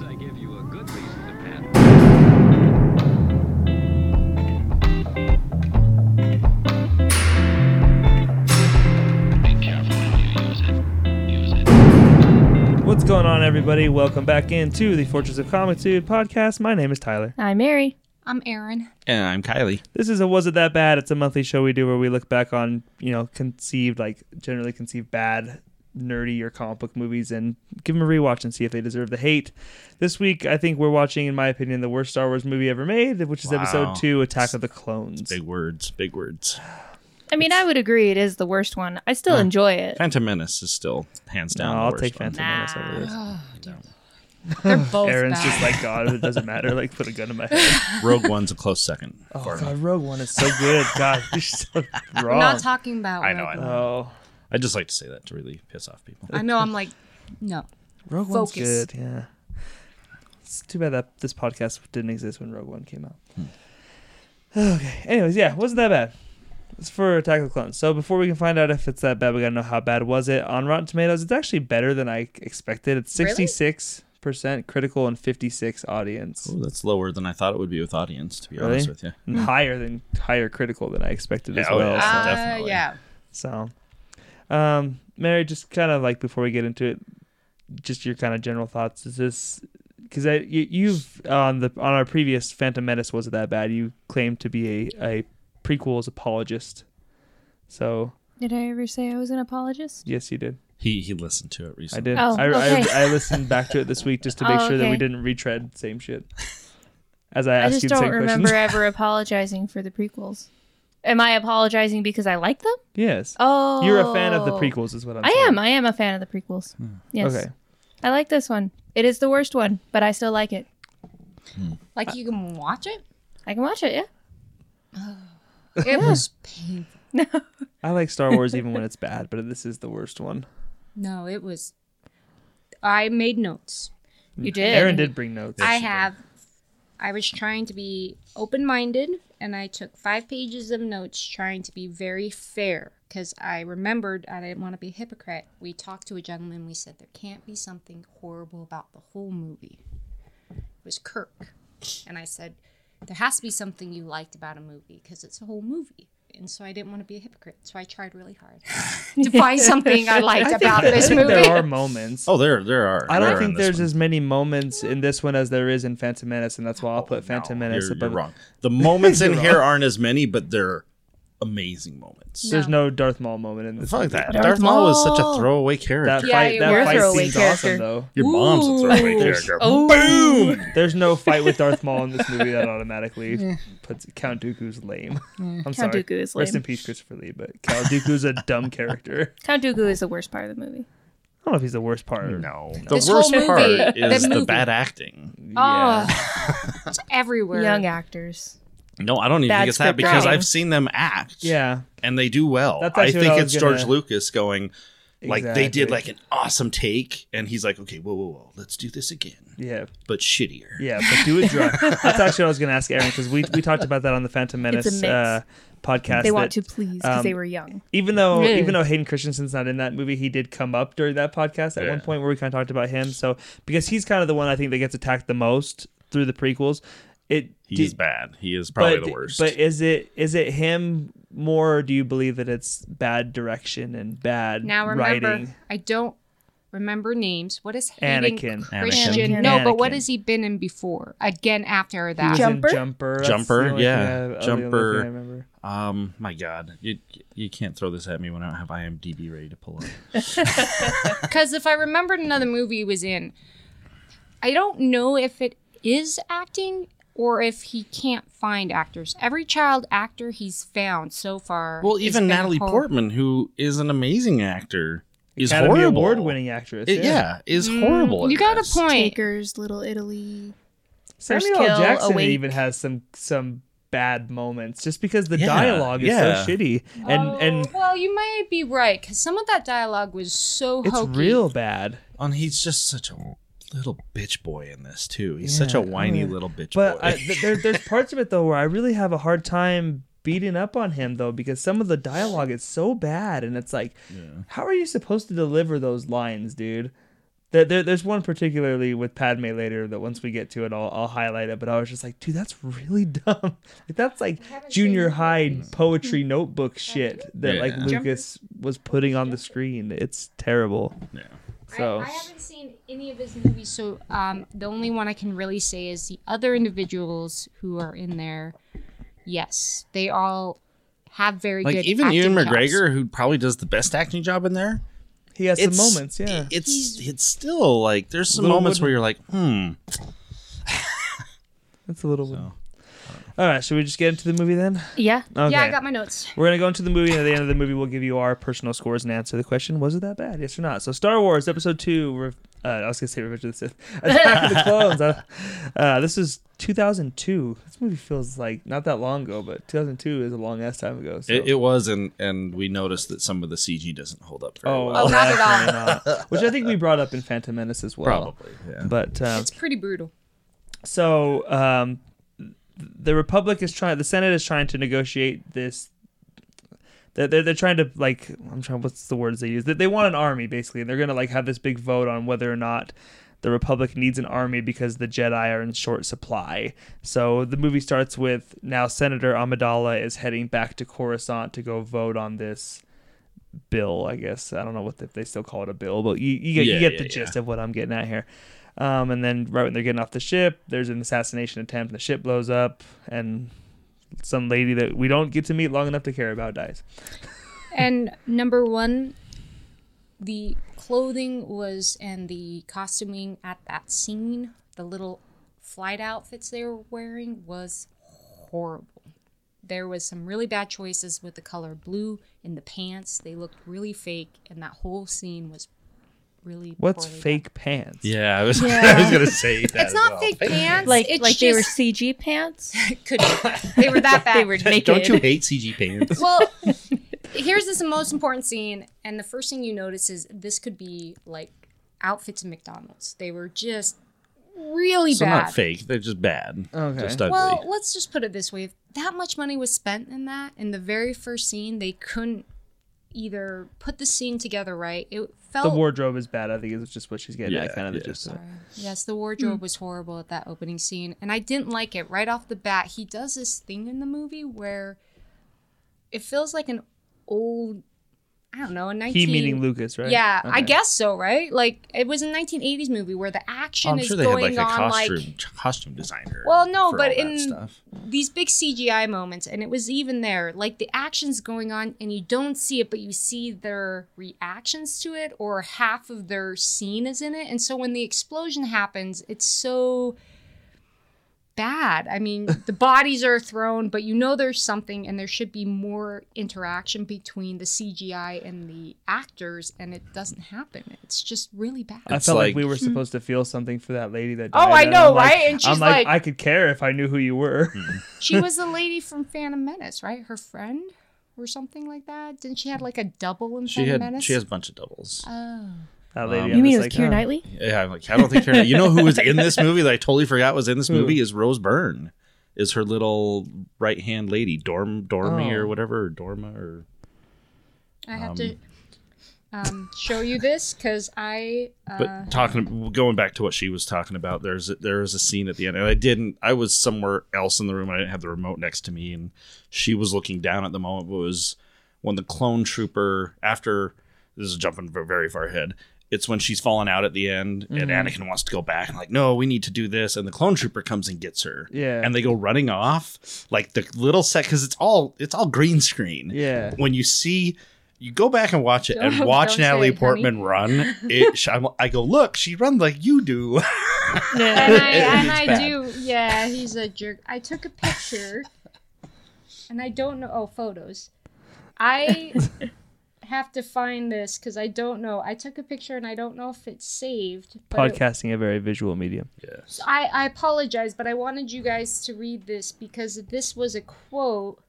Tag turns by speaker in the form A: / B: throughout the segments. A: I give you a good reason to panic.
B: What's going on, everybody? Welcome back into the Fortress of Comics Dude podcast. My name is Tyler.
C: I'm Mary.
D: I'm Aaron.
E: And I'm Kylie.
B: This is a Was It That Bad? It's a monthly show we do where we look back on, you know, conceived, like generally conceived bad, nerdy or comic book movies and give them a rewatch and see if they deserve the hate. This week, I think we're watching, in my opinion, the worst Star Wars movie ever made, which is
E: Wow.
B: episode two Attack of the Clones.
E: Big words, big words.
C: I mean, I would agree it is the worst one. I still enjoy it.
E: Phantom Menace is still hands
B: No,
E: down. the
B: I'll
E: worst
B: take
E: one.
B: Phantom Menace over this.
D: They're both
B: Aaron's
D: bad.
B: just like, God, it doesn't matter. Like, put a gun in my head.
E: Rogue One's a close second.
B: Oh, God, Rogue One is so good. God, you're so
D: I'm
B: wrong.
D: not talking about.
E: oh. I know, I
D: Rogue
E: know.
D: One.
B: oh,
E: I just like to say that to really piss off people.
D: I know. I'm like, no.
B: Rogue One's
D: Focus.
B: good, yeah. It's too bad that this podcast didn't exist when Rogue One came out.
E: Hmm.
B: Okay. Anyways, yeah, wasn't that bad. It's for Attack of the Clones. So before we can find out if it's that bad, we gotta know how bad was it on Rotten Tomatoes. It's actually better than I expected. It's
D: Really?
B: sixty six percent critical and fifty six audience,
E: Ooh, that's lower than I thought it would be with audience, to be honest
B: Really?
E: with you.
D: Hmm.
B: and higher than higher critical than I expected as
E: Yeah, oh,
B: well.
E: yeah.
B: so-
D: Uh,
E: definitely.
D: yeah.
B: So, um, Mary, just kind of like before we get into it, just your kind of general thoughts. Is this because I you, you've on the on our previous Phantom Menace was it that bad? You claimed to be a a prequels apologist. So
C: Did I ever say I was an apologist?
B: yes, you did.
E: He he listened to it
B: I
E: recently.
B: did.
C: Oh,
B: I,
C: okay.
B: I, I listened back to it this week just to make
C: Oh,
B: sure that we
C: okay.
B: didn't retread same shit. As I
C: I
B: asked
C: just
B: you the
C: don't
B: same
C: remember
B: questions.
C: ever apologizing for the prequels. Am I apologizing because I like them?
B: Yes.
C: Oh,
B: You're a fan of the prequels, is what I'm
C: I
B: saying.
C: am. I am a fan of the prequels.
B: Hmm.
C: Yes.
B: Okay.
C: I like this one. It is the worst one, but I still like it.
D: Like you can watch it.
C: I can watch it. Yeah.
D: It was painful.
B: I like Star Wars even when it's bad, but this is the worst one.
D: No, it was. I made notes.
C: You did.
B: Aaron did bring notes.
D: I have. I was trying to be open minded and I took five pages of notes trying to be very fair because I remembered I didn't want to be a hypocrite. We talked to a gentleman, we said there can't be something horrible about the whole movie. It was Kirk. And I said, there has to be something you liked about a movie because it's a whole movie. And so I didn't want to be a hypocrite. So I tried really hard to find something I liked about
B: I
D: this
B: think
D: movie.
B: there are moments.
E: Oh, there there are.
B: I don't
E: there are in
B: think
E: this
B: there's
E: one.
B: as many moments in this one as there is in Phantom Menace, and that's why I'll put Phantom
E: You're-
B: Menace
E: Oh, you're,
B: above.
E: wrong. The moments in here aren't as many, but they're amazing moments.
B: There's no Darth Maul moment in this.
E: It's not like
B: movie.
E: that.
C: Darth
E: Darth Maul was such a
C: Maul.
E: throwaway
B: That
E: character.
D: Yeah,
B: fight,
D: you're
B: that
D: a
B: fight
C: throwaway
B: scene's
C: character.
B: awesome though.
E: Your mom's a throwaway character.
B: Oh.
D: Boom!
B: There's no fight with Darth Maul in this movie that automatically puts Count Dooku's lame. I'm
C: Count
B: sorry.
C: Dooku is
B: Rest in
C: lame.
B: peace, Christopher Lee. But Count Dooku's a dumb character.
C: Count Dooku is the worst part of the movie.
B: I don't know if he's the worst part. or-
E: No, the
D: This
E: worst
D: whole
E: part
D: movie-
E: is
D: the
E: the
D: movie.
E: bad acting.
B: Yeah.
D: Oh, it's everywhere.
C: Young actors.
E: No, I don't even
C: Bad
E: think it's that
C: script
E: because
C: writing.
E: I've seen them act.
B: Yeah.
E: and they do well.
B: That's
E: I
B: actually
E: think
B: what I
E: it's
B: was gonna-
E: George Lucas going, like they did
B: Exactly.
E: like an awesome take, and he's like, okay, whoa, whoa, whoa, let's do this again,
B: Yeah.
E: but shittier.
B: Yeah, but do it dry. That's actually what I was going to ask Aaron because we we talked about that on the Phantom Menace
C: mix.
B: uh, podcast.
C: They want
B: that
C: to please because
B: um,
C: they were young.
B: even though
C: Yeah.
B: even though Hayden Christensen's not in that movie, he did come up during that podcast at one
E: Yeah.
B: point where we kind of talked about him. So because he's kind of the one I think that gets attacked the most through the prequels. It
E: He's
B: did-
E: bad. He is probably
B: but,
E: the worst.
B: But is it is it him more? or Do you believe that it's bad direction and bad
D: Now remember,
B: writing?
D: I don't remember names. What is Hayden
B: Anakin.
D: Christian?
B: Anakin.
D: No, but what
B: Anakin.
D: has he been in before? Again, after
B: He
D: that,
B: was in
C: Jumper?
B: Jumper, That's
E: Jumper,
B: the only
E: yeah.
B: thing I- the only
E: Jumper.
B: thing I remember.
E: um, my God, you you can't throw this at me when I don't have IMDb ready to pull up.
D: because if I remembered another movie he was in, I don't know if it is acting or if he can't find actors. Every child actor he's found so far.
E: Well,
D: has
E: even
D: been
E: Natalie
D: hor-
E: Portman, who is an amazing actor, is
B: Academy
E: horrible.
B: Award-winning actress.
E: It- yeah. is horrible. at
D: Mm, You got
E: this.
D: a point.
C: Takers, Little Italy. First
B: Samuel L.
C: Kill,
B: Jackson
C: Awake.
B: even has some some bad moments just because the
E: Yeah,
B: dialogue is
E: yeah.
B: so shitty and
D: Oh,
B: and
D: well, you might be right because some of that dialogue was so
B: it's
D: hokey.
B: real bad.
E: And he's just such a little bitch boy in this too. He's such a whiny little bitch
B: But
E: boy.
B: I, th- there, there's parts of it though where I really have a hard time beating up on him though because some of the dialogue is so bad and it's like, how are you supposed to deliver those lines, dude? There, there, there's one particularly with Padme later that once we get to it, I'll, I'll highlight it. But I was just like, dude, that's really dumb. Like that's like
D: haven't seen
B: junior
D: these
B: high
D: movies.
B: poetry notebook shit that like
E: Yeah.
B: Lucas was putting on the screen. It's terrible.
E: Yeah.
B: So
D: I, I haven't seen any of his movies, so um, the only one I can really say is the other individuals who are in there. Yes, they all have very
E: Like
D: good.
E: even
D: acting
E: Ewan
D: jobs.
E: McGregor, who probably does the best acting job in there.
B: he has some
E: it's-
B: moments. Yeah.
E: It's
D: He's-
E: it's still like there's some
B: Little
E: moments
B: Wood-
E: where you're like, hmm.
B: That's a little. All right, should we just get into the movie then?
C: Yeah.
B: Okay.
D: Yeah, I got my notes.
B: We're gonna go into the movie, and at the end of the movie, we'll give you our personal scores and answer the question: Was it that bad? Yes or not? So, Star Wars Episode Two. Re- uh, I was gonna say Revenge of the Sith. Attack of the Clones. Uh, uh, this is 2002. This movie feels like not that long ago, but 2002 is a long ass time ago. So.
E: It, it was, and and we noticed that some of the CG doesn't hold up very
B: oh,
E: well.
D: Oh, not at all.
B: definitely not. Which I think we brought up in Phantom Menace as well.
E: Probably, yeah.
B: But um,
D: It's pretty brutal.
B: so um, the republic is trying the senate is trying to negotiate this they're, they're, they're trying to like i'm trying what's the words they use they, they want an army basically and they're gonna like have this big vote on whether or not the republic needs an army because the jedi are in short supply so the movie starts with now senator amidala is heading back to coruscant to go vote on this bill i guess i don't know what the, if they still call it a bill but you, you get,
E: Yeah,
B: you get
E: yeah,
B: the
E: yeah.
B: gist of what i'm getting at here um, and then right when they're getting off the ship, there's an assassination attempt. The ship blows up, and some lady that we don't get to meet long enough to care about dies.
D: And number one, the clothing was and the costuming at that scene, the little flight outfits they were wearing was horrible. There was some really bad choices with the color blue in the pants. They looked really fake, and that whole scene was really
B: What's
D: poorly done.
B: fake pants?
E: Yeah, I was
C: Yeah.
E: I was gonna say that.
D: It's not fake pants.
C: Like
D: it's
C: like
D: just,
C: they were CG pants.
D: could they were that bad.
C: they were naked.
E: Don't you hate CG pants?
D: well here's this most important scene and the first thing you notice is this could be like outfits in mcdonald's they were just really
E: so
D: bad
E: not fake. They're just bad.
B: Okay.
E: Just ugly.
D: well let's just put it this way if that much money was spent in that in the very first scene they couldn't either put the scene together right it felt
B: The wardrobe is bad. I think is just what she's getting
E: Yeah,
B: at. Kind of the
E: yeah.
B: gist of it.
D: Yes, the wardrobe was horrible at that opening scene, and I didn't like it right off the bat. He does this thing in the movie where it feels like an old, I don't know, a nineteen.
B: He meaning Lucas, right?
D: Yeah, I
B: Okay.
D: guess so, right? Like it was a 1980s movie where the action
E: I'm
D: is
E: sure they had
D: going
E: like a
D: on
E: costume
D: like
E: costume designer.
D: Well, no,
E: for
D: but
E: all that
D: in-
E: stuff.
D: these big CGI moments, and it was even there. Like the action's going on, and you don't see it, but you see their reactions to it, or half of their scene is in it. And so when the explosion happens, it's so bad. I mean, the bodies are thrown, but you know there's something, and there should be more interaction between the CGI and the actors, and it doesn't happen. It's just really bad.
B: I
E: It's
B: felt like,
E: like-
B: we were supposed to feel something for that lady that.
D: Oh,
B: died,
D: I
B: and
D: know,
B: I'm like-
D: right? And she's
B: I'm like,
D: like-
B: I could care if I knew who you were.
E: Mm.
D: She was the lady from Phantom Menace, right? Her friend or something like that. Didn't she have like a double in
E: she
D: Phantom
E: had
D: Menace?
E: she has a bunch of doubles.
D: Oh.
B: That lady.
E: You
B: I'm
C: You mean it was
B: just
C: Keira
B: like, huh.
C: Knightley?
E: Yeah, I'm like I don't think her. You know who was in this movie that I totally forgot was in this movie is Rose Byrne, is her little right hand lady Dorm Dormy
B: Oh.
E: or whatever or Dorma or
D: I have to um, show you this because I. Uh,
E: But talking, going back to what she was talking about, there's there was a scene at the end, and I didn't. I was somewhere else in the room. And I didn't have the remote next to me, and she was looking down at the moment. But it was when the clone trooper after this is jumping v- very far ahead. It's when she's falling out at the end, and
B: Mm-hmm.
E: Anakin wants to go back, and like, no, we need to do this. And the clone trooper comes and gets her.
B: Yeah.
E: and they go running off like the little set because it's all it's all green screen
B: Yeah.
E: when you see you go back and watch it and
D: Don't-
E: watch
D: don't say
E: Natalie
D: it, honey.
E: Portman run. It, sh- I'm, I go, look, she runs like you do.
D: and I,
E: It-
D: and
E: it's
D: I
E: bad.
D: do. Yeah, he's a jerk. I took a picture and I don't know. Oh, photos. I have to find this because I don't know. I took a picture and I don't know if it's saved. But it-
B: Podcasting a very visual medium.
E: Yes.
D: I, I apologize, but I wanted you guys to read this because this was a quote.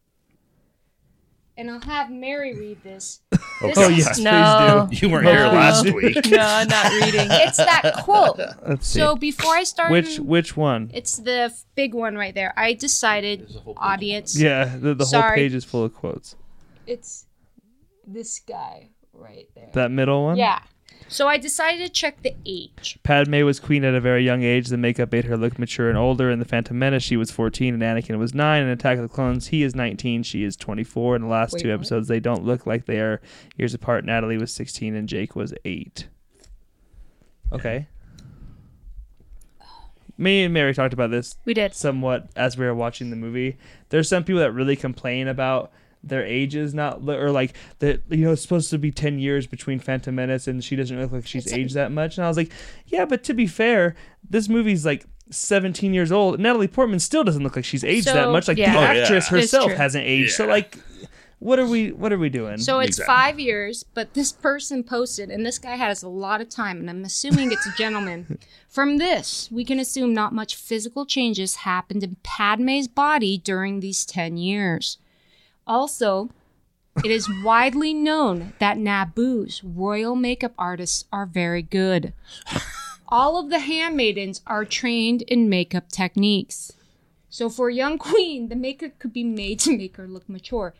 D: And I'll have Mary read this. This
E: Oh,
D: is-
E: yes. Please
C: No.
E: You weren't here
C: No.
E: last week.
C: No, I'm not reading.
D: It's that quote.
B: Let's see.
D: So before I started,
B: which which one?
D: it's the f- big one right there. I decided, audience,
B: Yeah, the, the whole
D: Sorry.
B: page is full of quotes.
D: it's this guy right there.
B: That middle one.
D: Yeah. So I decided to check the age.
B: Padme was queen at a very young age. The makeup made her look mature and older. In The Phantom Menace, she was 14 and Anakin was 9. In Attack of the Clones, he is 19, she is 24. In the last
D: Wait,
B: two
D: what?
B: episodes, they don't look like they are years apart. Natalie was 16 and Jake was 8. Okay. Me and Mary talked about this
C: We did.
B: somewhat as we were watching the movie. There's some people that really complain about their ages not li- or like that you know it's supposed to be 10 years between Phantom Menace and she doesn't look like she's aged that much and I was like yeah but to be fair this movie's like 17 years old Natalie Portman still doesn't look like she's aged
D: So,
B: that much like
C: yeah.
B: the
C: Oh,
E: yeah.
B: actress
E: It's
B: herself
C: true.
B: hasn't aged so
E: Yeah.
B: like what are we what are we doing
D: So it's
E: Exactly.
D: five years, but this person posted, and this guy has a lot of time, and I'm assuming it's a gentleman. From this, we can assume not much physical changes happened in Padme's body during these 10 years. Also, it is widely known that Naboo's royal makeup artists are very good. All of the handmaidens are trained in makeup techniques. So for a young queen, the makeup could be made to make her look mature.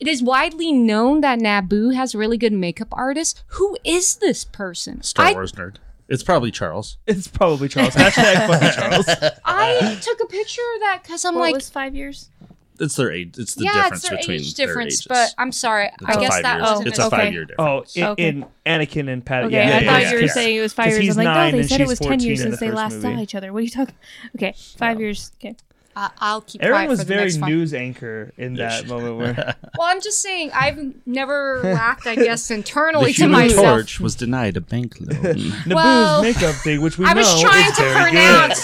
D: It is widely known that Naboo has really good makeup artists. Who is this person?
E: Star
D: I,
E: Wars nerd. It's probably Charles.
B: it's probably Charles hashtag fucking Charles
D: I took a picture of that because I'm
C: What
D: like,
C: was five years?
E: It's their age. It's the
D: yeah, it's
E: difference
D: their
E: between
D: age
E: their
D: difference,
E: ages.
D: but I'm sorry.
E: It's
D: I
E: a
D: guess
E: five
D: that
E: years-
D: wasn't
E: It's a
D: okay.
E: five year difference.
B: oh in,
C: Okay.
B: in Anakin and Padme
C: Okay,
E: Yeah,
C: I
E: yeah,
C: thought
E: yeah,
C: you were
E: yeah.
C: saying it was
B: 'Cause
C: five years.
B: he's
C: I'm like,
B: nine
C: no, they
B: and
C: said it
B: she's
C: was ten
B: 14
C: years
B: in
C: since
B: the
C: they
B: first
C: last saw
B: movie. Oh.
C: each other. What are you talking? Okay, five years. Okay,
D: I- I'll keep
B: Aaron
D: quiet
B: was
D: for the
B: very
D: next one.
B: news anchor in that moment where
D: Well, I'm just saying, I've never lacked, I guess,
E: the
D: internally Oh, to
E: human
D: myself.
E: torch was denied a bank loan.
B: Naboo's
D: Well,
B: makeup thing, which we
D: I
B: know
D: was trying
B: is
D: to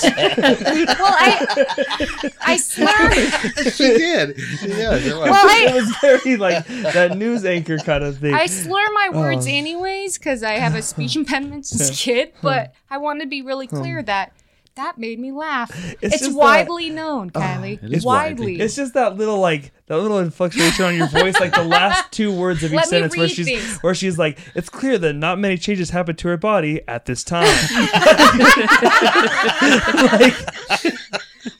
B: very
D: pronounce. well, I, I slurred.
F: she did. Yeah, there was.
D: Well,
B: good. It
D: I,
B: was very like that news anchor kind of thing.
D: I slur my words anyways because I have a speech impediment since kid. But I want to be really clear that that made me laugh.
B: It's
D: It's,
B: just
D: widely known, Kylie.
E: it is
D: widely.
E: widely.
B: it's just that little like that little inflection on your voice, like the last two words of each
D: Let me
B: sentence, where
D: read
B: she's
D: things.
B: where she's like, "It's clear that not many changes happened to her body at this time."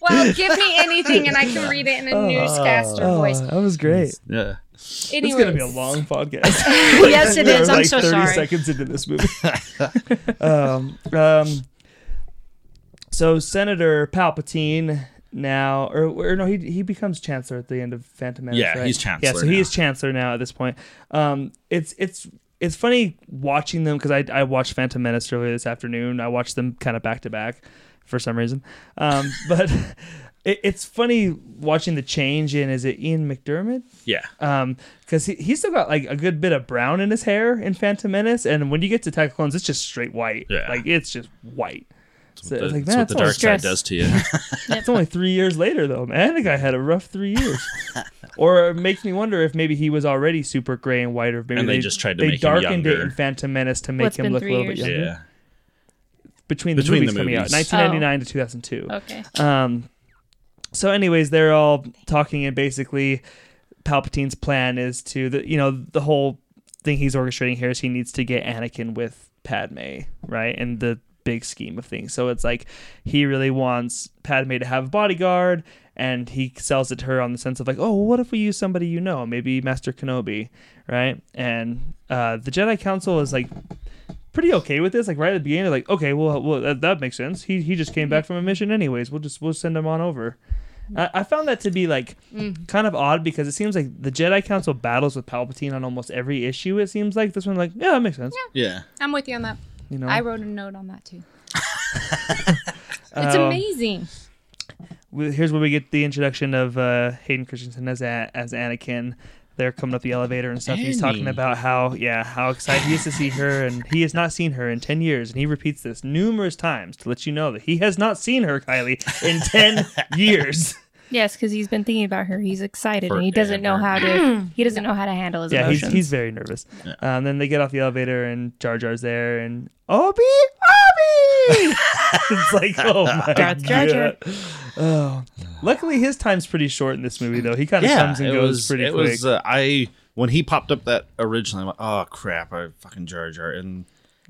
D: well, give me anything and I can read it in a newscaster
B: Oh,
D: voice.
B: that was great.
E: yeah.
D: Anyways,
B: It's gonna be a long podcast.
D: yes, it
B: We are,
D: is. I'm
B: like,
D: so sorry.
B: seconds into this movie. um, um, so Senator Palpatine now, or, or no, he he becomes Chancellor at the end of Phantom Menace.
E: Yeah,
B: right?
E: he's Chancellor
B: Yeah, so he
E: now.
B: is Chancellor now at this point. Um, it's it's. It's funny watching them because I, I watched Phantom Menace earlier this afternoon. I watched them kind of back to back for some reason. Um, but it, it's funny watching the change in, is it Ian McDermott?
E: Yeah.
B: um because he, he's still got like a good bit of brown in his hair in phantom menace and when you get to attack of the clones it's just straight white
E: Yeah.
B: like it's just white so
E: That's
B: it's like
E: what
B: that's
E: the
B: only,
E: dark side
C: stress.
E: does to you.
B: it's only three years later though man the guy had a rough three years or it makes me wonder if maybe he was already super gray and white or maybe
E: And they just tried to
B: they
E: make him
B: darkened it
E: younger.
B: in phantom menace to
C: Well,
B: make
C: it's
B: him
C: been
B: look a
C: three
B: little bit
C: years.
B: younger
E: yeah.
B: between the
E: Between
B: movies
E: the
B: coming out
E: movies.
C: Oh.
B: 1999 to 2002
C: okay.
B: um, so, anyways, they're all talking, and basically, Palpatine's plan is to the you know the whole thing he's orchestrating here is he needs to get Anakin with Padme, right? And the big scheme of things. So it's like he really wants Padme to have a bodyguard, and he sells it to her on the sense of like, oh, well, what if we use somebody you know, maybe Master Kenobi, right? And uh, the Jedi Council is like pretty okay with this. Like right at the beginning, they're like, okay, well, well that, that makes sense. He he just came back from a mission, anyways. We'll just we'll send him on over. I, I found that to be like kind of odd because it seems like the Jedi Council battles with Palpatine on almost every issue. It seems like this one, like yeah, that makes sense.
E: Yeah.
D: I'm with you on that.
B: You know,
D: I wrote a note on that too. it's
B: Um,
D: amazing.
B: we- here's where we get the introduction of uh, Hayden Christensen as a, as Anakin. They're coming up the elevator and stuff. He's talking
E: Annie.
B: about how yeah how excited he is to see her, and he has not seen her in ten years. And he repeats this numerous times to let you know that he has not seen her, Kylie, in ten years.
C: Yes, because he's been thinking about her. He's excited, and he doesn't know how
E: Forever.
C: to. He doesn't know how to handle his
B: Yeah, he's,
C: emotions.
B: he's very nervous. Um, then they get off the elevator and Jar Jar's there and Obi Obi. it's like oh my
C: Darth Jar Jar.
B: god. Oh. Luckily, his time's pretty short in this movie though. He kind of comes and
E: it
B: goes
E: was,
B: pretty
E: it
B: quick.
E: was. Uh, I when he popped up that originally, I'm like, oh crap, I fucking Jar Jar, and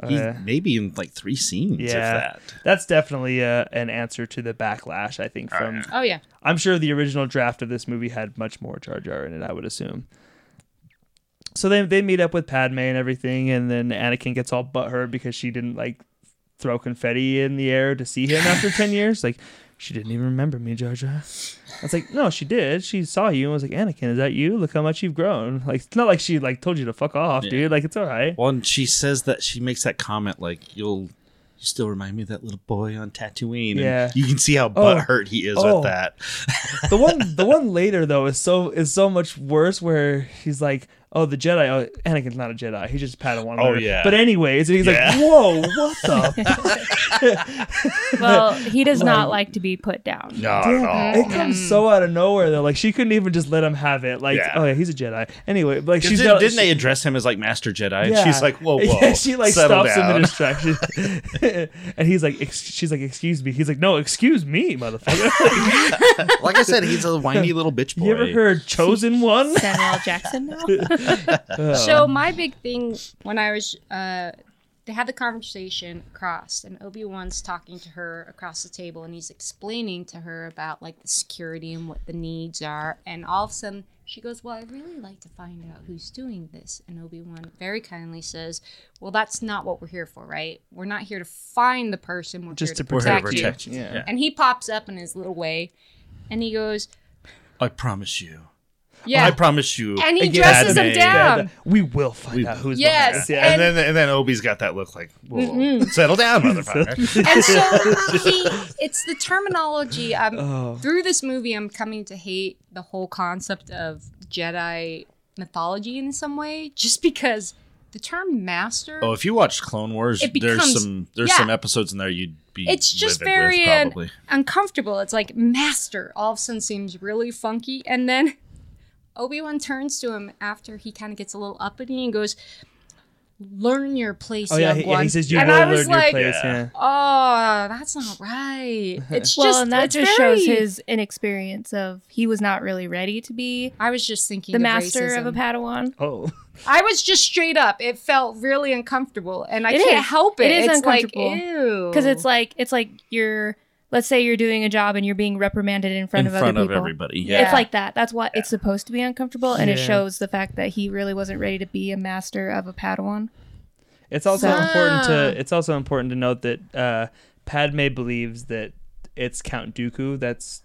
E: he's
B: Oh, yeah.
E: maybe in like three scenes of
B: yeah,
E: that.
B: that's definitely uh, an answer to the backlash. I think from
D: Oh yeah.
B: I'm sure the original draft of this movie had much more Jar Jar in it. I would assume. so they they meet up with Padme and everything, and then Anakin gets all butthurt because she didn't like throw confetti in the air to see him after ten years. Like she didn't even remember me, Jar Jar. I was like, no, she did. She saw you and was like, Anakin, is that you? Look how much you've grown. Like it's not like she like told you to fuck off,
E: Yeah.
B: dude. Like it's all right.
E: Well, and she says that she makes that comment like you'll you still remind me of that little boy on Tatooine. and
B: Yeah.
E: you can see how butthurt he is
B: Oh.
E: with that.
B: the one the one later though is so is so much worse where he's like oh the jedi oh anakin's not a jedi he's just a padawan
E: Oh,
B: whatever.
E: yeah.
B: but anyways and he's
E: Yeah.
B: like whoa what the
C: Well, he does not like to be put down.
E: No,
B: damn it comes
D: Mm.
B: so out of nowhere though like she couldn't even just let him have it like
E: Yeah.
B: oh yeah he's a jedi anyway but like she's
E: Did,
B: not-
E: not
B: she-
E: they address him as like Master Jedi? And
B: yeah.
E: she's like, whoa, whoa.
B: Yeah, she like
E: settle
B: stops him
E: down.
B: in his tracks, and he's like, ex- she's like, "Excuse me." He's like, "No, excuse me, motherfucker."
E: like I said, he's a whiny little bitch boy.
B: you ever heard "Chosen One"?
C: Samuel L. Jackson now.
D: So my big thing when I was uh they had the conversation across and Obi-Wan's talking to her across the table and he's explaining to her about like the security and what the needs are and all of a sudden she goes, "Well, I'd really like to find out who's doing this." And Obi-Wan very kindly says, "Well, that's not what we're here for, right? We're not here to find the person, we're
B: Just to
D: here to,
E: We're here to
D: protect,
E: protect
D: you."
E: you.
B: Yeah.
E: Yeah.
D: And he pops up in his little way and he goes,
E: I promise you.
D: "Yeah."
E: I promise you.
D: and he
B: Again,
D: dresses
E: Padme.
D: him down.
B: We will find out who's behind
D: Yes,
B: us. Yeah.
E: and, then and then Obi's got that look like, whoa, settle down, motherfucker.
D: and so he, it's the terminology. Um,
B: Oh.
D: Through this movie, I'm coming to hate the whole concept of Jedi mythology in some way, just because the term master.
E: oh, if you watched Clone Wars,
D: It
E: there's
D: becomes-
E: some there's
D: yeah.
E: some episodes in there you'd be.
D: it's just
E: livid
D: very uh,
E: with,
D: un-
E: probably.
D: uncomfortable. It's like master all of a sudden seems really funky, and then Obi Wan turns to him after he kind of gets a little uppity and goes, "Learn your place,
B: Oh yeah,
D: young
B: he, yeah,
D: one."
B: he says you
D: and
B: will
D: I
B: learn
D: was
B: your
D: like,
B: place.
E: Yeah.
B: Yeah.
D: "Oh, that's not right." It's
C: well,
D: just
C: and that
D: it's
C: just shows
D: very-
C: his inexperience of he was not really ready to be
D: I was just thinking
C: the
D: of
C: master of a
D: racism.
C: Padawan.
B: Oh,
D: I was just straight up. It felt really uncomfortable, and I
C: It
D: can't
C: is.
D: help it.
C: It is
D: it's
C: uncomfortable.
D: like ew,
C: Because
E: Oh.
C: it's like it's like you're let's say you're doing a job and you're being reprimanded in front
E: in
C: of
E: front
C: other
E: of
C: people.
E: everybody. Yeah.
D: Yeah.
C: It's like that. That's why it's supposed to be uncomfortable, and it
B: Yeah.
C: shows the fact that he really wasn't ready to be a master of a Padawan.
B: it's also
D: So-
B: important
D: Ah.
B: to it's also important to note that uh, Padme believes that it's Count Dooku that's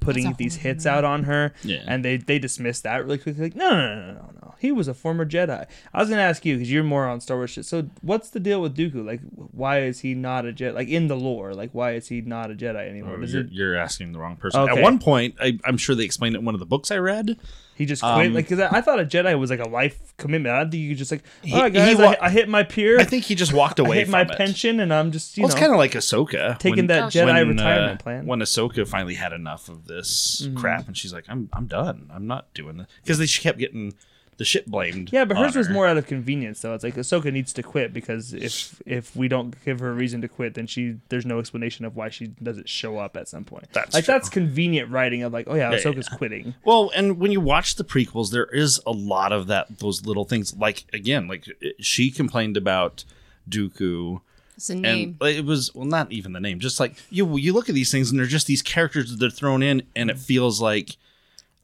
B: putting
D: That's a
B: these
D: whole
B: hits out on her,
E: Yeah.
B: and they they dismiss that really quickly. Like, no, no, no, no, no, no. He was a former Jedi. I was gonna ask you because you're more on Star Wars shit. So, what's the deal with Dooku? Like, why is he not a Jedi? Like in the lore, like why is he not a Jedi anymore?
E: Oh,
B: Does
E: You're,
B: it-
E: you're asking the wrong person.
B: Okay.
E: At one point, I, I'm sure they explained it in one of the books I read.
B: He just quit,
E: Um,
B: like because I, I thought a Jedi was like a life commitment. I think you could just like,
E: He-
B: all right, guys,
E: he
B: I,
E: wa-
B: hit- I hit my peer,
E: I think he just walked
B: I
E: away
B: hit
E: from
B: my
E: it.
B: pension, and I'm just you
E: Well, it's
B: know
E: kind of like Ahsoka
B: taking that
D: Oh,
B: Jedi
D: shit.
B: retirement
E: uh,
B: plan. Mm-hmm.
E: When Ahsoka finally had enough of this crap, and she's like, "I'm I'm done. I'm not doing this," because she kept getting the shit blamed.
B: yeah, but hers
E: on
B: was
E: her.
B: more out of convenience, though. It's like Ahsoka needs to quit because if if we don't give her a reason to quit, then she there's no explanation of why she doesn't show up at some point.
E: That's
B: like
E: true.
B: that's convenient writing of like, oh yeah,
E: Yeah,
B: Ahsoka's quitting.
E: Well, and when you watch the prequels, there is a lot of that. Those little things, like again, like it- she complained about Dooku.
D: it's a
E: and
D: name.
E: like, it was well not even the name just like you you look at these things and they're just these characters that they're thrown in and it feels like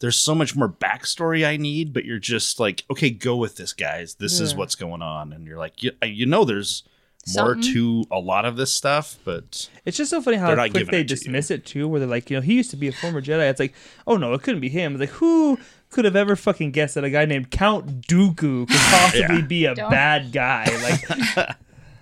E: there's so much more backstory i need but you're just like okay go with this guys this is what's going on and you're like you, you know there's more
D: Something.
E: to a lot of this stuff but
B: It's just so funny how
E: They're not
B: quick
E: giving
B: they
E: it to you.
B: dismiss it too, where they're like, you know, he used to be a former Jedi. It's like, oh no, it couldn't be him. It's like, who could have ever fucking guessed that a guy named Count Dooku could possibly
E: Yeah.
B: be a
D: Don't-
B: bad guy? Like,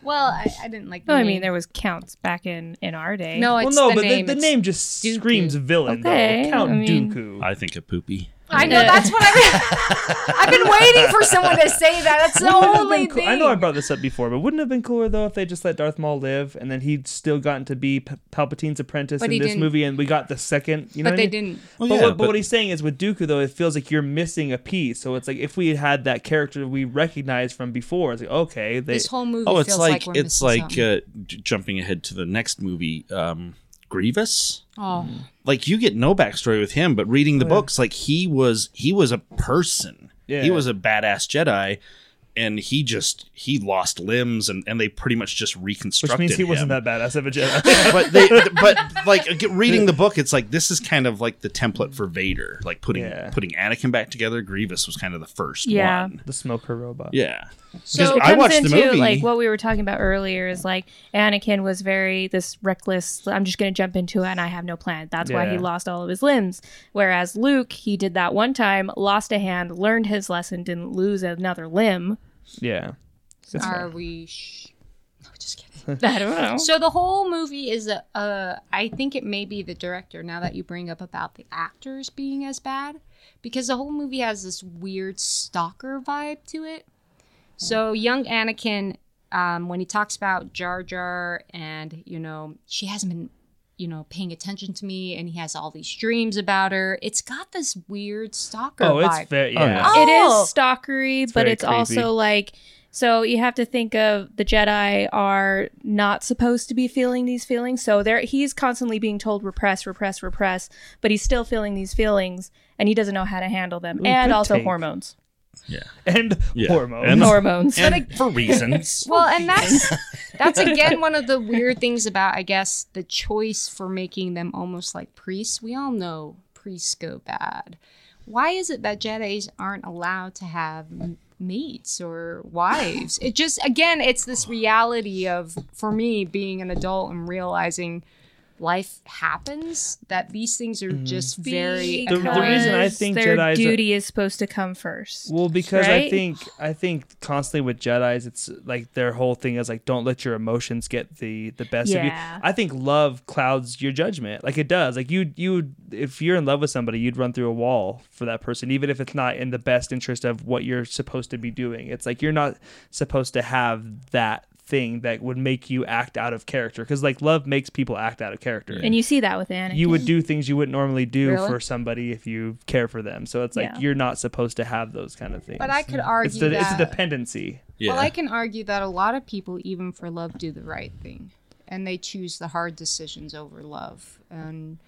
D: well, I, I didn't like. The
C: No, I
D: name.
C: mean there was counts back in in our day.
D: no,
B: well,
D: it's
B: no,
D: the
B: but
D: name.
B: the, the
D: It's-
B: name just
D: Dooku.
B: screams villain.
C: Okay,
B: though. Count
C: I mean-
B: Dooku.
E: i think of poopy
D: I know that's what I've been, I've been waiting for someone to say that. That's the
B: Wouldn't it have
D: only
B: been cool-
D: thing.
B: I know I brought this up before, but wouldn't it have been cooler though if they just let Darth Maul live and then he'd still gotten to be P- Palpatine's apprentice
D: But
B: in
D: he
B: this
D: didn't.
B: movie, and we got the second. You know, what
D: but
B: I
D: they
B: mean?
D: didn't.
E: well,
B: but,
E: yeah,
B: what, but, what he's saying is with Dooku though, it feels like you're missing a piece. So it's like if we had that character we recognized from before, it's like okay, they
D: This whole movie.
E: oh it's
D: feels
E: like,
D: like, we're
E: it's
D: missing
E: like
D: something.
E: uh, j- jumping ahead to the next movie um grievous
D: oh,
E: like you get no backstory with him, but reading the
B: Oh, yeah.
E: books, like he was he was a person.
B: Yeah.
E: He was a badass Jedi. and he just he lost limbs and and they pretty much just
B: Which
E: reconstructed
B: means he wasn't
E: him.
B: that badass of a Jedi.
E: but they but like ag- reading the book it's like this is kind of like the template for vader like putting
B: Yeah.
E: putting anakin back together grievous was kind of the first
C: Yeah.
E: one
B: the smoker robot.
E: yeah
C: So
E: Because
C: it
E: I
C: comes
E: watched the
C: into
E: movie.
C: like what we were talking about earlier is like Anakin was very this reckless. I'm just going to jump into it, and I have no plan. That's why he
B: Yeah.
C: lost all of his limbs. Whereas Luke, he did that one time, lost a hand, learned his lesson, didn't lose another limb.
B: Yeah. That's fair.
D: Are we? Sh- no, just kidding.
C: I don't know.
D: So the whole movie is a, a. I think it may be the director. Now that you bring up about the actors being as bad, because the whole movie has this weird stalker vibe to it. So young Anakin, um, when he talks about Jar Jar, and you know she hasn't been, you know, paying attention to me, and he has all these dreams about her. It's got this weird stalker
B: Oh,
D: vibe.
B: it's very
E: Oh,
B: yeah.
E: yeah.
C: It
D: Oh.
C: is stalkery, but
B: very
C: it's
B: creepy.
C: also like so you have to think of the Jedi are not supposed to be feeling these feelings. So there he's constantly being told repress, repress, repress, but he's still feeling these feelings and he doesn't know how to handle them.
B: Ooh,
C: and
B: good
C: also
B: take.
C: hormones.
B: And
E: Yeah.
B: hormones.
E: And-
C: Hormones.
E: and for reasons
D: Well, and that's that's again one of the weird things about I guess the choice for making them almost like priests. We all know priests go bad. Why is it that Jedi's aren't allowed to have m- mates or wives? It just again, it's this reality of for me being an adult and realizing life happens that these things
B: Mm-hmm.
D: are just very
B: The- the reason I
C: Because
B: think
C: their
B: Jedi's a-
C: duty is supposed to come first.
B: Well, because I
C: right?
B: think I think constantly with Jedi's, it's like their whole thing is like don't let your emotions get the the best of
C: Yeah.
B: you. I think love clouds your judgment, like it does. Like you you if you're in love with somebody, you'd run through a wall for that person, even if it's not in the best interest of what you're supposed to be doing. It's like you're not supposed to have that thing that would make you act out of character because like love makes people act out of character
C: And you see that with Anakin.
B: you would do things you wouldn't normally do
D: Really?
B: for somebody if you care for them. So it's like
C: Yeah.
B: you're not supposed to have those kind of things.
D: But I could argue
B: it's, the,
D: that
B: it's a dependency.
E: yeah
D: Well, I can argue that a lot of people, even for love, do the right thing, and they choose the hard decisions over love. And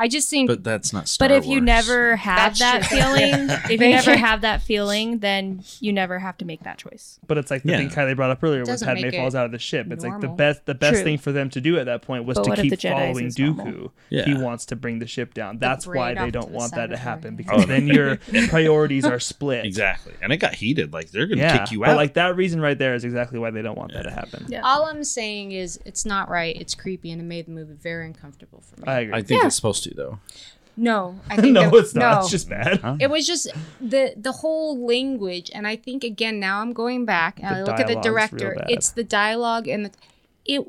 D: I just think
E: but that's not Star
C: but if you
E: Wars.
C: never have
D: That's
C: that
D: true.
C: feeling, if you never have that feeling, then you never have to make that choice.
B: But it's like the
E: Yeah.
B: thing Kylie brought up earlier was
D: Doesn't
B: Padme
D: make
B: falls
D: it
B: out of the ship. It's like the
D: normal.
B: best the best
C: True.
B: thing for them to do at that point was
C: But
B: to
C: what if
B: keep
C: the Jedi's
B: following
C: is
B: Dooku.
C: normal?
E: Yeah.
B: He wants to bring the ship down. That's why
D: braid
B: they
D: off
B: don't
D: to the
B: want that
D: side
B: to
D: of her
B: happen
D: head.
B: because
E: Oh,
B: then your priorities are split.
E: exactly and it got heated like they're gonna
B: Yeah.
E: kick you
B: but
E: out
B: like that reason right there is exactly why they don't want that to happen.
C: Yeah.
D: all I'm saying is it's not right. It's creepy, and it made the movie very uncomfortable for me.
B: I agree.
E: I think it's supposed to though
D: no, I think
B: no,
D: that-
B: it's not.
D: no.
B: It's just bad.
D: it was just the the whole language, and I think again now I'm going back and
B: The
D: I look at the
B: dialogue's real
D: director.
B: bad.
D: It's the dialogue and the, it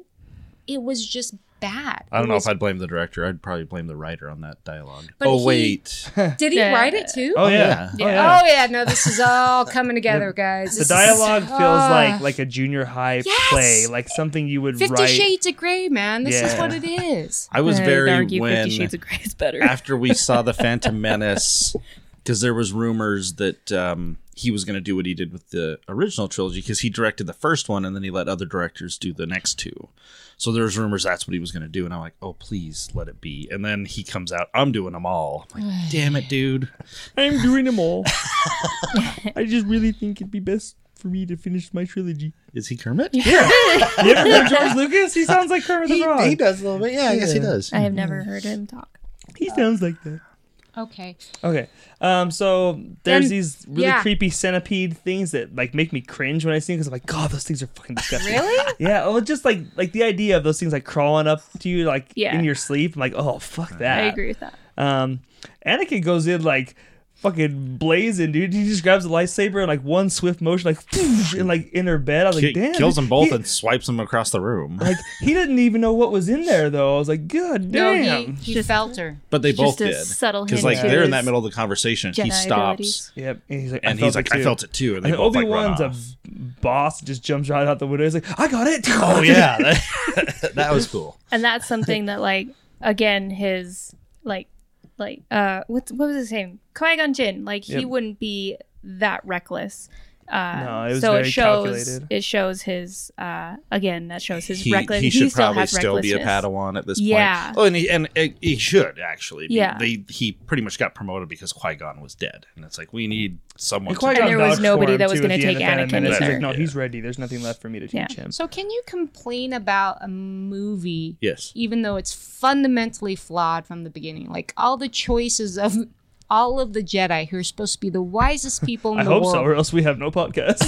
D: it was just bad.
E: I don't
D: It
E: know
D: was-
E: if I'd blame the director I'd probably blame the writer on that dialogue
D: But
E: oh
D: he-
E: wait
D: did he write it too.
B: Oh
E: yeah.
B: yeah.
E: Yeah.
B: Oh, yeah.
D: Oh yeah, no, this is all coming together, guys.
B: The
D: This is-
B: dialogue feels
D: Ah.
B: like like a junior high
D: Yes!
B: play, like something you would
D: Fifty
B: write.
D: Shades of Grey, man. This is
B: Yeah.
D: what it is.
E: I was
C: I'd
E: very
C: argue
E: when
C: Fifty Shades of Grey is better.
E: after we saw the Phantom Menace, because there was rumors that um, he was going to do what he did with the original trilogy, because he directed the first one and then he let other directors do the next two. So there was rumors that's what he was going to do, and I'm like, oh please let it be. And then he comes out, I'm doing them all. I'm like, damn it, dude.
B: I'm doing them all. I just really think it'd be best for me to finish my trilogy.
E: Is he Kermit?
B: You ever heard George Lucas? He sounds like Kermit the
F: He,
B: Frog.
F: he
B: He,
F: does a little bit. Yeah, I guess he does.
C: I have never heard him talk.
B: sounds like that.
D: Okay.
B: Okay, um, so there's
D: Then-
B: these really
D: yeah.
B: creepy centipede things that like make me cringe when I see them because I'm like, God, those things are fucking disgusting.
D: Really?
B: Yeah. Well, just like like the idea of those things like crawling up to you like
C: Yeah.
B: in your sleep. I'm like, oh fuck that.
C: I agree with that.
B: Um, Anakin goes in like fucking blazing, dude. He just grabs a lightsaber and like one swift motion, like and like in her bed. I was like,
E: Ki-
B: damn,
E: kills them
B: dude.
E: both
B: He,
E: and swipes them across the room.
B: like he didn't even know what was in there though. I was like, God damn.
D: No, he, he felt her.
E: But they both
C: Just a
E: did.
C: subtle
E: Because
C: hint
E: like
C: to
E: they're in
C: his
E: that middle of the conversation, he
C: Jedi abilities.
E: stops
B: Yep. And he's like, I
E: and
B: felt
E: he's like,
B: it
E: I
B: too.
E: felt it too. And they
B: And
E: both
B: Obi
E: like run
B: Wan's a
E: off.
B: boss just jumps right out the window. He's like, I got it. Oh
E: yeah, that, that was cool.
C: And that's something that like again his like like uh what what was his name Qui Gon Jinn like he
B: Yep.
C: wouldn't be that reckless. Uh,
B: No, it was
C: so it
B: very
C: shows
B: calculated.
C: it shows his uh, again that shows his
E: he,
C: reckless.
E: he should
C: still
E: probably
C: has
E: still be a
C: recklessness.
E: Padawan at this
C: Yeah.
E: point. Oh, and he and uh, he should actually. be-
C: Yeah.
E: they he pretty much got promoted because Qui Gon was dead, and it's like we need someone. to-
C: And there was nobody that was gonna take Anakin
B: He's
E: either.
B: like, no, he's ready. There's nothing left for me to teach
C: Yeah.
B: him.
D: So can you complain about a movie
E: yes,
D: even though it's fundamentally flawed from the beginning? Like all the choices of all of the Jedi who are supposed to be the wisest people in
B: I
D: the
B: hope
D: world.
B: so, or else we have no podcast.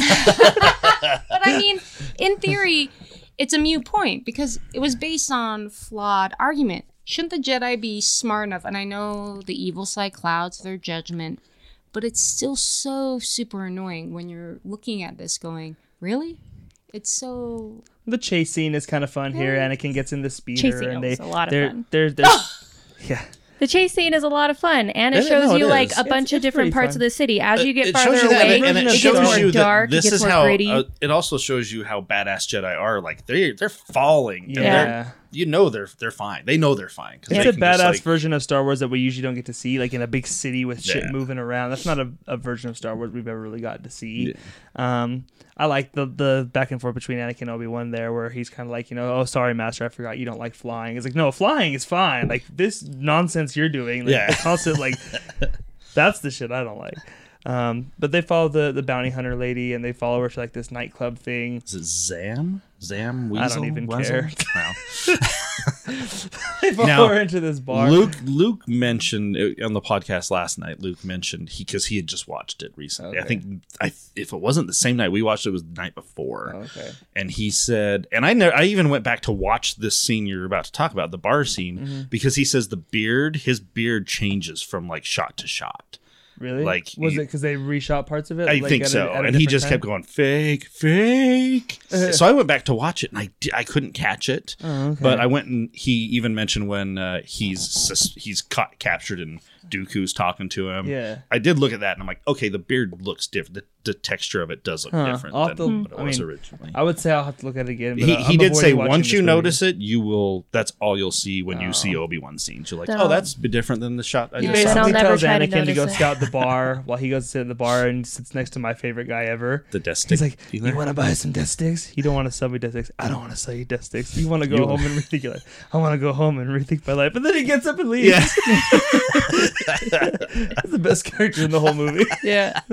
D: But I mean, in theory, it's a mute point because it was based on flawed argument. Shouldn't the Jedi be smart enough? And I know the evil side clouds their judgment, but it's still so super annoying when you're looking at this going, really? It's so.
B: the chase scene is kind of fun here. Anakin gets in the speeder,
C: Chase scene
B: and they
C: was a lot of
B: they're,
C: fun. Ah!
B: they're they're yeah.
C: The chase scene is a lot of fun, and it
E: It-
C: shows
E: no, it
C: you like
E: is.
C: a
E: It's-
C: bunch of
B: it's
C: different
B: pretty
C: parts
B: fun.
C: of the city. As you get
E: it
C: farther
E: shows you that,
C: away,
E: and, and it,
C: it,
E: shows
C: gets more
E: you that
C: dark.
E: this
C: it gets
E: is
C: more
E: how.
C: gritty.
E: uh, it also shows you how badass Jedi are. Like they're they're falling. and
B: Yeah.
E: they're- you know they're they're fine. They know they're fine.
B: It's
E: 'cause they
B: a
E: can just,
B: badass
E: like-
B: version of Star Wars that we usually don't get to see, like in a big city with shit
E: Yeah.
B: moving around. That's not a, a version of Star Wars we've ever really gotten to see. Um, I like the the back and forth between Anakin and Obi Wan there, where he's kind of like, you know, oh sorry, Master, I forgot you don't like flying. It's like, no, flying is fine. Like this nonsense you're doing, like,
E: Yeah.
B: the constant like, that's the shit I don't like. Um, but they follow the the bounty hunter lady, and they follow her to like this nightclub thing.
E: Is it Zam? Zam Weasel?
B: I don't even
E: Weasel?
B: care.
E: No.
B: They follow
E: Now,
B: her into this bar.
E: Luke Luke mentioned uh, on the podcast last night. Luke mentioned he because he had just watched it recently. I
B: Okay.
E: think I, if it wasn't the same night we watched it, it was the night before.
B: okay.
E: And he said, and I never, I even went back to watch this scene you're about to talk about, the bar scene,
B: Mm-hmm.
E: because he says the beard, his beard changes from like shot to shot.
B: Really?
E: Like,
B: was it
E: you-
B: 'cause it because they reshot parts of it?
E: I
B: like,
E: think
B: at a-
E: so.
B: at a
E: and he
B: different
E: just
B: time? Uh-huh.
E: kept going fake, fake. so I went back to watch it, and I di- I couldn't catch it.
B: Oh,
E: But I went and he even mentioned when uh, he's sus- he's caught captured and Dooku's talking to him.
B: Yeah.
E: I did look at that, and I'm like, okay, the beard looks different. The, the texture of it does look
B: Huh.
E: different
B: I'll
E: than
B: have to-
E: what
B: I
E: it was
B: mean,
E: originally.
B: I would say I'll have to look at it again. But
E: he,
B: I-
E: he
B: I'm
E: did
B: avoiding
E: say
B: watching
E: once
B: this
E: you
B: movie.
E: notice it, you will. That's all you'll see when you see Obi Wan scenes. You're like, oh,
C: Don't.
E: that's a bit different than the shot. I
B: He
E: just
C: Yeah.
E: saw."
C: I'll
B: basically
C: never
B: tells
C: try to
B: Anakin to, go
C: notice it.
B: scout the bar while he goes to sit at the bar and sits next to my favorite guy ever.
E: The death stick
B: He's like,
E: dealer?
B: "You want to buy some death sticks? You don't want to sell me death sticks. I don't want to sell you death sticks. You want to go home and rethink your life. I want to go home and rethink my life." And then he gets up and leaves.
E: Yeah.
B: That's the best character in the whole movie.
C: yeah,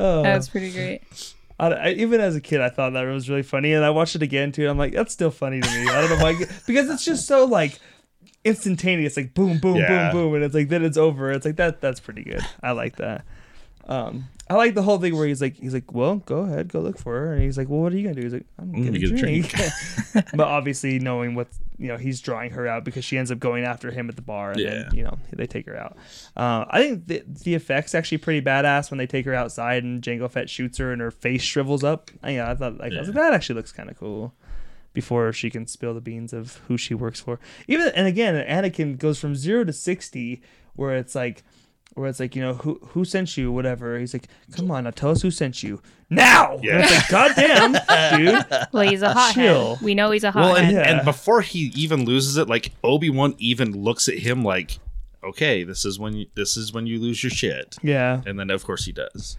B: Oh.
C: that was pretty great.
B: I, I- even as a kid, I thought that was really funny, and I watched it again too. And I'm like, that's still funny to me. I don't know why, because it's just so like instantaneous, like boom, boom,
E: Yeah.
B: boom, boom, and it's like then it's over. It's like that. That's pretty good. I like that. Um, I like the whole thing where he's like, he's like, well, go ahead, go look for her, and he's like, well, what are Mm, you gonna do? He's like, I'm gonna, get a drink. but obviously, knowing what you know, he's drawing her out because she ends up going after him at the bar, and
E: Yeah.
B: then you know they take her out. Uh, I think the, the effects actually pretty badass when they take her outside and Jango Fett shoots her and her face shrivels up. I, yeah, I thought like I was like that actually looks kind of cool. Before she can spill the beans of who she works for, even and again, Anakin goes from zero to sixty, where it's like, where it's like you know who who sent you, whatever. He's like, come on, now tell us who sent you now. Yeah. And it's like, goddamn, dude.
C: Well, he's a hot
B: Chill.
C: We know he's a hot
E: Well, and,
B: Yeah.
E: and before he even loses it, like Obi Wan even looks at him like, "Okay, this is when you, this is when you lose your shit."
B: Yeah,
E: And then of course he does.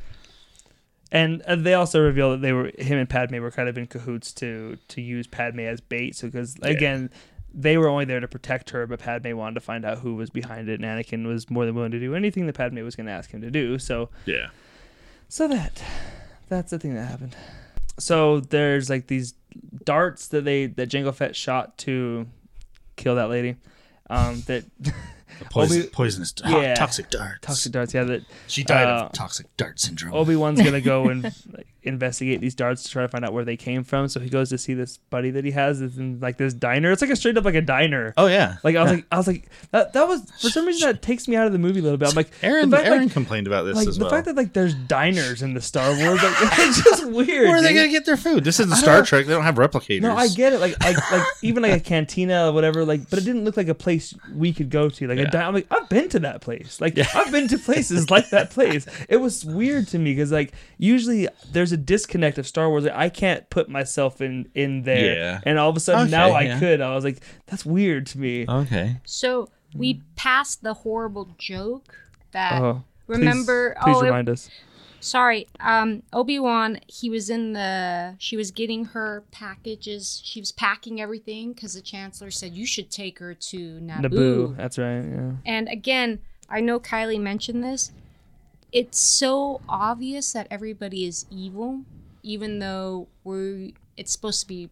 B: And uh, they also reveal that they were him and Padme were kind of in cahoots to to use Padme as bait. So because again, they were only there to protect her, but Padme wanted to find out who was behind it, and Anakin was more than willing to do anything that Padme was going to ask him to do. So
E: Yeah.
B: so that that's the thing that happened. So there's like these darts that they that Jango Fett shot to kill that lady. Um, that
E: Poison,
B: Obi-
E: poisonous, to-
B: Yeah.
E: toxic darts.
B: toxic darts. Yeah, that
E: She died
B: uh,
E: of toxic dart syndrome.
B: Obi Wan's gonna go and like, investigate these darts to try to find out where they came from. So he goes to see this buddy that he has that's in like this diner. It's like a straight up like a diner.
E: oh yeah.
B: Like I was like I was like that, that was for some reason that takes me out of the movie a little bit. I'm like
E: Aaron,
B: the fact,
E: Aaron
B: like,
E: complained about this
B: like,
E: as
B: the
E: well.
B: fact that like there's diners in the Star Wars like it's just weird.
E: Where are they
B: dude.
E: gonna get their food? This isn't Star Trek. They don't have replicators.
B: No, I get it. Like, like, like even like a cantina or whatever. Like, but it didn't look like a place we could go to. Like, a di- I'm like, I've been to that place. Like, I've been to places like that place. It was weird to me because like usually there's a disconnect of Star Wars. Like, I can't put myself in in there.
E: Yeah.
B: And all of a sudden
E: Okay,
B: now I
E: yeah. Uh,
B: could. I was like, that's weird to me.
E: Okay.
D: So
B: Hmm.
D: we passed the horrible joke that.
B: Oh, please-
D: remember?
B: Please
D: oh, it-
B: remind us.
D: Sorry, um, Obi Wan. He was in the. She was getting her packages. She was packing everything because the Chancellor said you should take her to Naboo.
B: Naboo. That's right. Yeah.
D: And again, I know Kylie mentioned this. It's so obvious that everybody is evil, even though we it's supposed to be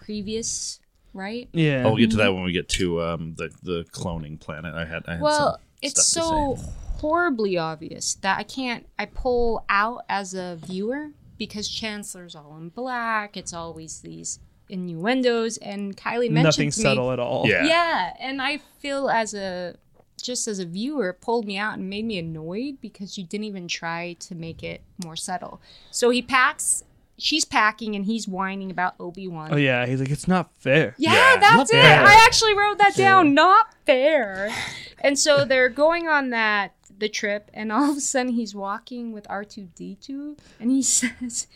D: previous, right?
B: Yeah.
E: Oh, we'll get to that when we get to um, the the cloning planet. I had. I had
D: Well,
E: some
D: it's
E: stuff to say.
D: so horribly obvious that I can't I pull out as a viewer because Chancellor's all in black. It's always these innuendos and Kylie mentioned
B: Nothing
D: to me-
B: subtle at all.
E: Yeah.
D: yeah and i feel as a just as a viewer it pulled me out and made me annoyed because you didn't even try to make it more subtle so he packs she's packing and he's whining about obi-wan
B: Oh yeah. He's like, it's not fair.
D: yeah,
E: Yeah,
D: that's it.
B: not fair.
D: I actually wrote that down. Not fair. And so they're going on that the trip, and all of a sudden he's walking with R two D two, and he says,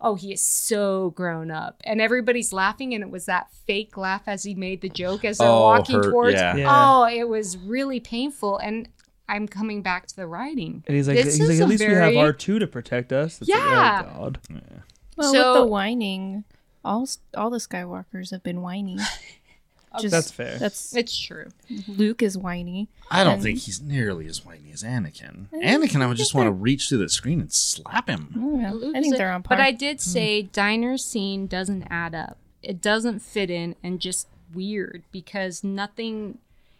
D: "Oh, he is so grown up," and everybody's laughing, and it was that fake laugh as he made the joke as they're
E: Oh,
D: walking
E: her-
D: towards.
E: yeah.
B: Yeah.
D: Oh, it was really painful, and I'm coming back to the writing.
B: And he's like,
D: This
B: he's
D: is
B: like, at
D: a
B: least we have
D: very-
B: R two to protect us. It's like, oh,
D: Yeah.
B: God.
C: Well,
D: So-
C: with the whining, all all the Skywalkers have been whiny. Just,
B: That's fair.
C: That's
D: It's true.
C: Luke is whiny.
E: I don't think he's nearly as whiny as Anakin. Anakin, I would just want to reach through the screen and slap
C: I,
E: him.
C: don't know.
D: Luke
C: I think
D: is a-
C: they're on par. Mm.
D: But I did say diner scene doesn't add up. It doesn't fit in and just weird because nothing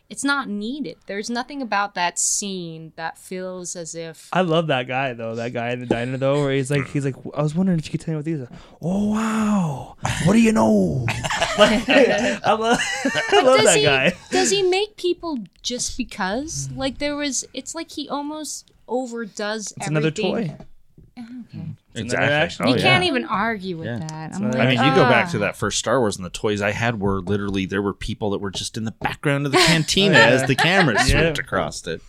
D: it's not needed. There's nothing about that scene that feels as if
B: I love that guy though. That guy in the diner though, where he's like, he's like, I was wondering if you could tell me what these are. Oh wow, what do you know? Like, I love, I love
D: does
B: that
D: he
B: guy.
D: does he make people just because? Like there was it's like he almost overdoes
B: It's another
D: everything.
B: toy.
E: Exactly.
B: action.
D: you
B: yeah.
D: can't even argue with
E: Yeah.
D: that.
B: It's
D: I'm
B: another
D: like,
E: I mean, you go back
D: ah.
E: to that first Star Wars, and the toys I had were literally there were people that were just in the background of the cantina
B: Oh, yeah.
E: as the camera
B: Yeah.
E: swept across it.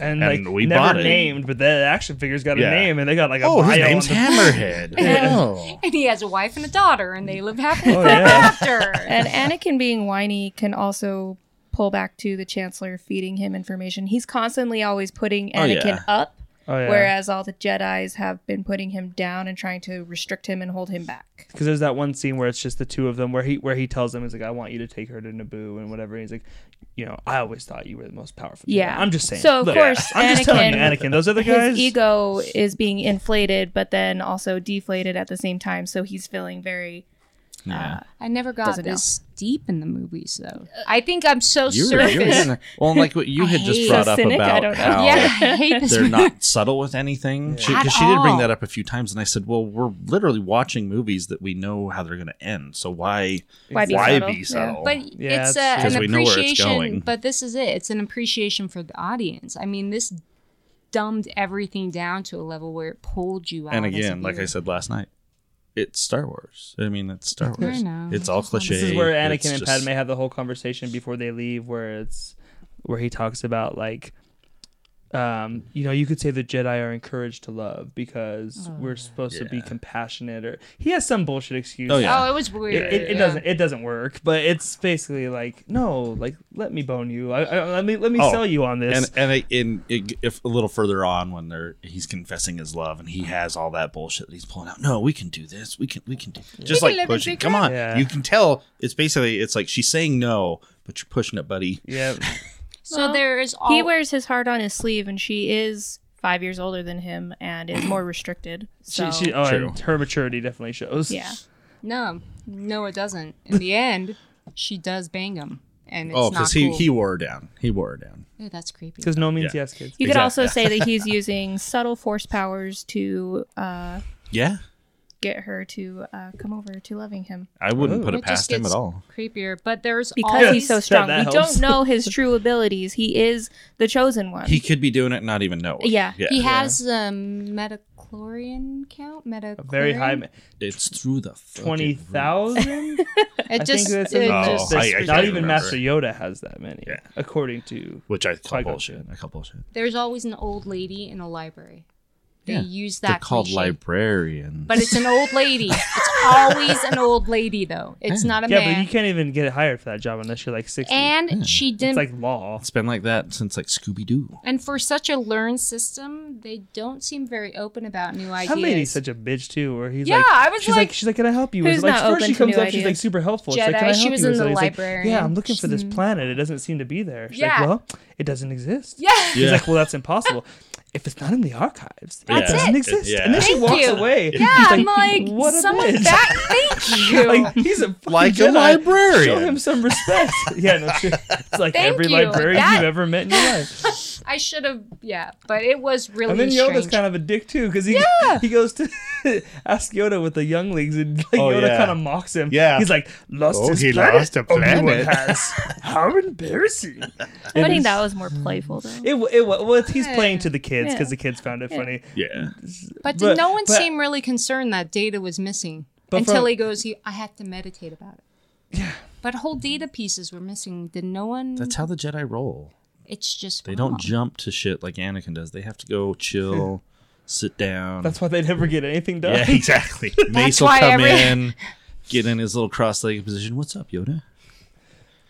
B: And,
E: And
B: like,
E: we
B: never
E: bought it.
B: named, but the action figures got
E: Yeah.
B: a name, and they got like a
E: Oh,
B: bio
E: his name's
B: on the-
E: Hammerhead. oh,
D: And he has a wife and a daughter and they live happily
B: Oh,
D: ever
B: yeah.
D: after.
C: and Anakin being whiny can also pull back to the Chancellor feeding him information. He's constantly always putting
E: Oh, yeah.
C: Anakin up,
B: Oh yeah.
C: whereas all the Jedi's have been putting him down and trying to restrict him and hold him back.
B: because there's that one scene where it's just the two of them, where he where he tells them he's like, I want you to take her to Naboo and whatever. And he's like, you know, I always thought you were the most powerful. Jedi."
C: Yeah.
B: I'm just saying.
C: So, of course,
B: I'm just telling you,
C: Anakin-
B: Anakin, those other
C: His
B: guys.
C: ego is being inflated, but then also deflated at the same time. So he's feeling very.
E: yeah.
D: I never got
C: Doesn't know.
D: this deep in the movies though. I think I'm so
E: You're,
D: surface.
E: you're in- well, like what you
D: I
E: had just
D: hate-
E: brought
C: So
E: up
C: cynic, I
E: about
C: don't know.
E: how
D: Yeah, I hate this.
E: they're not subtle with anything. She, 'cause
D: At
E: she did bring
D: all.
E: that up a few times, and I said, "Well, we're literally watching movies that we know how they're going to end. So why,
C: Why be
E: why
C: subtle?
E: be
C: Yeah.
E: subtle?"
D: But
B: Yeah,
D: it's
B: that's
D: a,
E: true.
D: an
E: 'Cause we know where it's going.
D: appreciation. But this is it. It's an appreciation for the audience. I mean, this dumbed everything down to a level where it pulled you out.
E: and
D: as a
E: again, like I
D: viewer.
E: said last night, it's Star Wars. I mean, it's Star Wars.
D: know.
E: It's all cliche.
B: This is where
E: It's
B: Anakin and
E: just-
B: Padme have the whole conversation before they leave, where it's where he talks about like, um, you know, you could say the Jedi are encouraged to love because we're supposed to be compassionate, or he has some bullshit excuse.
E: Oh, yeah.
D: Oh, it was
B: It,
D: weird.
B: it, it
D: yeah.
B: doesn't it doesn't work, but it's basically like no, like let me bone you. I, I, let me let me
E: Oh,
B: sell you on this.
E: And and I, in it, if a little further on when they're he's confessing his love and he has all that bullshit that he's pulling out. No, we can do this. We can we can do just
D: can
E: like
D: live in
E: pushing.
D: secret.
E: Come on,
B: Yeah.
E: you can tell. It's basically it's like she's saying no, but you're pushing it, buddy.
B: yeah,
D: So
C: Well,
D: there is all.
C: He wears his heart on his sleeve, and she is five years older than him and is more restricted. So.
B: she, she, oh,
E: True.
B: and her maturity definitely shows.
C: yeah.
D: no, no, it doesn't. In the end, she does bang him, and it's
E: oh,
D: not
E: because he
D: cool.
E: he wore her down. He wore her down.
D: Ew, that's creepy.
B: because no means
E: Yeah.
B: yes, kids.
C: You could
E: Exact-
C: also say that he's using subtle force powers to uh,
E: Yeah,
C: get her to uh, come over to loving him
E: I wouldn't put it,
D: It just
E: past him at
D: gets
E: all.
D: Creepier, but there's
C: because
D: all
C: he's so
B: Yes,
C: strong.
B: that- that
C: we
B: helps.
C: don't know his true abilities. He is the chosen one.
E: He could be doing it, and not even know. it.
D: Yeah,
E: yeah.
D: he has a metachlorian count. Metachlorian.
B: A very high ma-
E: it's through the fucking
B: twenty
E: roof.
B: thousand.
D: It
B: I
D: just,
B: think that's
D: it
B: in the-
D: just
E: Oh, I-
B: this-
E: I can't
B: not even
E: remember.
B: Master Yoda has that many,
E: Yeah.
B: according to.
E: which I call
B: Qui-Gon
E: bullshit. I call bullshit.
D: There's always an old lady in a library. They
E: Yeah.
D: use
E: They're
D: that
E: called
D: cliche.
E: librarians.
D: But it's an old lady. It's always an old lady though. It's
E: Yeah.
D: not a
B: yeah,
D: man.
B: but you can't even get hired for that job unless you're like sixty.
D: and
E: Yeah.
D: she
B: it's
D: didn't
B: like law.
E: it's been like that since like Scooby Doo.
D: and for such a learned system, they don't seem very open about new ideas.
B: That lady's such a bitch too, where he's
D: Yeah,
B: like,
D: I was
B: she's
D: like-
B: she's like, can I help you? with
C: Who's
B: it?" like,
C: not
B: first
C: open
B: she
C: to
B: comes
C: new
B: up, she's like
C: ideas?
B: super helpful. she's like,
D: Jedi,
B: can I help
D: she was
B: you?
D: in
B: with
D: the
B: it?" He's like, yeah,
D: librarian.
B: I'm looking for this planet. It doesn't seem to be there. She's like,
D: Yeah.
B: well, it doesn't exist.
D: Yeah.
B: He's like, well, that's impossible. If it's not in the archives, it
E: That's
B: doesn't
E: it.
B: exist.
E: Yeah.
B: And then she
D: Thank
B: walks
D: you.
B: away.
D: Yeah,
B: He's
D: I'm like,
B: what a
D: someone
B: bitch.
D: back thank you.
B: Like, he's a fucking
E: Like a
B: Jedi.
E: librarian.
B: Show him some respect. yeah, no, shit. it's like
D: Thank
B: every
D: you.
B: librarian
D: That-
B: you've ever met in your life.
D: I should have yeah, but it was really
B: And then Yoda's
D: strange.
B: kind of a dick too, because he he goes to ask Yoda with the younglings, and like,
E: Oh,
B: Yoda
E: yeah.
B: kind of mocks him.
E: Yeah.
B: he's like, lost
E: Oh,
B: his
E: he
B: planet.
E: lost a
B: Obi-Wan
E: planet."
B: has. How embarrassing!
C: I think that was more playful though.
B: It, wa- it wa- well, he's playing to the kids
C: Yeah.
B: because the kids found it funny.
E: Yeah.
B: But-
D: But, did no one
B: but-
D: seem really concerned that data was missing
B: But
D: until
B: from-
D: he goes, he, I had to meditate about it. Yeah. But whole data pieces were missing. Did no one?
E: That's how the Jedi roll.
D: it's just
E: They don't
D: wrong.
E: jump to shit like Anakin does. They have to go chill, sit down.
B: That's why they never get anything done.
E: yeah, exactly. Mace
D: That's
E: will
D: why
E: come
D: every-
E: in, get in his little cross-legged position. What's up, Yoda?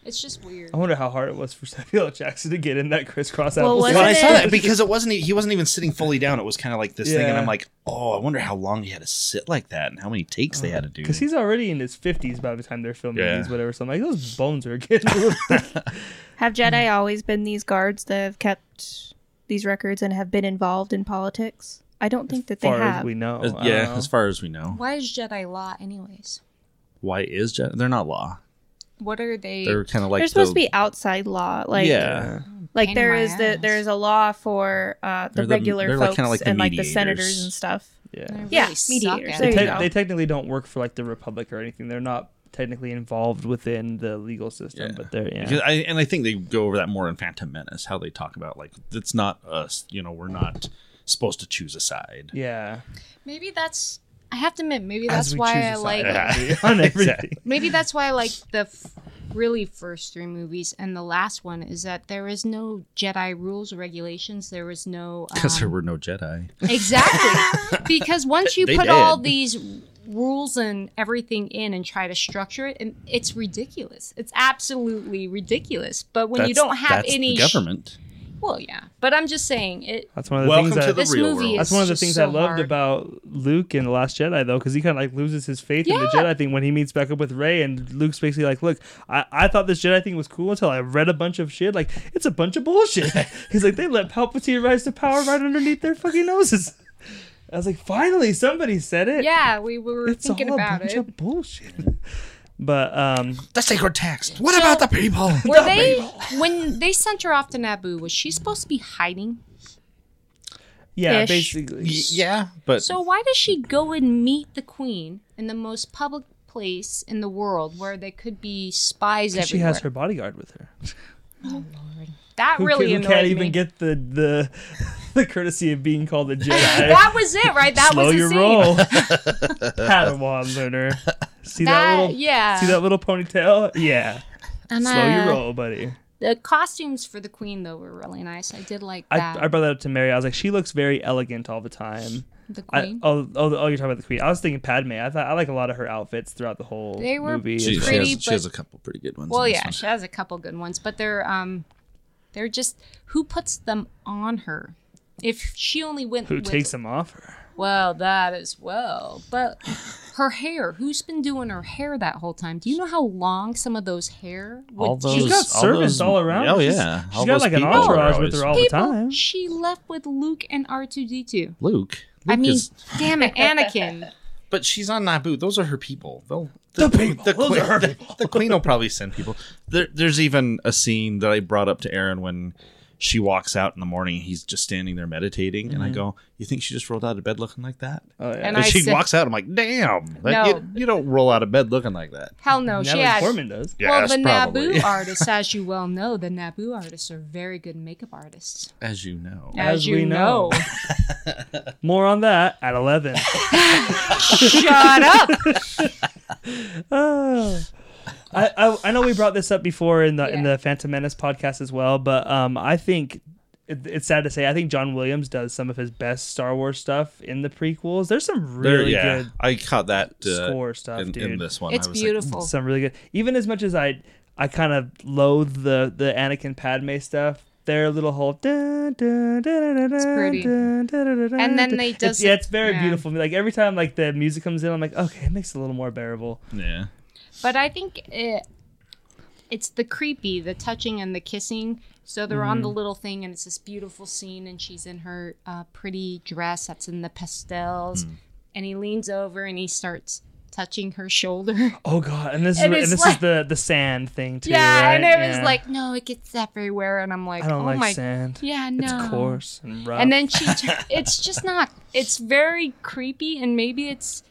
D: It's just weird.
B: I wonder how hard it was for Samuel L. Jackson to get in that crisscross
C: Well,
B: apple.
C: wasn't
E: When I
C: it-
E: saw that, because it wasn't e- he wasn't even sitting fully down. It was kind of like this thing, and
B: Yeah.
E: I'm like, oh, I wonder how long he had to sit like that, and how many takes they had to do.
B: Because he's already in his fifties by the time they're filming
E: Yeah.
B: these, whatever. So I'm like, those bones are getting a little
C: Have Jedi always been these guards that have kept these records and have been involved in politics? I don't think that they
B: far
C: have.
B: as we know.
E: As-
B: I don't
E: Uh, yeah,
B: know.
E: as far as we know,
D: Why is Jedi law, anyways?
E: why is Jedi? They're not law.
D: What are they?
E: They're kind of like
C: They're supposed
E: the-
C: to be outside law, like
E: yeah,
C: like
D: Pain
C: there
D: in my
C: is the
D: ass.
C: there is a law for uh, the
E: They're the-
C: regular
E: they're like-
C: folks
E: kinda like the
C: and like the
E: mediators.
C: senators and stuff.
B: yeah.
D: They really
C: yeah,
D: suck
C: mediators.
D: at
C: There
B: They,
D: it.
B: te-
C: you go.
B: they technically don't work for like the Republic or anything. They're not technically involved within the legal system,
E: Yeah.
B: but they're yeah.
E: Because I, and I think they go over that more in Phantom Menace, how they talk about like it's not us, you know, we're not supposed to choose a side.
B: Yeah,
D: Maybe that's. I have to admit, maybe
B: As
D: that's
B: we
D: why
B: choose
D: I
B: a
D: like.
B: side on everything.
D: Maybe that's why I like the f- really first three movies and the last one is that there is no Jedi rules or regulations. There was no
E: Because
D: um,
E: there were no Jedi.
D: Exactly. because once you
E: They
D: put all
E: did.
D: these rules and everything in and try to structure it, and it's ridiculous. It's absolutely ridiculous. But when you
E: That's-
D: don't have
E: that's
D: any
E: the
D: sh-
E: government.
D: well, yeah. But I'm just saying it.
B: That's one of the
E: Welcome
B: things
E: to
B: that,
E: the
D: This
E: real
D: movie
E: world.
B: That's one of the
D: It's
B: things
D: just
B: I
D: so
B: loved
D: hard.
B: about Luke in The Last Jedi, though, because he kind of like loses his faith in the
D: Yeah.
B: Jedi thing when he meets back up with Rey, and Luke's basically like, "Look, I, I thought this Jedi thing was cool until I read a bunch of shit. Like, it's a bunch of bullshit." He's like, "They let Palpatine rise to power right underneath their fucking noses." I was like, "Finally, somebody said it."
D: Yeah, we were
B: it's all
D: thinking
B: a
D: about
B: bunch
D: it.
B: of bullshit. But um,
E: The sacred text. What about the people?
D: Were they when they sent her off to Naboo? Was she supposed to be hiding?
B: yeah,
C: Ish.
B: basically,
E: yeah, but
D: So why does she go and meet the Queen in the most public place in the world where there could be spies everywhere?
B: she has her bodyguard with her.
D: That
B: Who,
D: really
B: can,
D: annoyed
B: who can't even
D: me.
B: get the the the courtesy of being called a Jedi?
D: that was it, right? That
B: Slow
D: was the
B: your
D: scene.
B: roll, Padawan learner. See that,
D: That-
B: little,
D: yeah.
B: See that little ponytail? Yeah.
D: And,
B: Slow
D: uh,
B: your roll, buddy.
D: The costumes for the queen though were really nice. I did like
B: I,
D: that.
B: I brought that up to Mary. I was like, she looks very elegant all the time.
D: the
B: I,
D: queen.
B: oh, oh, oh, you're talking about the queen. I was thinking Padme. I thought I like a lot of her outfits throughout the whole
D: They were
B: movie.
E: she, she
B: as well.
D: pretty,
E: has, she
D: but-
E: has a couple pretty good ones.
D: well,
E: in this
D: yeah,
E: one.
D: she has a couple good ones, but they're um, they're just who puts them on her. If she only went
B: Who
D: with,
B: takes them off her?
D: Well, that as well. But her hair. Who's been doing her hair that whole time? Do you know how long some of those hair? Would
E: All those,
B: She's got
E: all
B: servants
E: those-
B: all around.
E: Oh
B: She's-
E: yeah,
B: she's
E: all
B: got
E: those
B: like an
E: people are
B: entourage with
E: always-
B: her all the
D: people
B: time.
D: she left with Luke and R two D two.
E: Luke.
D: I
E: Luke
D: mean,
E: is-
D: damn it, Anakin.
E: But she's on Naboo. Those are her people. They'll,
B: The people. Those
E: queen,
B: are her
E: the-
B: people.
E: the queen will probably send people. There, there's even a scene that I brought up to Aaron when she walks out in the morning. He's just standing there meditating, and I go, "You think she just rolled out of bed looking like that?"
B: Oh yeah.
D: And
E: And
D: I
E: she
D: said-
E: walks out. I'm like, "Damn! Like,
D: No.
E: you, you don't roll out of bed looking like that."
D: Hell no, she
B: Natalie
D: had
B: Portman does.
D: well, the
E: Yes, probably.
D: Naboo artists, as you well know, the Naboo artists are very good makeup artists.
E: As you know,
B: As we know. More on that at eleven.
D: Shut up.
B: Oh. I, I I know we brought this up before in the in
D: Yeah.
B: the Phantom Menace podcast as well, but um I think it, it's sad to say, I think John Williams does some of his best Star Wars stuff in the prequels. There's some
E: There-
B: really
E: yeah,
B: good
E: I caught that uh,
B: score stuff,
E: in,
B: dude.
E: in this one.
D: It's
E: I was like,
D: beautiful.
B: some really good. Even as much as I, I kind of loathe the the Anakin Padme stuff. Their little whole. It's
D: pretty.
B: And
D: then they does
B: yeah,
D: it-
B: it's very
D: yeah.
B: beautiful. Like every time, like the music comes in, I'm like, okay, it makes it a little more bearable.
E: yeah,
D: But I think it, it's the creepy, the touching and the kissing. So they're on the
B: Mm-hmm.
D: little thing, and it's this beautiful scene, and she's in her uh, pretty dress that's in the pastels,
B: Mm.
D: and he leans over and he starts touching her shoulder.
B: Oh god, and this
D: And
B: is and
D: it's
B: this
D: like-
B: is the the sand thing too.
D: yeah, and
B: right?
D: it was
B: Yeah.
D: like, no, it gets everywhere, and I'm like,
B: I don't
D: oh
B: like
D: my,
B: sand.
D: yeah, no,
B: It's coarse and rough.
D: And then she, it's just not. It's very creepy, and maybe it's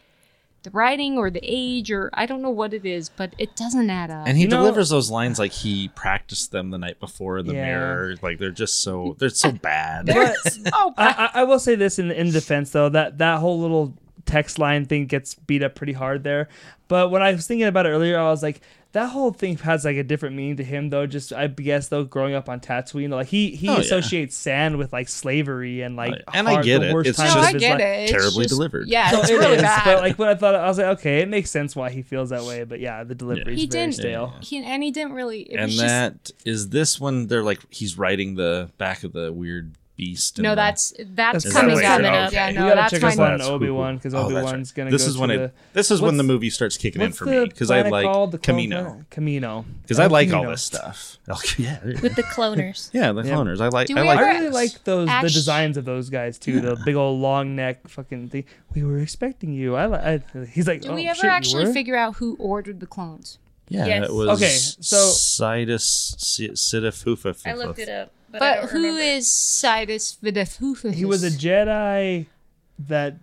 D: the writing or the age, or I don't know what it is, but it doesn't add up.
E: and he
B: You know-
E: delivers those lines like he practiced them the night before in the
B: Yeah.
E: mirror. Like they're just so they're so bad.
D: oh,
B: I, I, I will say this in in defense though that that whole little text line thing gets beat up pretty hard there. But when I was thinking about it earlier, I was like, that whole thing has like a different meaning to him though. Just I guess though, growing up on Tatooine, like he he
E: Oh, yeah.
B: associates sand with like slavery and like
E: Right. And I
B: hard-
E: get
B: the
E: it.
B: worst
E: It's
B: times
E: just-
B: of
E: No, I
B: his
E: get
B: life.
D: it.
E: terribly delivered.
D: Yeah, it's
B: It
D: really
B: is,
D: bad.
B: but like when I thought, I was like, okay, it makes sense why he feels that way. But yeah, the delivery
D: he
B: is very
D: didn't.
B: stale.
D: He and he didn't really. It
E: and
D: was just,
E: that is this one. They're like he's riding the back of the weird beast. and
D: no,
E: the-
D: that's that's
B: That's
D: coming
B: coming
D: up.
B: up.
D: Yeah,
E: Okay.
B: we
D: no,
B: gotta
D: that's
B: check
D: my
B: us out on
E: That's cool.
B: Obi Wan because
E: Oh,
B: Obi
E: that's right.
B: Wan's gonna.
E: This
B: go
E: is
B: to
E: when
B: the,
E: it. This is when the
B: what's-
E: movie starts kicking in
B: What's
E: for
B: the
E: me because I
B: planet
E: like
B: called? The clone
E: Camino
B: planet? Camino.
E: because I
B: El
E: like all
B: Camino.
E: this stuff. El- yeah, there you go.
C: with the cloners.
E: yeah, the
B: Yeah.
E: cloners. I like.
D: Do
E: I
D: we
E: like.
B: I
D: ever-
B: really like those the
D: Ash-
B: designs of those guys too. The big old long neck fucking thing. We were expecting you. I, li- I he's like.
D: Do
B: oh,
D: we ever
B: shit, you
D: actually
B: were?"
D: figure out who ordered the clones?
E: yeah,
C: Yes.
E: it was
B: Okay, so-
E: Sidus Sidafufa.
C: I looked it up, but, I
D: But
C: don't
D: who
C: remember.
D: is Sidus Vidafufus?
B: He was a Jedi that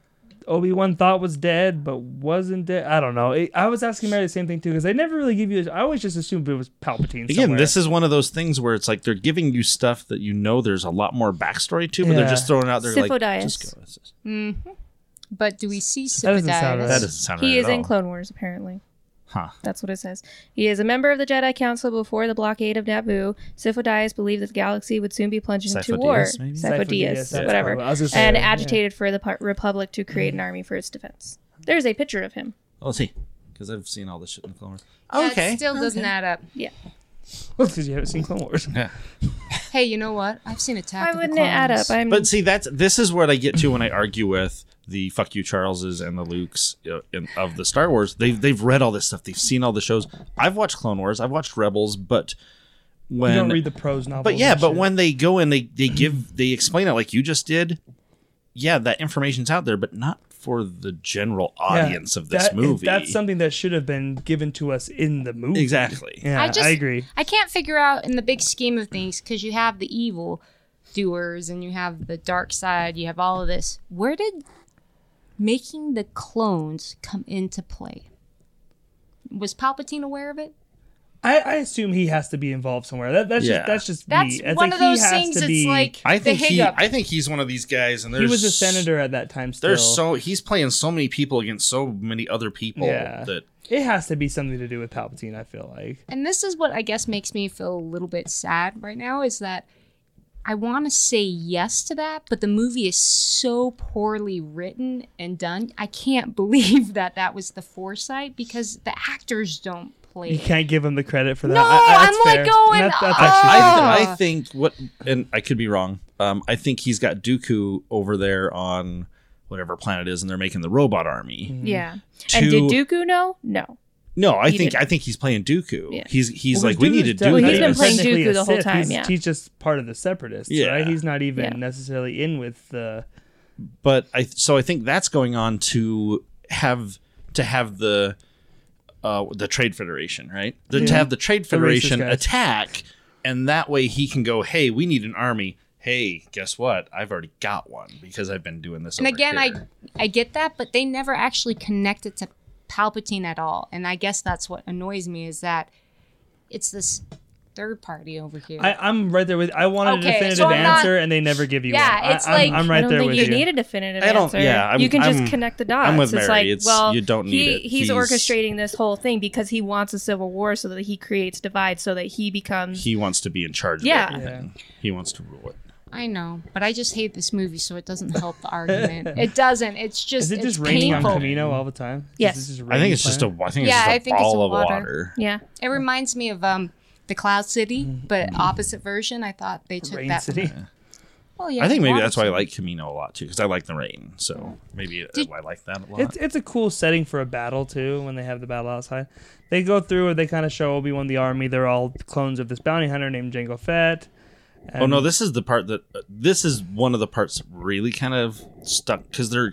B: Obi Wan thought was dead, but wasn't dead. I don't know. It, I was asking Mary the same thing too because they never really give you. I always just assumed it was Palpatine.
E: Again,
B: somewhere.
E: this is one of those things where it's like they're giving you stuff that you know there's a lot more backstory to, but
B: Yeah.
E: they're just throwing out there like
C: Sifo-Dyas.
E: just go. This is-
D: But do we see Sidus?
B: That doesn't sound
E: That
B: right.
E: doesn't sound right
C: He is
E: at
C: in
E: all.
C: Clone Wars, apparently.
E: Huh.
C: That's what it says. He is a member of the Jedi Council before the blockade of Naboo. Sifo-Dyas believed that the galaxy would soon be plunged into
E: Sifo-Dyas,
C: war.
E: maybe?
C: Sifo-Dyas,
B: that's
C: whatever.
B: probably- I was gonna say,
C: and
B: yeah.
C: agitated for the pu- Republic to create
E: Mm-hmm.
C: an army for its defense. There's a picture of him.
E: Oh, let's see, because I've seen all this shit in the Clone Wars.
D: okay. Still doesn't add up.
B: Well, because you haven't seen Clone Wars.
D: Hey, you know what? I've seen Attack
C: Why
D: of the
C: wouldn't it add up?
D: Clones.
C: I'm
E: But see, that's this is what I get to when I argue with the "fuck you" Charleses and the Lukes uh, in, of the Star Wars. They've they've read all this stuff. They've seen all the shows. I've watched Clone Wars. I've watched Rebels, but when
B: you don't read the prose novels.
E: but yeah,
B: and
E: but
B: shit.
E: when they go and they they give they explain it like you just did. Yeah, that information's out there, but not for the general
B: Yeah,
E: audience of this
B: that-
E: movie.
B: That's something that should have been given to us in the movie.
E: exactly.
B: Yeah, I,
D: I just-
B: agree.
D: I can't figure out in the big scheme of things because you have the evil doers and you have the dark side, you have all of this. Where did making the clones come into play? Was Palpatine aware of it?
B: I, I assume he has to be involved somewhere. That, that's
E: Yeah.
B: just that's just
D: That's
B: me. It's
D: one
B: like
D: of
B: he
D: those
B: has
D: things.
B: to
D: It's
B: be-
D: like
E: I think
D: the
E: he
D: hiccup.
E: I think he's one of these guys, and
B: he was a
E: there's-
B: senator at that time. Still,
E: There's so he's playing so many people against so many other people
B: Yeah.
E: that
B: it has to be something to do with Palpatine. I feel like
D: and this is what I guess makes me feel a little bit sad right now is that I want to say yes to that, but the movie is so poorly written and done. I can't believe that that was the foresight because the actors don't play.
B: you
D: it.
B: can't give him the credit for that.
D: No,
B: I,
D: I'm, like,
B: fair.
D: going,
B: That- that's
D: "Oh."
B: actually fair.
E: I,
D: Ah.
E: I think what, and I could be wrong. Um, I think he's got Dooku over there on whatever planet it is, and they're making the robot
B: Mm-hmm.
E: army.
C: yeah.
E: To,
C: And did Dooku know? No.
E: no, I
C: he
E: think
C: didn't.
E: I think he's playing Dooku.
C: Yeah.
E: He's he's
B: Well,
E: like we
B: Dooku's
E: need to do
B: definitely-
C: Well, he's been
E: this.
C: playing
B: technically
C: Dooku
B: a
C: the whole
B: Sith.
C: time,
B: He's,
C: yeah.
B: he's just part of the Separatists,
E: Yeah.
B: right? He's not even
C: Yeah.
B: necessarily in with the.
E: but I so I think that's going on to have to have the uh, the Trade Federation, right? The, To
B: Yeah.
E: have the Trade Federation
B: guys.
E: attack, and that way he can go, "Hey, we need an army." Hey, guess what? I've already got one because I've been doing this.
D: and
E: over
D: again,
E: here."
D: I I get that, but they never actually connect it to Palpatine at all. And I guess that's what annoys me is that it's this third party over here.
B: I, I'm right there with. I wanted
D: Okay,
B: a definitive
D: so I'm not-
B: answer, and they never give you.
D: Yeah,
B: one. I-
D: it's
B: I'm-
D: like-
B: I'm
C: I
B: right
C: don't
B: there
C: think
B: with
C: you,
B: you.
C: need a definitive
E: I don't-
C: answer.
E: yeah, I'm-
C: you can just
E: I'm-
C: connect the dots.
E: I'm with
C: it's
E: Mary.
C: like,
E: It's-
C: well,
E: you don't need
C: he,
E: it.
C: He's,
E: He's-
C: orchestrating this whole thing because he wants a civil war so that he creates divide, so that he becomes.
E: he wants to be in charge
C: Yeah.
E: of everything. He wants to rule it.
D: I know, but I just hate this movie, so it doesn't help the argument. It doesn't. It's just.
B: Is it
D: it's
B: just raining
D: painful.
B: on Camino all the time? Is
C: Yes.
B: this just
E: I think
B: raining
E: it's just a.
B: planet?
E: I think it's
D: Yeah,
E: just a
D: I think it's
E: ball
D: a
E: of
D: water.
E: water.
C: Yeah.
D: It reminds me of um, the Cloud City, but opposite version. I thought they took
B: Mm-hmm. rain
D: that.
B: city.
D: Well, yeah.
E: I think maybe
D: water
E: that's why I
D: city.
E: like Camino a lot too, because I like the rain. So maybe
D: Did-
E: I like that a lot.
B: It's it's a cool setting for a battle too. When they have the battle outside, they go through and they kind of show Obi Wan the army. They're all clones of this bounty hunter named Jango Fett.
E: oh no,
B: And-
E: this is the part that uh, this is one of the parts that really kind of stuck because they're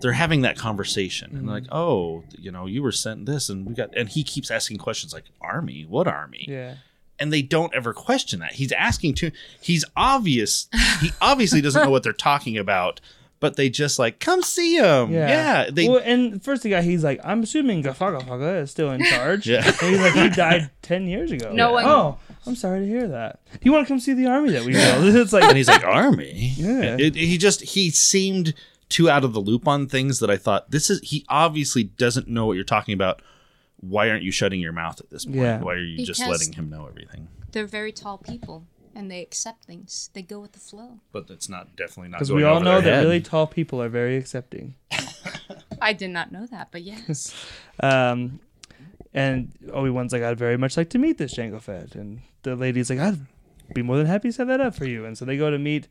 E: they're having that conversation and like,
B: Mm-hmm.
E: oh, you know, you were sent this, and we got, and he keeps asking questions like, army, what army?
B: yeah.
E: and they don't ever question that. He's asking to he's obvious he obviously doesn't know what they're talking about, but they just like come see him. Yeah, they
B: well, and first the guy, he's like, I'm assuming Gafaga Faga is still in charge.
E: Yeah.
B: And he's like, he died 10 years ago.
D: No one-
B: Oh, I'm sorry to hear that. Do you want to come see the army that we built? It's like,
E: and he's like army.
B: Yeah.
E: It- it- he just he seemed too out of the loop on things that I thought this is he obviously doesn't know what you're talking about. Why aren't you shutting your mouth at this point?
B: Yeah.
E: Why are you just
D: Because-
E: letting him know everything?
D: They're very tall people, and they accept things. They go with the flow.
E: But that's not definitely not
B: because
E: going
B: we all
E: over
B: know
E: their
B: that
E: head.
B: really tall people are very accepting.
D: I did not know that, but yes.
B: Um, and Obi Wan's like, I'd very much like to meet this Jango Fett. And the lady's like, I'd be more than happy to set that up for you. And so they go to meet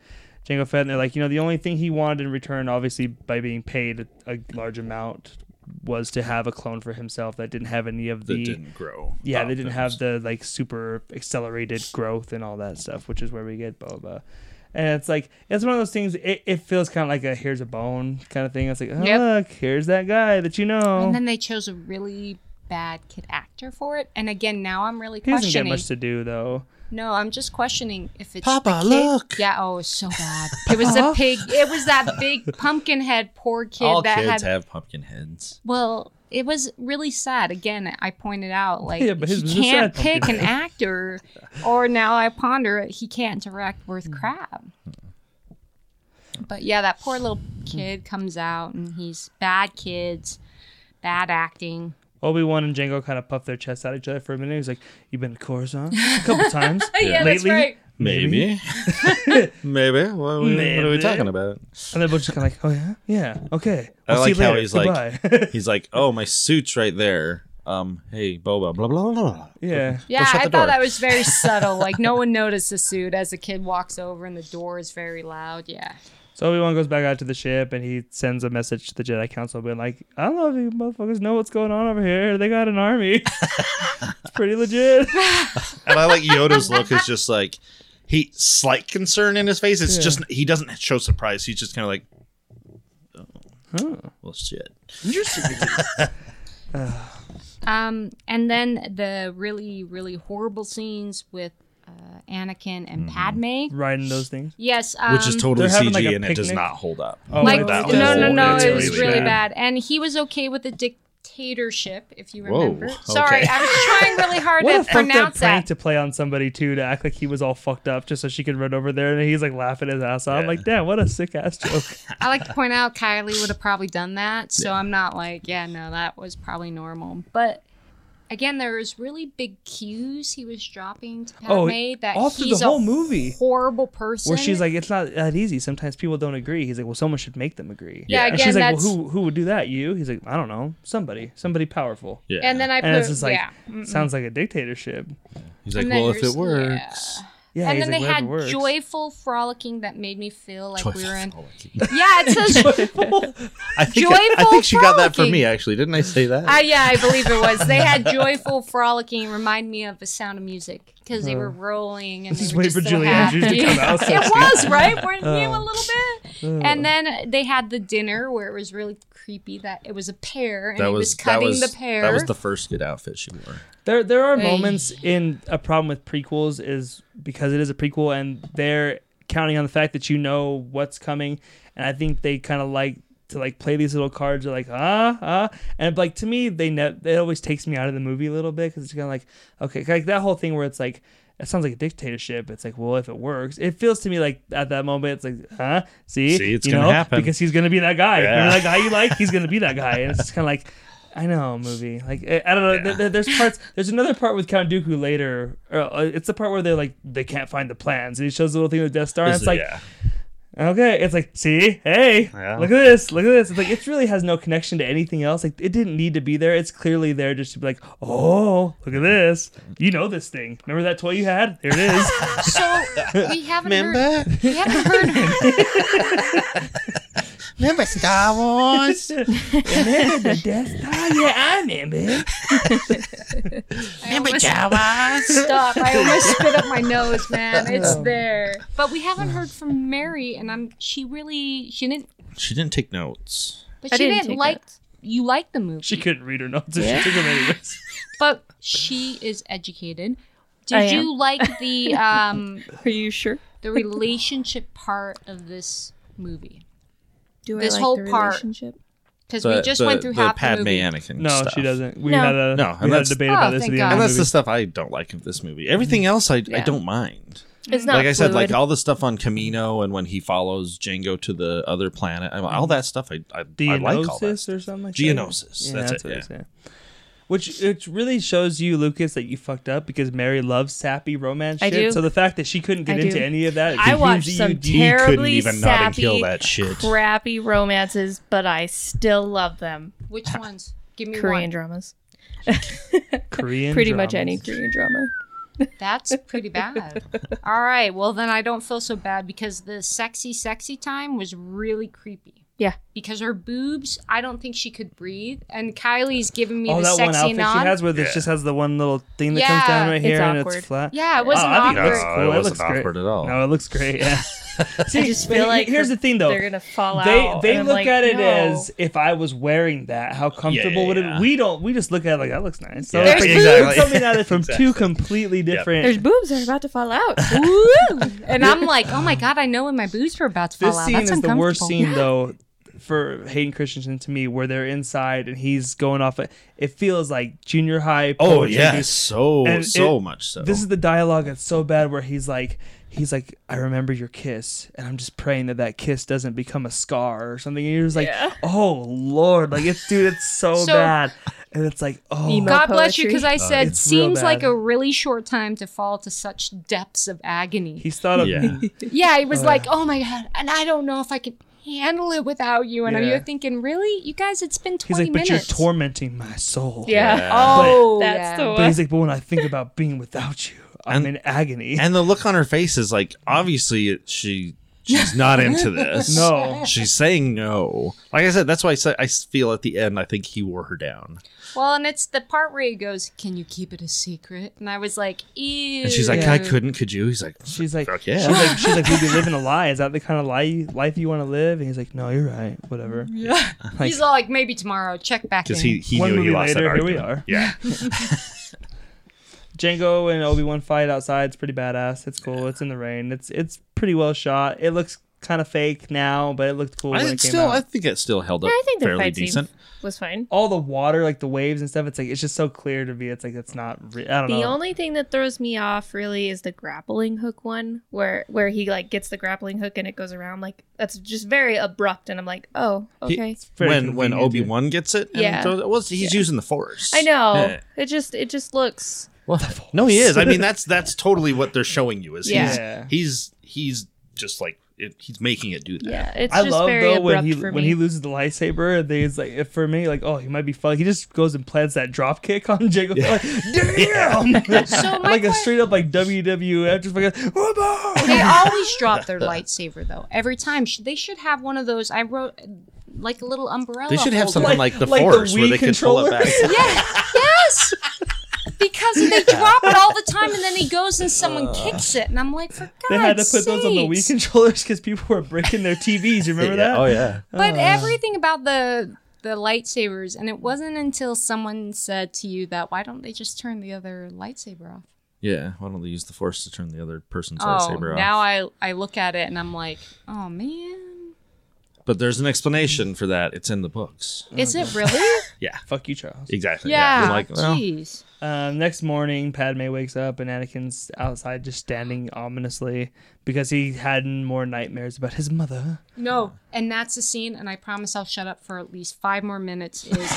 B: Jango Fett, and they're like, you know, the only thing he wanted in return, obviously by being paid a large amount, was to have a clone for himself that didn't have any of
E: that
B: the.
E: didn't grow.
B: yeah,
E: up.
B: they didn't
E: That
B: have
E: was-
B: the like super accelerated growth and all that stuff, which is where we get Boba. And it's like it's one of those things. It, it feels kind of like a here's a bone kind of thing. It's like, oh,
D: Yep.
B: look, here's that guy that you know.
D: And then they chose a really bad kid actor for it. And again, now I'm really
B: He doesn't get
D: questioning.
B: much to do though.
D: No, I'm just questioning if it's
E: Papa,
D: the kid-
E: look.
D: Yeah, oh, it's so bad. It was the pig. It was that big pumpkin head poor kid
E: all
D: that
E: kids
D: had.
E: have pumpkin heads.
D: well, it was really sad. Again, I pointed out like
B: Yeah, but his was a
D: he can't
B: sad
D: pick
B: pumpkin
D: an actor, or now I ponder it, he can't direct
E: Hmm.
D: worth crab. But yeah, that poor little kid comes out and he's bad kids, bad acting.
B: Obi Wan and Jango kind of puff their chests at each other for a minute. He's like, "You've been to Coruscant a couple times
D: Yeah, that's
B: lately,"
D: right.
E: Maybe. Maybe. What are, we, What are
B: Maybe.
E: we talking about?
B: and they're both just kind of like, "Oh yeah, yeah, okay."
E: I
B: We'll see
E: like
B: you
E: how
B: later.
E: he's like-
B: Goodbye."
E: He's like, oh, my suit's right there. Um, hey, Boba, blah, blah, blah, blah.
B: "Yeah."
D: Yeah,
E: shut
D: I
E: the
D: thought
E: door.
D: that was very subtle. Like no one noticed the suit as the kid walks over and the door is very loud. Yeah.
B: So Obi Wan goes back out to the ship and he sends a message to the Jedi Council, being like, "I don't know if you motherfuckers know what's going on over here. They got an army. it's pretty legit."
E: And I like Yoda's look is just like, he, slight concern in his face. It's
B: Yeah.
E: just, he doesn't show surprise. He's just kind of like, oh, well, shit.
D: Um, and then the really, really horrible scenes with uh, Anakin and Padme.
B: Riding those things.
D: Yes. Um,
E: Mm-hmm. Which is totally
B: They're having,
E: CG
B: like, a
E: and it does
B: picnic.
E: not hold up.
B: Oh,
D: like
B: that
D: no,
B: whole-
D: no, no.
B: it's
D: It was
B: really
D: really
B: bad.
D: bad. and he was okay with the dictatorship, if you
E: Whoa,
D: remember. Sorry,
E: okay.
D: I was trying really hard
B: What a
D: to
B: fucked up
D: pronounce
B: prank to
D: that.
B: play on somebody too, to act like he was all fucked up just so she could run over there and he's like laughing his ass off. I'm
E: Yeah.
B: like, damn, what a sick ass joke.
D: I like to point out Kylie would have probably done that. So I'm not like, yeah, no, that was probably normal. But again, there was really big cues he was dropping to Padme
B: Oh,
D: that
B: all
D: he's
B: through the whole
D: a
B: movie.
D: horrible person.
B: Where she's like, it's not that easy. Sometimes people don't agree. He's like, well, someone should make them agree.
D: yeah,
B: And
D: again,
B: she's like, well,
D: that's.
B: who who would do that? You? He's like, I don't know, somebody, somebody powerful.
E: Yeah.
D: and then I put,
B: And it's just like,
D: yeah.
B: sounds like a dictatorship.
E: he's like,
D: and then
E: well, if it
D: there's-
E: works.
B: Yeah,
D: and
B: he's like,
D: then they
B: "Whatever works."
D: had joyful frolicking that made me feel like we were in.
E: Joyful.
D: Yeah, it says
E: I think, I
D: Joyful
E: think she got that from
D: frolicking.
E: me, actually. Didn't I say that?
D: Uh, yeah, I believe it was. They had joyful frolicking. Remind me of the sound of music because they were rolling and
B: This is
D: they were
B: Hmm. waiting
D: just
B: for
D: so
B: Julie
D: happy.
B: Andrews to come out. so
D: it was right, weren't you a
B: Oh.
D: little bit? And then they had the dinner where it was really creepy that it was a pear and he was, cutting the pear.
E: That was the first good outfit she wore.
B: There, there are
D: Ay.
B: moments in a problem with prequels is because it is a prequel and they're counting on the fact that you know what's coming, and I think they kind of like to like play these little cards. They're like ah ah, and like to me they ne- it always takes me out of the movie a little bit because it's kind of like okay like that whole thing where it's like it sounds like a dictatorship. It's like well if it works, it feels to me like at that moment it's like huh see
E: See, it's gonna happen.
B: because he's gonna be that guy.
E: Yeah.
B: You're like how you like he's gonna be that guy, and it's just kind of like I know movie. Like I, I don't know. Th- th- there's parts. There's another part with Count Dooku later. Or, uh, it's the part where they're like they can't find the plans, and he shows the little thing with Death Star. And
E: This
B: it's
E: is-
B: like
E: yeah.
B: okay, it's like see, hey,
E: Yeah.
B: look at this, look at this. It's like it really has no connection to anything else. Like it didn't need to be there. It's clearly there just to be like, oh, look at this. You know this thing. Remember that toy you had? There it is.
D: So we haven't heard.
F: Remember?
D: We haven't heard.
F: Remember Star Wars?
B: remember the Death Star? Yeah, I remember. it.
F: Remember Jawas?
D: Stop! I almost spit up my nose, man.
B: Oh.
D: It's there, but we haven't heard from Mary, and I'm. She really. She didn't.
E: She didn't take notes.
D: But
C: I
D: she
C: didn't
D: didn't,
C: take
D: like. You like the movie,
B: She couldn't read her notes. if She took them anyways.
D: but she is educated.
C: I
D: Did
C: am.
D: you like the um
C: Are you sure?
D: the relationship part of this movie?
C: Do
D: This
C: I like
D: whole
C: the
D: part-
C: relationship?
D: Because
E: The-
D: we just
E: the-
D: went through
E: the
D: half
E: Padme
D: the movie.
E: Anakin
B: No,
E: stuff.
B: she doesn't. We
C: No.
B: had a
E: No,
B: we
E: and
B: had a
E: that's-
B: debate
D: Oh,
B: about this at
D: thank
B: the
D: God.
B: end
E: And
B: of
E: that's
B: the
E: the
B: movie.
E: stuff I don't like of this movie.
B: Mm-hmm.
E: Everything else I, I
D: Yeah.
E: don't mind.
C: It's not
E: like I said, like
C: fluid.
E: all the stuff on Camino and when he follows Django to the other planet, I- all that stuff I I, I like all that.
B: Geonosis Mm-hmm. or something like
E: Geonosis,
B: that. Yeah,
E: that's it,
B: what they say. Which it really shows you, Lucas, that you fucked up because Mary loves sappy romance
C: I
B: shit.
C: do.
B: So the fact that she couldn't get
C: I
B: into
C: do.
B: any of that,
C: I watched
B: proves that
C: some
B: you-
E: He couldn't
C: terribly
E: even not and kill
C: sappy,
E: that shit.
C: crappy romances, but I still love them.
D: Which ones? Give me
C: Korean
D: one.
C: dramas.
B: Korean
C: Pretty much
B: dramas.
C: any Korean drama.
D: That's pretty bad. All right. Well, then I don't feel so bad because the sexy, sexy time was really creepy.
C: Yeah.
D: Because her boobs, I don't think she could breathe. And Kylie's giving me
B: Oh,
D: the
B: that one
D: sexy
B: outfit
D: nod.
B: she has where it
E: Yeah.
B: just has the one little thing that
D: Yeah,
B: comes down right
C: it's
B: here and
C: awkward.
B: it's flat.
D: yeah, it wasn't
B: Oh, I think
D: awkward.
B: that's
E: No,
B: cool.
E: it
B: That
E: wasn't
B: looks great.
E: awkward at all.
B: No, it looks great. Yeah. See,
C: I just
B: but
C: feel
B: he-
C: like
B: here's
C: her-
B: the thing though.
C: they're gonna fall
B: they
C: out.
B: they
C: and I'm
B: look
C: like,
B: at it
C: no.
B: as if I was wearing that, how comfortable would it
E: yeah,
B: be?
E: yeah.
B: We don't we just look at it like that looks nice. So
E: Yeah,
B: it's like,
E: There's
B: you're
E: boobs.
B: coming at it from
E: Exactly.
B: two completely different
C: there's boobs that are about to fall out.
D: Woo! And I'm like, oh my God, I know when my boobs were about to fall
B: This
D: out.
B: scene
D: That's
B: is the worst
D: uncomfortable.
B: scene though for Hayden Christensen to me, where they're inside and he's going off. It feels like junior high.
E: Oh
B: poetry,
E: yeah,
B: dude.
E: so
B: And
E: so
B: it-
E: much so.
B: This is the dialogue that's so bad where he's like, he's like, I remember your kiss, and I'm just praying that that kiss doesn't become a scar or something. And you're just like, oh lord, like it's dude, it's so,
D: So-
B: bad, and it's like, oh,
C: Emo.
D: God bless you, because I said,
B: It's real
D: seems like
B: bad.
D: a really short time to fall to such depths of agony.
B: he's thought of.
E: Yeah.
D: Yeah, it was like, oh my god, and I don't know if I can handle it without you. And
B: Yeah.
D: you're thinking, really, you guys, it's been
B: He's
D: twenty
B: like, but
D: minutes.
B: you're tormenting my soul.
C: Yeah.
D: Oh,
C: That's
D: yeah.
C: the
B: But
C: one.
B: he's like, but when I think about being without you, I'm
E: And-
B: in agony.
E: and the look on her face is like obviously she she's not into this.
B: no.
E: She's saying no. Like I said, that's why I say I s- feel at the end I think he wore her down.
D: Well, and it's the part where he goes, "Can you keep it a secret?" And I was like, "Ew."
E: And she's like,
B: Yeah.
E: I couldn't, could you? He's like,
B: She's like,
E: Fuck yeah.
B: she's like, she's like, we'd be living a lie. Is that the kind of lie you, life you want to live? And he's like, no, you're right. Whatever.
D: He's all like, "Maybe tomorrow, check back."
E: because
D: in."
E: he he
B: One
E: knew he
B: movie
E: lost that
B: later, here we
E: argument.
B: are.
E: Yeah,
B: Django and Obi Wan fight outside. It's pretty badass. It's cool. It's in the rain. It's it's pretty well shot. It looks kind of fake now, but it looked cool
E: I
B: when
E: think
B: it came
E: still
B: out.
E: I think it still held up
C: I think the
E: fairly
C: fight scene
E: decent.
C: was fine.
B: All the water, like the waves and stuff. It's like it's just so clear to me. It's like it's not. Re- I don't
C: The
B: know.
C: only thing that throws me off really is the grappling hook one, where where he like gets the grappling hook and it goes around like that's just very abrupt, and I'm like, oh,
E: He-
C: okay.
B: Very
E: when when
B: convenient,
E: Obi
B: dude.
E: Wan gets it, and
C: Yeah.
E: throws it, well, he's using the Force.
C: I know
E: Yeah.
C: it just it just looks
E: Well, no, he is. I mean, that's that's totally what they're showing you is he's
B: Yeah.
E: he's he's just like it, he's making it do that.
C: yeah. It's
B: I
C: just
B: love
C: very
B: though
C: abrupt
B: when he
C: for
B: when
C: me.
B: he loses the lightsaber. They, it's like if for me, like oh, he might be fun. He just goes and plants that drop kick on Jango. Like, damn,
D: So my
B: like a
D: que-
B: straight up like WWF. Just like a,
D: they always drop their lightsaber though. Every time Sh- they should have one of those. I wrote like a little umbrella.
E: They should have
D: holder.
E: something like, the
B: like the
E: Force where
B: Wii
E: they could pull it back.
D: Yes, yes. Because they drop it all the time, and then he goes and someone kicks it, and I'm like, for God's
B: They had to put those on the Wii
D: sakes.
B: controllers because people were breaking their TVs. You remember that?
E: Oh, yeah.
D: But everything about the the lightsabers, and it wasn't until someone said to you that why don't they just turn the other lightsaber off?
E: Yeah. Why don't they use the Force to turn the other person's
D: Oh,
E: lightsaber
D: now
E: off?
D: I I look at it and I'm like, oh man,
E: But there's an explanation for that. It's in the books.
D: is it really?
E: Yeah.
B: Fuck you, Charles.
E: Exactly.
D: yeah,
E: You're like, well,
D: jeez.
B: Um, next morning, Padme wakes up and Anakin's outside, just standing ominously because he had more nightmares about his mother.
D: No, and that's the scene, and I promise I'll shut up for at least five more minutes. Is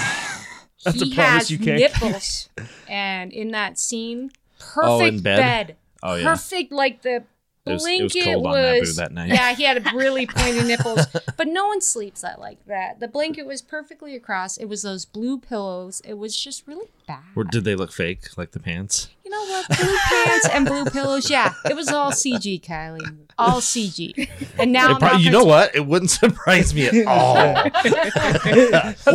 B: That's a
D: he
B: promise
D: has
B: you can't
D: nipples, and in that scene, perfect
E: Oh, in bed?
D: bed.
E: Oh yeah.
D: perfect like the
E: It was- it was
D: blanket was,
E: cold on Naboo that night.
D: yeah he had really pointy nipples but no one sleeps that like that the blanket was perfectly across it was those blue pillows it was just really bad
E: Or did they look fake like the pants?
D: you know what blue pants and blue pillows yeah it was all cg kylie all cg and now
E: It prob-
D: Malcolm's-
E: you know what? It wouldn't surprise me at all.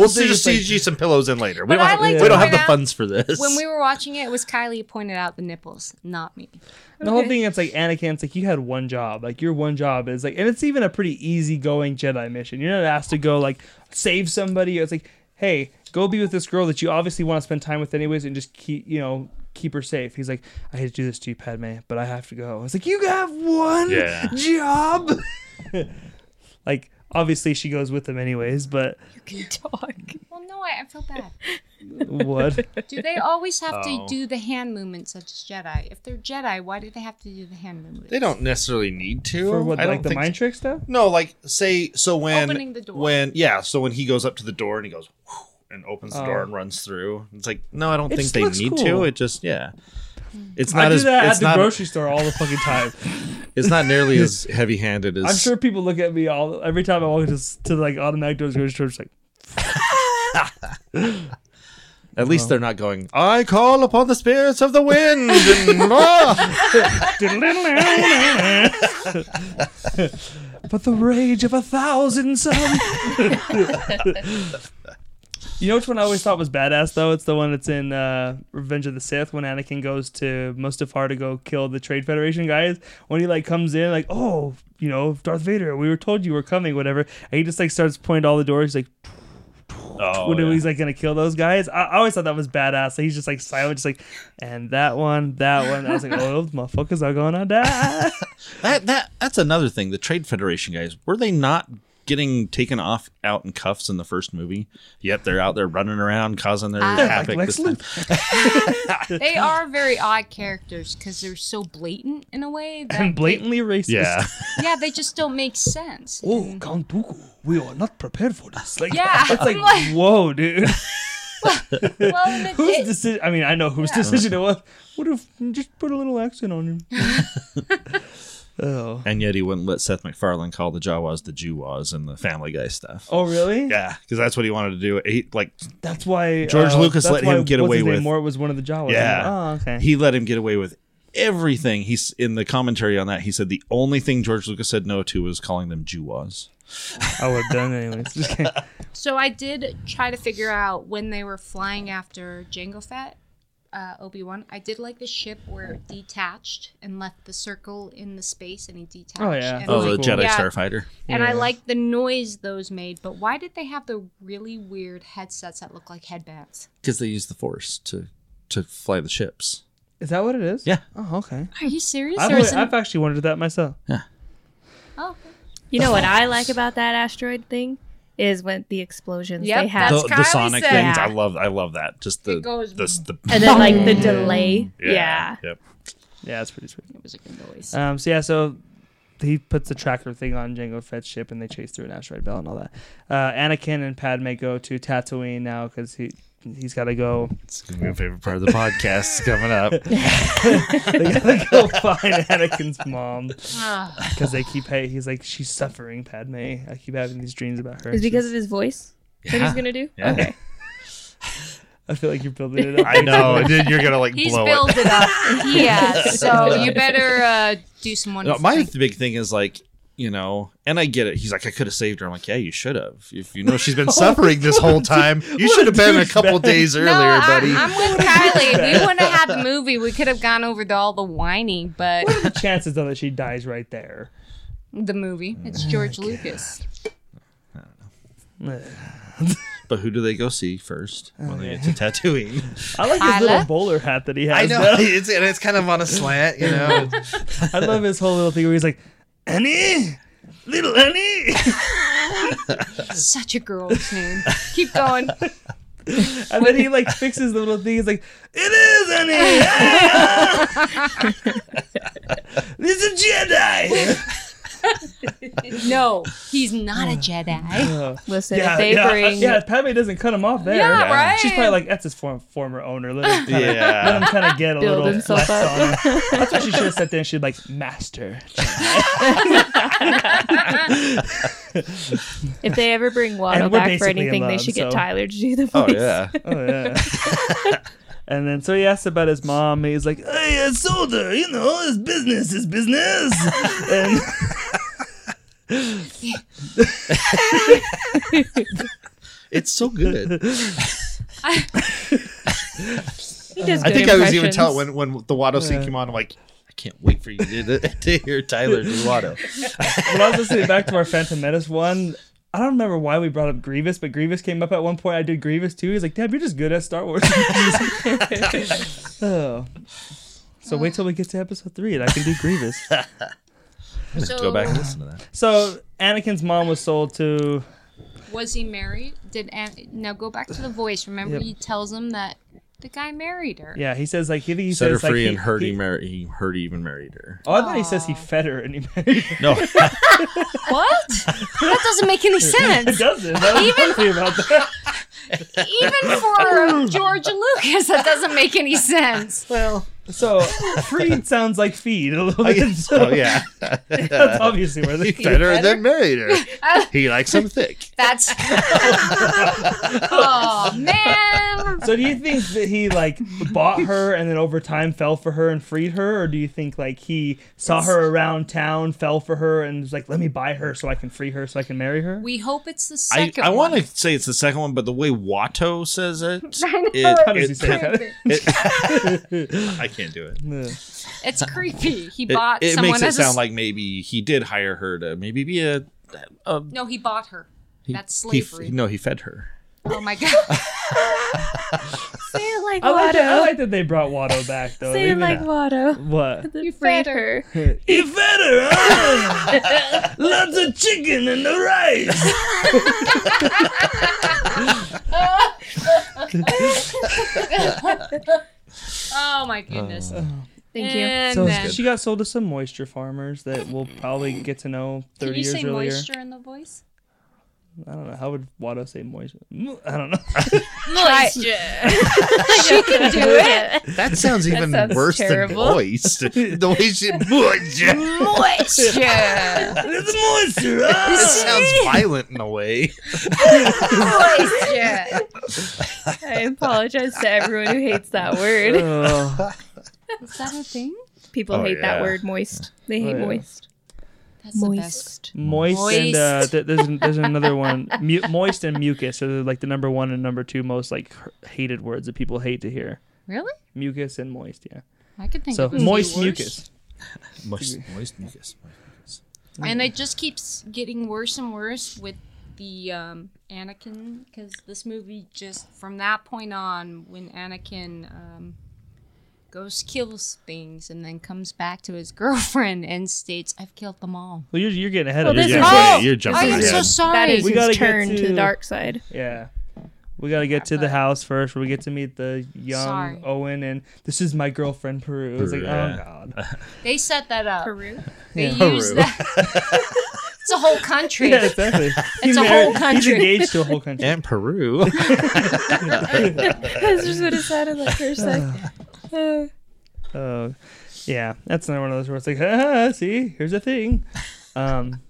E: we'll see, just CG some pillows in later.
D: But
E: We don't,
D: I
E: have,
D: like
E: we
D: to
E: don't have
D: point
E: the
D: out
E: funds for this.
D: when we were watching it, it was Kylie who pointed out the nipples, not me.
B: The whole thing that's like Anakin, it's like you had one job. Like your one job is like, and it's even a pretty easygoing Jedi mission. You're not asked to go like save somebody. It's like, hey, go be with this girl that you obviously want to spend time with anyways, and just keep you know keep her safe. He's like, I hate to do this to you, Padme, but I have to go. It's like you have one
E: Yeah.
B: job. like obviously she goes with him anyways, but
C: Can talk.
D: Well, no, I, I feel bad.
B: what?
D: Do they always have
E: Oh.
D: to do the hand movements such as Jedi? If they're Jedi, why do they have to do the hand movements?
E: they don't necessarily need to.
B: For what
E: I
B: like
E: don't
B: the
E: think-
B: mind trick stuff?
E: No, like say so when
D: Opening the door.
E: when yeah, so when he goes up to the door and he goes "Whew," and opens the door
B: Oh.
E: and runs through. It's like no, I don't
B: It
E: think
B: just
E: they
B: looks
E: need
B: cool.
E: to. It just yeah, it's
B: I
E: not
B: do
E: as
B: that
E: it's
B: at the
E: not
B: grocery store all the fucking time.
E: it's not nearly as heavy handed as
B: I'm sure people look at me all every time I walk into to like automatic doors grocery store. It's like
E: At
B: Oh.
E: least they're not going. I call upon the spirits of the wind. and- Ah!
B: but the rage of a thousand suns. you know which one I always thought was badass though? It's the one that's in uh, Revenge of the Sith when Anakin goes to Mustafar to go kill the Trade Federation guys. When he like comes in, like, oh, you know, Darth Vader, we were told you were coming, whatever. And he just like starts pointing at all the doors, like
E: Oh,
B: when
E: yeah.
B: he's like gonna kill those guys. I, I always thought that was badass. Like, he's just like silent, just like, and that one, that one. I was like, oh, those motherfuckers are gonna die.
E: That that that's another thing. The Trade Federation guys were they not getting taken off out in cuffs in the first movie? Yet they're out there running around causing their
D: Ah.
E: havoc.
B: Like Lex
E: this time.
D: they are very odd characters because they're so blatant in a way that
B: and blatantly racist.
E: Yeah,
D: yeah they just don't make sense
B: Oh, Count Dooku, we are not prepared for this. Like,
D: Yeah,
B: it's like,
D: I'm like-
B: whoa, dude.
D: well and it,
B: whose
D: it-
B: decision? I mean, I know whose decision it was. Would have just put a little accent on him. oh,
E: and yet he wouldn't let Seth MacFarlane call the Jawas the Jewas and the Family Guy stuff.
B: oh, really?
E: Yeah, because that's what he wanted to do. He like
B: That's why
E: George
B: uh,
E: Lucas
B: that's
E: let him
B: why-
E: get
B: what's
E: away
B: his name?
E: with-
B: More was one of the Jawas.
E: Yeah.
B: Oh, okay.
E: he let him get away with everything. He's in the commentary on that. He said the only thing George Lucas said no to was calling them Jewas.
B: I would have done it anyways. Just kidding.
D: so i did try to figure out when they were flying after Jango Fett uh, Obi-Wan I did like the ship where it detached and left the circle in the space and he detached
B: Oh, yeah.
D: and,
E: Oh,
B: Those are
E: the
D: like,
B: cool.
E: Jedi
D: Yeah.
E: Starfighter.
D: and I
B: Yeah.
D: like the noise those made but why did they have the really weird headsets that look like headbands
E: Because they used the Force to to fly the ships.
B: Is that what it is?
E: Yeah.
B: Oh, okay.
D: are you serious
B: I've,
D: There was
B: always- I've actually wondered that myself.
D: some- oh, okay.
C: You know what I like about that asteroid thing is when the explosions
D: Yep,
C: they have,
E: the,
D: That's
E: the
D: Kylie
E: sonic
D: said.
E: things. I
C: Yeah.
E: love I love that. Just the
D: It goes-
E: the, the
C: and then like
B: Mm.
C: the delay. Yeah.
E: Yep.
B: Yeah, that's pretty sweet.
D: it was a good noise
B: Um, so yeah, so he puts the tracker thing on Jango Fett's ship, and they chase through an asteroid belt and all that. Uh, Anakin and Padme go to Tatooine now because he he's got to go.
E: It's gonna be my favorite part of the podcast is coming up.
B: They got to go find Anakin's mom
D: Ah,
B: because they keep. Hey, he's like she's suffering, Padme. I keep having these dreams about her.
C: Is because
B: She's-
C: of his voice that he's gonna do?
E: Yeah.
C: Okay.
B: I feel like you're building it up.
E: I know. and then you're gonna like
D: He's
E: blow
D: built
E: it.
D: it. up. yeah, so you better uh, do some
E: No,
D: wonderful.
E: my
D: things.
E: th- big thing is like, you know, and I get it. He's like, I could have saved her. I'm like, yeah, you should have. If you know she's been suffering this whole time, you should have been a couple days earlier,
D: no,
E: buddy.
D: I, am Oh, with Kylie. If we wouldn't have had the movie, we could have gone over to all the whining, but
B: the chances are that she dies right there.
D: the movie. It's George Lucas.
B: Ugh.
E: but who do they go see first when they get to Tatooine?
B: I like his
D: Isla?
B: little bowler hat that he has. now.
E: it's, and it's kind of on a slant, you know.
B: I love his whole little thing where he's like, Annie, little Annie.
D: Such a girl's name. Keep going.
B: And then he like fixes the little thing. He's like, it is Annie. It's a Jedi.
D: no, he's not a Jedi.
B: Ugh.
C: Listen,
B: yeah,
C: if they
B: yeah,
C: bring
B: yeah. Padme doesn't cut him off there.
D: Yeah, right.
B: She's probably like, that's his form, former owner. Let him kind of,
E: Yeah.
B: let him kind of get a
C: Build
B: little
C: himself
B: less
C: up.
B: on him. That's why she should have sat there and she'd like, master.
C: if they ever bring Watto
B: And we're
C: back for
B: basically in
C: anything, they
B: love,
C: should get
B: so-
C: Tyler to do the voice.
E: Oh yeah.
B: Oh yeah. and then so he asks about his mom. He's like, "Hey, I sold her. You know, it's business. It's business." and
E: It's so good.
C: He does
F: I
C: good
F: think I was even
C: impressions.
F: telling when when the Watto scene came on. I'm like, I can't wait for you to, to hear Tyler do Watto.
B: but I was listening back to our Phantom Menace one. I don't remember why we brought up Grievous, but Grievous came up at one point. I did Grievous too. He's like, "Dad, you're just good at Star Wars." oh. So wait till we get to episode three, and I can do Grievous.
D: So,
E: Go back and listen to that.
B: so Anakin's mom was sold to
D: was he married? Did An- now go back to the voice. Remember,
B: Yep.
D: he tells him that the guy married her.
B: yeah. He says like he, he
E: Set her
B: says like,
E: free
B: he-
E: and heard he,
B: he-
E: mar- he heard he even married her.
B: Oh, I thought he says he fed her and he married her.
E: No,
D: What? that doesn't make any
B: It
D: sense.
B: doesn't. I was wondering about that.
D: Even for George Lucas, that doesn't make any sense.
F: well,
B: So freed sounds like feed a little bit. so
F: oh yeah,
B: That's obviously where they
F: better, than married her. he likes him thick.
D: That's. oh man.
B: So do you think that he like bought her and then over time fell for her and freed her, or do you think like he saw her around town, fell for her, and was like, "Let me buy her so I can free her, so I can marry her"?
D: We hope it's the
E: I,
D: second.
E: I
D: one.
E: want to say it's the second one, but the way Watto says it, it,
B: How does
E: it-
B: he say that?
E: it- I can't do it.
D: It's creepy. He
E: It,
D: bought
E: it
D: someone
E: makes it
D: as a
E: sound like maybe he did hire her to maybe be a. a
D: No, he bought her.
E: he-
D: That's
E: he f-
D: slavery.
E: no, he fed her.
D: Oh my god.
C: Say it like
B: I like, that, I
C: Watto.
B: like that they brought Watto back though.
C: Oh, Say it
B: even-
C: like Watto.
B: what?
C: You freed
D: better.
C: her.
B: He fed her. huh? Lots of chicken and the rice.
D: Oh my goodness.
B: Uh,
C: Thank you.
D: and
B: So
D: then,
B: she got sold to some moisture farmers that we'll probably get to know 30
D: did you
B: years
D: say
B: earlier.
D: moisture in the voice?
B: I don't know. How would Watto say moisture? Mm, I don't know.
D: she can do it.
F: That sounds even
C: sounds
F: worse
C: terrible.
F: than voiced. the way she that
D: Moisture.
B: it's moisture. ah!
F: sounds violent in a way.
D: Moisture.
C: I apologize to everyone who hates that word.
B: Oh,
D: Is that a thing?
C: People
E: Oh,
C: hate
E: yeah.
C: that word, moist. They hate
B: Oh, yeah.
C: moist.
D: That's the best.
B: moist, and uh,
D: Moist.
B: th- there's an- there's another one. Mu- moist and mucus are like the number one and number two most like h- hated words that people hate to hear.
D: Really?
B: Mucus and moist, yeah.
D: I could think
B: So
D: of a few
B: moist
D: worse.
B: mucus.
E: Moist, moist mucus.
D: And it just keeps getting worse and worse with the um, Anakin, because this movie just from that point on, when Anakin um, goes kills things and then comes back to his girlfriend and states, "I've killed them all."
B: Well, you're, you're getting ahead of
C: Well,
B: it.
C: this
B: Yeah.
C: is- Oh,
E: you're jumping
D: I am
E: ahead.
D: so
C: That
D: sorry.
C: is
B: We
C: his
B: gotta get
C: turn to...
B: to-
C: the dark side.
B: yeah. We got to get to the house first. Where we get to meet the young
D: Sorry.
B: Owen and this is my girlfriend Peru. It's like, oh
E: Yeah.
B: god.
D: they set that up.
C: Peru.
D: They
B: Yeah.
D: use that. it's a whole country.
B: Yeah, exactly. He's
D: a whole
B: married- He's
D: country.
B: engaged to a whole country.
E: and Peru.
C: That's just what it sounded like for a second. Uh,
B: Uh, yeah, that's another one of those where it's like, ah, see, here's a thing. Um,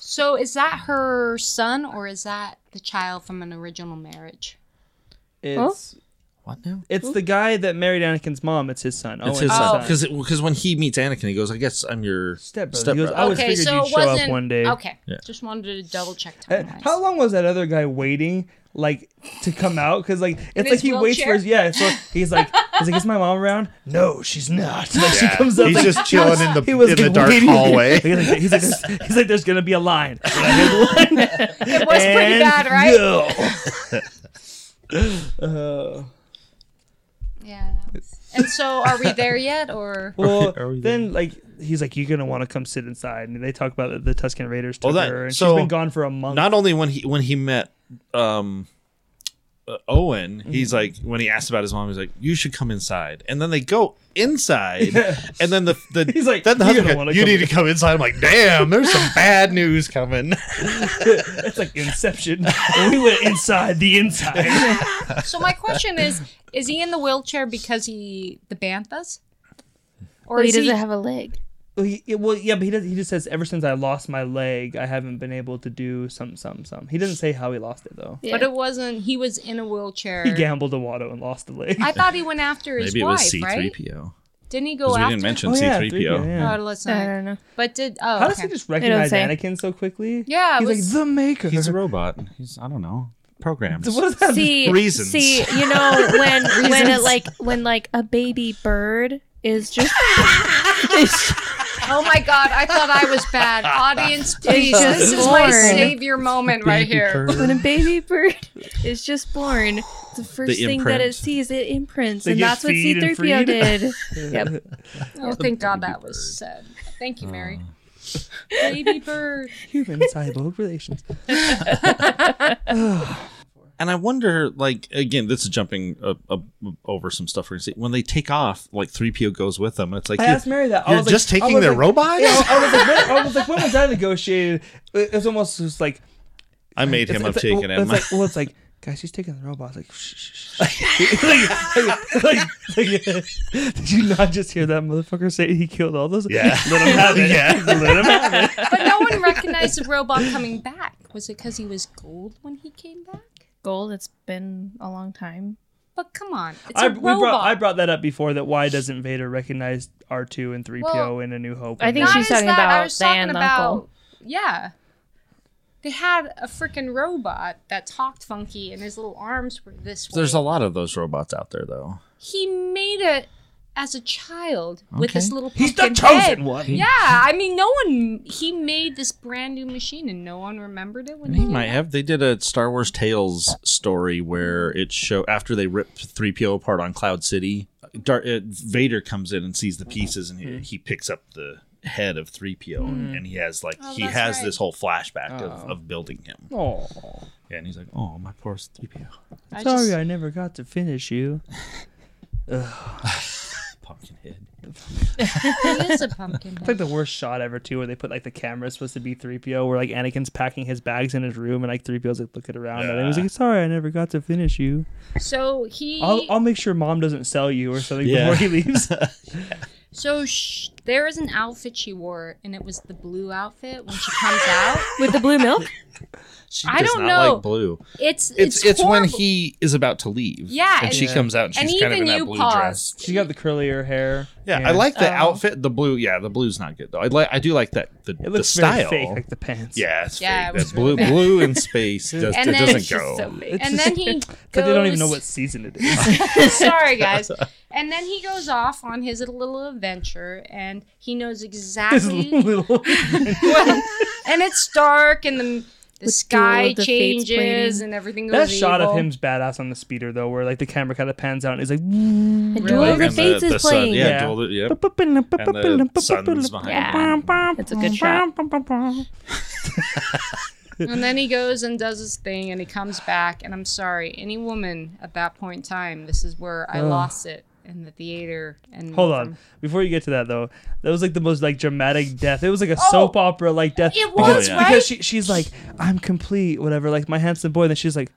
D: So is that her son or is that the child from an original marriage?
B: it's
E: what now? Oh,
B: it's the guy that married Anakin's mom. It's his son.
E: It's
B: Owen's
E: his uh, son.
B: son.
E: Because when he meets Anakin, he goes, "I guess I'm your
B: Stepbrother.
E: stepbrother."
B: He goes, I was
D: okay,
B: figured
D: so
B: you'd
D: it
B: show
D: wasn't
B: up one day.
D: Okay,
E: Yeah.
D: just wanted to double check
B: Uh,
D: time.
B: How long was that other guy waiting, like, to come out? Because like, it's like
D: his
B: he waits for
D: wheelchair?
B: his yeah. So he's like, he's like, is my mom around? No, she's not. Like, she comes up.
F: He's
B: like,
F: just chilling in the
B: he was
F: in the
B: like,
F: dark
B: waiting.
F: hallway.
B: He's like, he's like, there's, he's like, there's gonna be a line.
D: It was pretty
B: And
D: bad, right?
B: Uh,
D: Yeah. that was- And so, are we there yet, or
B: Well,
E: Are we
B: then like he's like, "You're gonna want to come sit inside," and they talk about the, the Tuscan Raiders took
E: Well, that-
B: her, and
E: so-
B: she's been gone for a month.
E: Not only when he when he met um uh, Owen, he's like when he asked about his mom, he's like, "You should come inside." And then they go inside, and then the, the
B: He's like,
E: then the
B: "You
E: husband
B: don't
E: goes,
B: wanna
E: "You
B: come
E: need
B: in."
E: to come inside." I'm like, "Damn, there's some bad news coming."
B: It's like Inception. And we went inside the inside.
D: So my question is: Is he in the wheelchair because he the banthas, or
C: Or he
D: is
C: doesn't
D: he?
C: have a leg.
B: well, he, it- well, yeah, but he does. He just says, "Ever since I lost my leg, I haven't been able to do some, some, some." He doesn't say how he lost it though.
D: But it wasn't. He was in a wheelchair.
B: He gambled a Watto and lost the leg.
D: I thought he went after his
E: Maybe it
D: wife,
E: was C three
D: right?
E: PO
D: Didn't he go
E: because we
D: after?
E: didn't mention
B: Oh,
E: C
B: yeah,
E: three
B: 3PO,
E: PO.
B: yeah.
D: Oh, let's
C: I
D: not.
C: don't know.
D: But did oh?
B: How does
D: okay.
B: he just recognize
C: say.
B: Anakin so quickly?
D: Yeah, it
B: he's
D: was-
B: like the Maker.
E: He's a robot. He's I don't know programmed.
B: what does that
C: See,
E: Reasons.
C: see, you know when when it like when like a baby bird is just
D: Oh my god! I thought I was bad. Audience, please.
C: just
D: This is my
C: born.
D: savior moment right here.
C: when a baby bird is just born, the first thing that it
E: imprint.
C: sees it imprints,
B: They
C: and
B: get
C: that's what
B: feed and
C: C-3PO
B: freed.
C: did. yep.
D: Oh, thank God that was said. Thank you, Mary.
B: Uh.
D: Baby bird.
B: Human cyborg relations.
E: And I wonder, like, again, this is jumping uh, uh, over some stuff we're gonna see. When they take off, like, 3PO goes with them. And it's like,
B: I
E: you're-
B: asked Mary that. I
E: You're
B: was like-
E: just
B: I
E: taking
B: was
E: their
B: like-
E: robots?
B: Yeah, I was like, when, I was like, when was that negotiated? It was almost just like
E: I made him. I'm
B: it's
E: taking
B: like,
E: him.
B: It's like, well, it's like, guys, he's taking the robots. Like, shh, shh, shh. like, like, like, did you not just hear that motherfucker say he killed all those?
E: yeah.
B: Let him have it. Let him have it.
D: But no one recognized the robot coming back. Was it because he was gold when he came back?
C: Gold. It's been a long time.
D: But come on, it's
B: I,
D: a
B: we
D: robot.
B: brought, I brought that up before that why doesn't Vader recognize R2 and 3PO
D: Well,
B: in A New Hope?
C: I think
D: Not
B: And
C: she's
D: as
C: talking
D: that,
C: about
D: I was talking
C: they and
D: about,
C: Uncle.
D: Yeah, they had a freaking robot that talked funky, and his little arms were this way.
E: There's a lot of those robots out there, though.
D: He made it as a child with
E: Okay.
D: his little.
B: He's the
D: pumpkin
B: chosen
D: head.
B: one.
D: Yeah, I mean, no one. He made this brand new machine, and no one remembered it when
E: And
D: he.
E: he might have. They did a Star Wars Tales story where it show after they ripped 3PO apart on Cloud City, Dar- uh, Vader comes in and sees the pieces and
D: Hmm.
E: he, he picks up the head of 3PO and, and he has like
D: Oh,
E: he
D: that's
E: has
D: right. Oh.
E: this whole flashback of, of building him.
B: Aw.
E: Yeah, and he's like, "Oh, my poor 3PO."
D: I
B: Sorry,
D: just-
B: I never got to finish you.
E: Pumpkin head.
D: he is a pumpkin.
B: It's like the worst shot ever too, where they put like the camera is supposed to be 3PO, where like Anakin's packing his bags in his room, and like 3PO's like looking around, and he was like, "Sorry, I never got to finish you.
D: So he.
B: I'll, I'll make sure Mom doesn't sell you or something
E: Yeah.
B: before he leaves."
D: So sh- there is an outfit she wore, and it was the blue outfit when she comes out.
C: With the blue milk?
E: She
D: I
E: does
D: don't
E: not
D: know.
E: like blue.
D: It's
E: It's it's, when
D: horrible.
E: he is about to leave.
D: Yeah,
E: and she
D: and-
E: comes out and
D: and
E: she's kind of in
D: even
E: that
D: you
E: blue
D: paused.
E: dress.
B: She got the curlier hair.
E: Yeah, I like the
C: Oh.
E: outfit. The blue, yeah, the blue's not good though. I like I do like that the,
B: It
E: the
B: looks very
E: style.
B: fake, like the pants.
E: yeah, it's
D: Yeah,
E: fake.
D: it was
E: That blue
D: really bad.
E: blue in space does,
D: And
E: it
D: then it's
E: doesn't
D: just
E: go.
C: So big.
D: and then he goes.
B: It's like they don't even know what season it is.
D: Sorry, guys. And then he goes off on his little adventure, and he knows
B: This
D: exactly.
B: little
D: and it's dark, and the the
C: With Duel
D: sky
C: of the Fates
D: changes,
C: bleeding.
D: and everything goes
B: that shot of
D: evil.
B: him's badass on the speeder though, where like the camera kind of pans out and he's like,
C: And
D: Really?
C: Duel of the
E: And the-
C: Fates
E: the
C: is
E: sun-
C: playing.
E: yeah,
B: Yeah.
E: dual- yep.
B: and
E: the sun's behind
C: Yeah. It's a good shot.
D: And then he goes and does his thing, and he comes back. And I'm sorry, any woman at that point in time, this is where I lost it in the theater. And
B: Hold on. Before you get to that though, that was like the most like dramatic death. It was like a
D: Oh!
B: soap opera like death.
D: It
B: Because-
D: was,
E: yeah.
D: right?
B: Because she, she's like, I'm complete, whatever, like my handsome boy. And then she's like,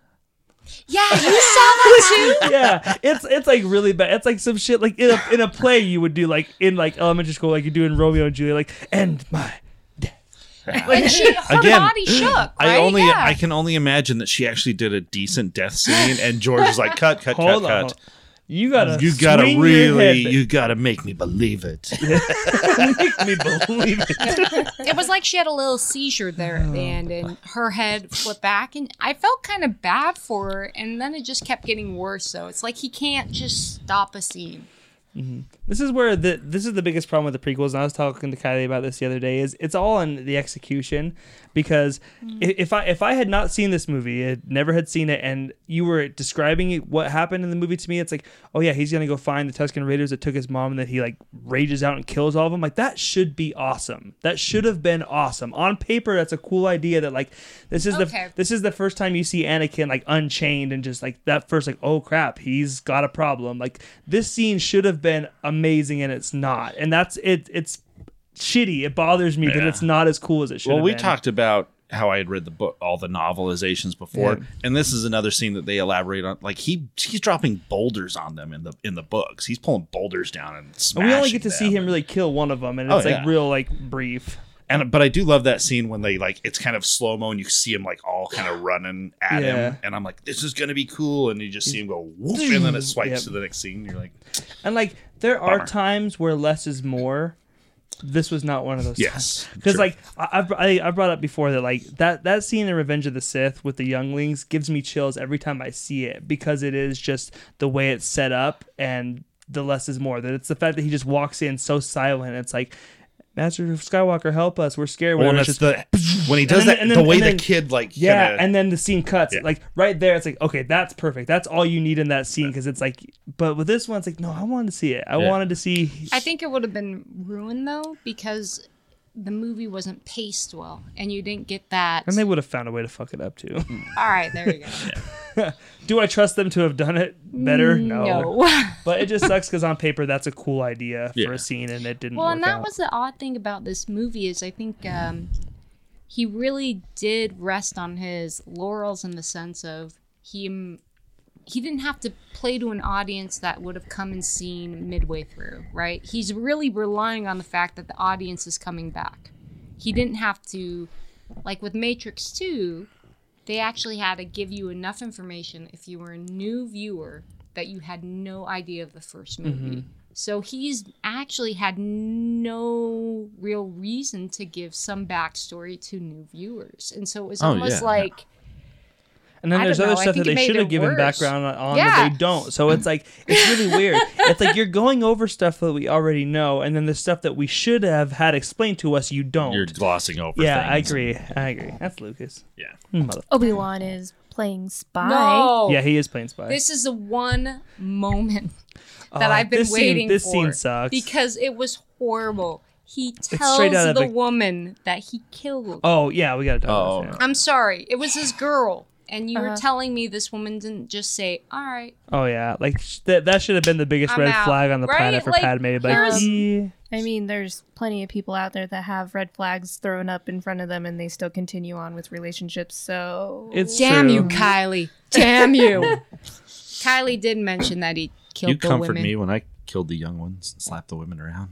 D: Yeah, you saw that too.
B: Yeah, it's it's like really bad. It's like some shit like in a in a play you would do like in like elementary school, like you do in Romeo and Juliet, like end my
D: And she, her
E: Again,
D: body shook. Right?
E: I only
D: Yeah.
E: I can only imagine that she actually did a decent death scene, and George was like, "Cut, cut,
B: hold
E: cut,
B: on.
E: cut."
B: You gotta
E: You gotta
B: swing your head
E: really,
B: back.
E: you gotta make me believe it.
B: make me believe it.
D: it was like she had a little seizure there at the end, and her head flipped back, and I felt kind of bad for her. And then it just kept getting worse. So it's like he can't just stop a scene.
B: This is where the this is the biggest problem with the prequels. And I was talking to Kylie about this the other day. Is it's all in the execution because i if I if I had not seen this movie, had never had seen it, and you were describing it- what happened in the movie to me, it's like, oh yeah, he's gonna go find the Tuscan Raiders that took his mom, and that he like rages out and kills all of them. Like that should be awesome. That should have been awesome on paper. That's a cool idea. That like this is
D: Okay.
B: the this is the first time you see Anakin like unchained and just like that first like oh crap he's got a problem like this scene should have been amazing and it's not and that's it it's shitty it bothers me that
E: Yeah.
B: it's not as cool as it should
E: Well,
B: have
E: we
B: been.
E: talked about how I had read the book, all the novelizations before,
B: Yeah.
E: and this is another scene that they elaborate on. Like he he's dropping boulders on them in the in the books. He's pulling boulders down and
B: and
E: smashing.
B: we only get to see
E: them.
B: him really kill one of them and
E: Oh,
B: it's like
E: yeah.
B: real like brief
E: And but I do love that scene when they like it's kind of slow mo and you see him like all kind of running at
B: Yeah.
E: him, and I'm like, this is gonna be cool, and you just see him go whoop, and then it swipes
B: Yep.
E: to the next scene. And you're like,
B: and like there are
E: Bummer.
B: times where less is more this was not one of those times.
E: yes,
B: Because
E: sure.
B: like I, I've- I I brought up before that like that that scene in Revenge of the Sith with the younglings gives me chills every time I see it because it is just the way it's set up and the less is more that it's the fact that he just walks in so silent it's like Master Skywalker help us we're scared
E: Well,
B: Whatever,
E: and
B: it's
E: it's
B: just-
E: the, when he does
B: and then-
E: that,
B: and
E: the
B: then-
E: way
B: and
E: the
B: then-
E: kid like
B: yeah
E: kinda-
B: and then the scene cuts
E: Yeah.
B: like right there it's like okay that's perfect that's all you need in that scene because it's like but with this one it's like no I wanted to see it I
E: Yeah.
B: wanted to see
D: I think it would have been ruined though because the movie wasn't paced well, and you didn't get that.
B: and they would have found a way to fuck it up too
D: All right, there you go.
B: do I trust them to have done it better
D: no.
B: but it just sucks because on paper that's a cool idea for
E: Yeah.
B: a scene and it didn't
D: Well,
B: work
D: and that
B: out.
D: was the odd thing about this movie is I think um, he really did rest on his laurels in the sense of he um, he didn't have to play to an audience that would have come and seen midway through, right? He's really relying on the fact that the audience is coming back. He didn't have to like with Matrix 2, they actually had to give you enough information if you were a new viewer that you had no idea of the first movie. So he's actually had no real reason to give some backstory to new viewers. And so it was
E: Oh,
D: almost
E: yeah.
D: like
B: and then
D: I
B: there's
D: don't
B: other
D: know, I
B: stuff that
D: think it
B: they
D: made
B: should
D: it
B: have given
D: worse.
B: background on
D: Yeah.
B: that they don't. So it's like it's really weird. It's like you're going over stuff that we already know, and then the stuff that we should have had explained to us, you don't.
E: you're glossing over.
B: yeah, I
E: things.
B: agree. I agree. That's Lucas.
E: Yeah.
B: Mother-
C: Obi-Wan is playing spy.
D: no.
B: Yeah, he is playing spy.
D: Oh. This is the one moment that
B: Oh,
D: I've been
B: this scene-
D: waiting
B: this
D: for.
B: scene sucks.
D: Because it was horrible. He tells
B: straight out
D: the
B: of the-
D: woman that he killed.
B: oh yeah, we gotta talk
E: Oh.
B: about this.
D: I'm sorry. It was his girl. And you were
C: Uh-huh.
D: telling me this woman didn't just say, all right.
B: Oh yeah, like sh- that, that should have been the biggest
D: I'm
B: red
D: out.
B: flag on the
D: Right?
B: planet for
D: Like,
B: Padme. Like,
D: here's-
B: yeah.
C: I mean, there's plenty of people out there that have red flags thrown up in front of them and they still continue on with relationships. So
B: It's
D: Damn
B: true.
D: you, Kylie. Damn you. Kylie did mention that he killed
E: You
D: the
E: comfort
D: women
E: me when I killed the young ones and slapped the women around.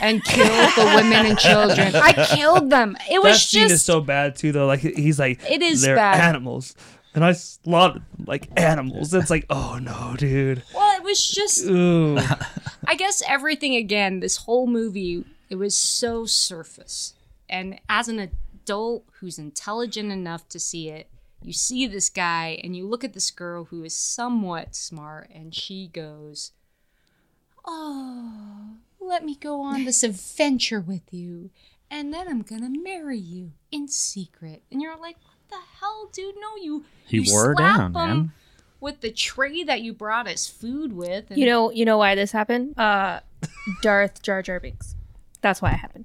D: and killed the women and children. I killed them. It
B: that
D: was
B: scene
D: just
B: is so bad too though like he's like
D: It is
B: they're
D: bad.
B: animals and i slaughtered them like animals it's like oh no dude
D: well, it was just
B: ooh
D: I guess everything again, this whole movie, it was so surface. And as an adult who's intelligent enough to see it, you see this guy and you look at this girl who is somewhat smart and she goes, Oh, let me go on this adventure with you. And then I'm gonna marry you in secret. And you're like, What the hell, dude? No, you
E: He
D: you
E: wore her
D: slap
E: down,
D: him
E: man.
D: With the tray that you brought us food with, and
C: you know, you know why this happened? Uh, Darth Jar Jar Binks. That's why it happened.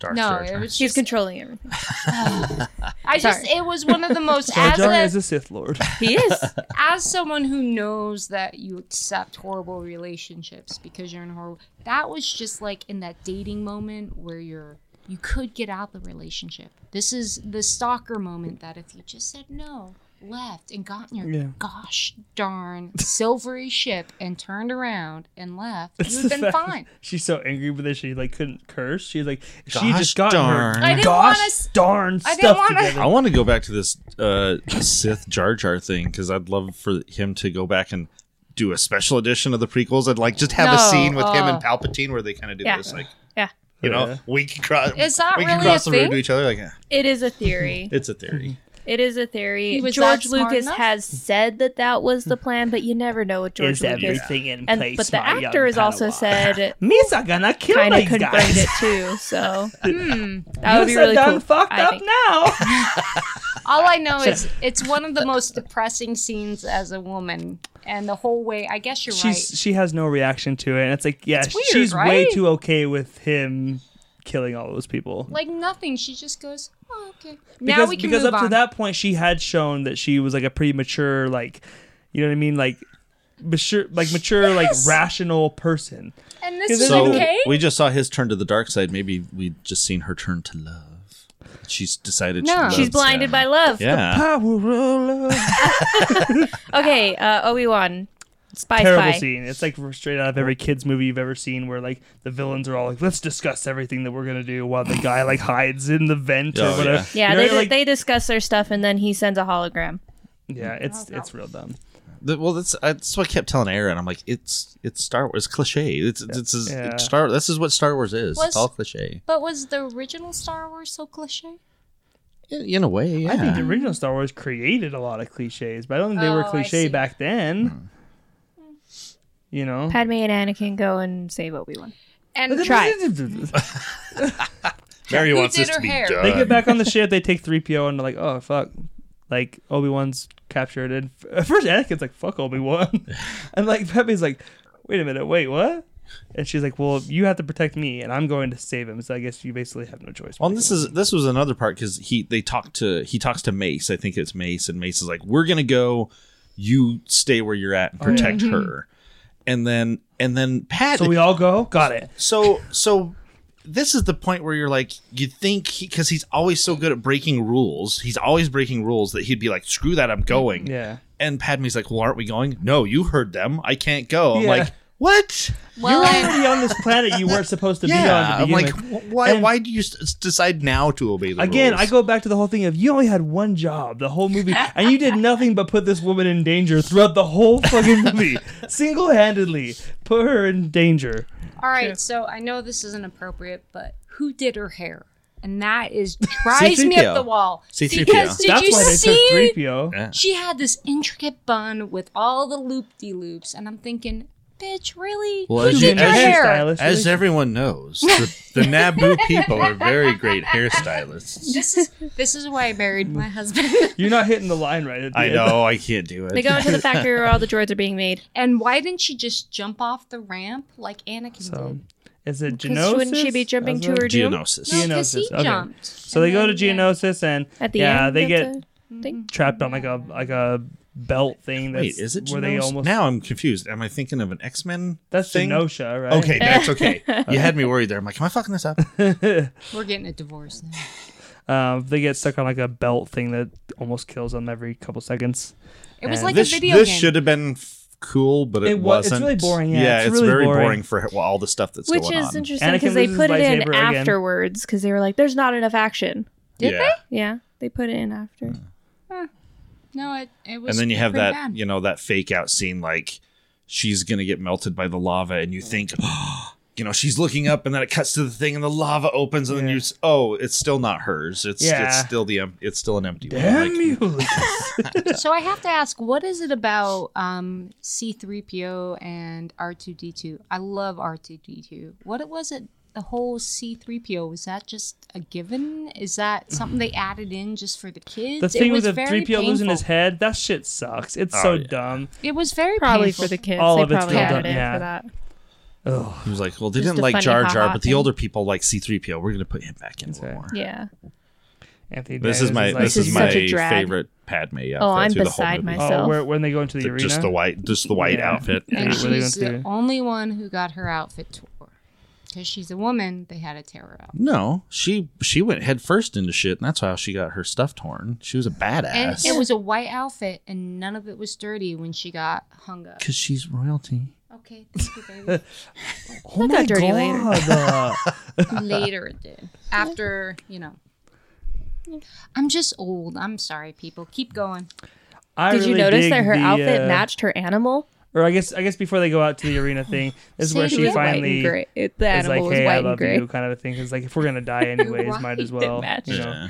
E: Dark
D: no,
E: Jar Jar.
D: it was
C: He's controlling everything.
D: I just
C: Sorry.
D: it was one of the most
B: Jar
D: as
B: Jar is
D: a,
B: a sith lord
C: He is.
D: as someone who knows that you accept horrible relationships because you're in horrible that was just like in that dating moment where you're you could get out the relationship. This is the stalker moment that if you just said no, left and got in your
B: Yeah.
D: gosh darn silvery ship and turned around and left,
B: It's
D: you would have
B: the
D: been
B: fact-
D: fine.
B: she's so angry with this she like couldn't curse she's like if she
E: Gosh
B: just got her
E: darn. I
D: didn't
B: gosh
D: wanna s-
B: darn
D: I didn't
B: stuff
D: wanna-
B: together
E: I want to go back to this uh, Sith Jar Jar thing because I'd love for him to go back and do a special edition of the prequels and like just have a
D: No,
E: scene with him
D: uh,
E: and Palpatine where they kind of do
C: yeah.
E: this like
C: Yeah.
E: you know
B: Yeah.
E: we can cross
D: Is that
E: we can
D: really
E: cross
D: a
E: the road
D: thing?
E: to each other like eh,
C: It is a theory.
E: it's a theory
C: It is a theory.
D: He was
C: George
D: that smart
C: Lucas
D: enough?
C: has said that that was the plan, but you never know with George
G: is
C: Lucas.
G: everything in place?
C: And but the
G: my young
C: actor has also
G: Padawan?
C: said
G: "Me's are gonna kill
C: kind of
G: these
C: confirmed
G: guys."
C: it too. So
D: Hmm.
C: that would be
G: Yous are
C: really
G: done
C: cool.
G: fucked
C: I
G: up
C: think.
G: now.
D: All I know is it's one of the most depressing scenes as a woman, and the whole way. I guess you're
B: she's
D: right.
B: she has no reaction to it. And it's like, yeah,
D: It's weird,
B: she's way
D: right?
B: too okay with him killing all those people.
D: Like nothing. She just goes, "Oh, okay." now
B: because,
D: we can
B: because
D: move
B: up to
D: on.
B: that point she had shown that she was like a pretty mature like you know what i mean like mature like mature like rational person
D: and this
B: Is
D: is
B: it
E: So
D: okay.
E: we just saw his turn to the dark side. Maybe we just seen her turn to love. She's decided
D: No.
E: she loves
C: She's blinded
E: him.
C: by love.
E: Yeah.
B: power roller
C: Okay, uh, Obi Wan, Spy
B: terrible
C: Spy.
B: scene it's like straight out of every kids movie you've ever seen where like the villains are all like let's discuss everything that we're gonna do while the guy like hides in the vent
E: Oh,
B: or whatever
E: yeah.
C: Yeah,
B: You know,
C: they
B: you're like-
C: they discuss their stuff, and then he sends a hologram.
B: yeah
D: Oh,
B: it's it's real dumb
E: The- well, that's that's what I kept telling Aaron. I'm like, it's it's Star Wars cliche. It's it's, it's
B: Yeah.
E: Star. This is what Star Wars is.
D: Was-
E: it's all cliche.
D: But was the original Star Wars so cliche?
E: In, in a way, yeah.
B: i think the original star wars created a lot of cliches but i don't think they were
D: Oh, I
B: cliche
D: see.
B: back then
E: Hmm.
B: you know
C: Padme and Anakin go and save Obi Wan.
D: And
C: Try.
E: Mary
D: Who
E: wants
D: did
E: this
D: her
E: to be
D: hair?
E: done.
B: They get back on the ship. They take three PO and they're like, "Oh fuck!" Like Obi Wan's captured, and at first Anakin's like, "Fuck Obi Wan," and like Pepe's like, "Wait a minute, wait what?" And she's like, "Well, you have to protect me, and I'm going to save him. So I guess you basically have no choice."
E: Well, and this is this was another part because he they talked to he talks to Mace. I think it's Mace, and Mace is like, "We're gonna go. You stay where you're at and protect her." And then and then Pat.
B: Oh, Mm-hmm. so we all go. Got it.
E: so so this is the point where you're like, you think because he's always so good at breaking rules, he's always breaking rules that he'd be like, "Screw that, I'm going."
B: Yeah.
E: And Padme's like, "Well, aren't we going? No, you heard them. I can't go." I'm
B: Yeah.
E: like, "What?"
D: well,
B: You're
D: I,
B: already on this planet you weren't supposed to be on. To
E: yeah, I'm
B: begin
E: like,
B: with.
E: "Wh- why?
B: And-
E: why do you s- decide now to obey the
B: Again,
E: rules?
B: I go back to the whole thing of you only had one job the whole movie, and you did nothing but put this woman in danger throughout the whole fucking movie, single handedly put her in danger.
D: all right. So I know this isn't appropriate, but who did her hair? And that is drives me
E: C-3PO.
D: up the wall.
E: C-3PO.
D: Because did
B: That's
D: you
B: why they took
D: see?
B: three PO.
E: Yeah.
D: She had this intricate bun with all the loop de loops, and I'm thinking, bitch, really?
E: Well,
D: Who
E: as
D: did
E: you-
D: your
E: as you
D: hair?
E: As everyone knows, the, the Naboo people are very great hairstylists.
D: This is this is why I married my husband,
B: You're not hitting the line right. At the
E: I
B: end.
E: know I can't do
C: They
E: it.
C: go into the factory where all the droids are being made.
D: and why didn't she just jump off the ramp like Anakin
B: So,
D: did?
B: is it
C: Because
B: Geonosis?
C: wouldn't she be jumping
B: That's
C: to her
B: what-
C: doom?
E: Geonosis.
D: No, because he
B: Geonosis, okay.
D: jumped.
B: So they go to
D: And then-
B: Geonosis and
C: At the
B: yeah,
C: end,
B: they
C: of
B: get
C: the thing.
B: trapped on like a like a belt thing. That's
E: Wait, is it
B: where they
E: Geonosis?
B: almost?
E: now I'm confused. Am I thinking of an X Men?
B: that's
E: thing.
B: Genosha, right?
E: Okay, that's okay. You had me worried there. I'm like, am I fucking this up?
D: We're getting a divorce now.
B: Um, they get stuck on like a belt thing that almost kills them every couple seconds.
D: It was
B: And
D: like
E: this
D: a video
E: this
D: game.
E: should have been f- cool, but it,
B: It wa- it's
E: wasn't.
B: really boring, yeah, it's
E: it's,
B: really
E: very boring,
B: boring.
E: for well, all the stuff that's
C: Which
E: going
C: is
E: on.
C: interesting
B: Anakin
C: because they
B: loses
C: put it in
B: lightsaber again.
C: afterwards because they were like, "There's not enough action."
D: Did
E: yeah.
D: they?
C: Yeah, they put it in after.
D: No, it, it was.
E: and then you have
D: pretty
E: that
D: bad.
E: you know that fake out scene like she's gonna get melted by the lava and you think you know she's looking up and then it cuts to the thing and the lava opens and then
B: Yeah.
E: you s- oh it's still not hers it's it's
B: Yeah.
E: still the em- it's still an empty one.
B: Damn
E: Like,
B: you!
D: so I have to ask, what is it about um, C3PO and R2D2? I love R2D2. What it- was it? The whole C3PO was that just a given? Is that something they added in just for the kids?
B: the
D: it
B: thing
D: was
B: with the
D: very
B: three PO losing
D: painful.
B: his head, that shit sucks. It's
E: Oh,
B: so
E: yeah.
B: dumb.
D: It was very
C: Probably
D: painful.
C: for the kids.
B: All
C: they
B: of it's
C: probably
B: still
C: added
B: done,
C: it
B: yeah.
C: for that.
B: Ugh.
E: he was like well they
C: Just
E: didn't
C: a
E: like
C: funny
E: jar
C: ha-ha
E: jar but the
C: thing.
E: older people like c3po we're gonna put him back in a little
B: right.
E: more
C: Yeah.
B: Anthony
E: this
B: Daniels
E: is my
B: like-
E: this is
C: He's
E: my
C: such a drag.
E: favorite padme outfit
C: Oh, I'm
E: through the
C: beside
E: whole movie.
C: myself. myself.
B: Oh, where, when they go into the
E: The-
B: arena?
E: just the white just the white
B: Yeah.
E: outfit
D: And
B: Yeah. What are they
D: she's
B: gonna
D: the
B: do?
D: only one who got her outfit tore. Because she's a woman, they had to tear her out.
E: no she she went head first into shit and that's how she got her stuff torn she was a
D: And
E: badass
D: it was a white outfit, and none of it was dirty when she got hung up.
E: because she's royalty
D: Okay, thank you, baby.
B: Oh
C: That got dirty later.
B: uh,
D: Later it did. After, you know. I'm just old. I'm sorry, people. Keep going.
B: I
C: Did you
B: really
C: notice
B: dig
C: that her
B: the,
C: outfit
B: uh,
C: matched her animal?
B: Or I guess I guess before they go out to the arena thing, this is where
C: See, it
B: she
C: was white and
B: finally
C: gray. It- the
B: is
C: animal
B: like,
C: was
B: "Hey, I
C: white and
B: love
C: gray.
B: you," kind of a thing. Because like, if we're gonna die anyways, might as
C: Right, it
B: well.
C: matched.
B: You know?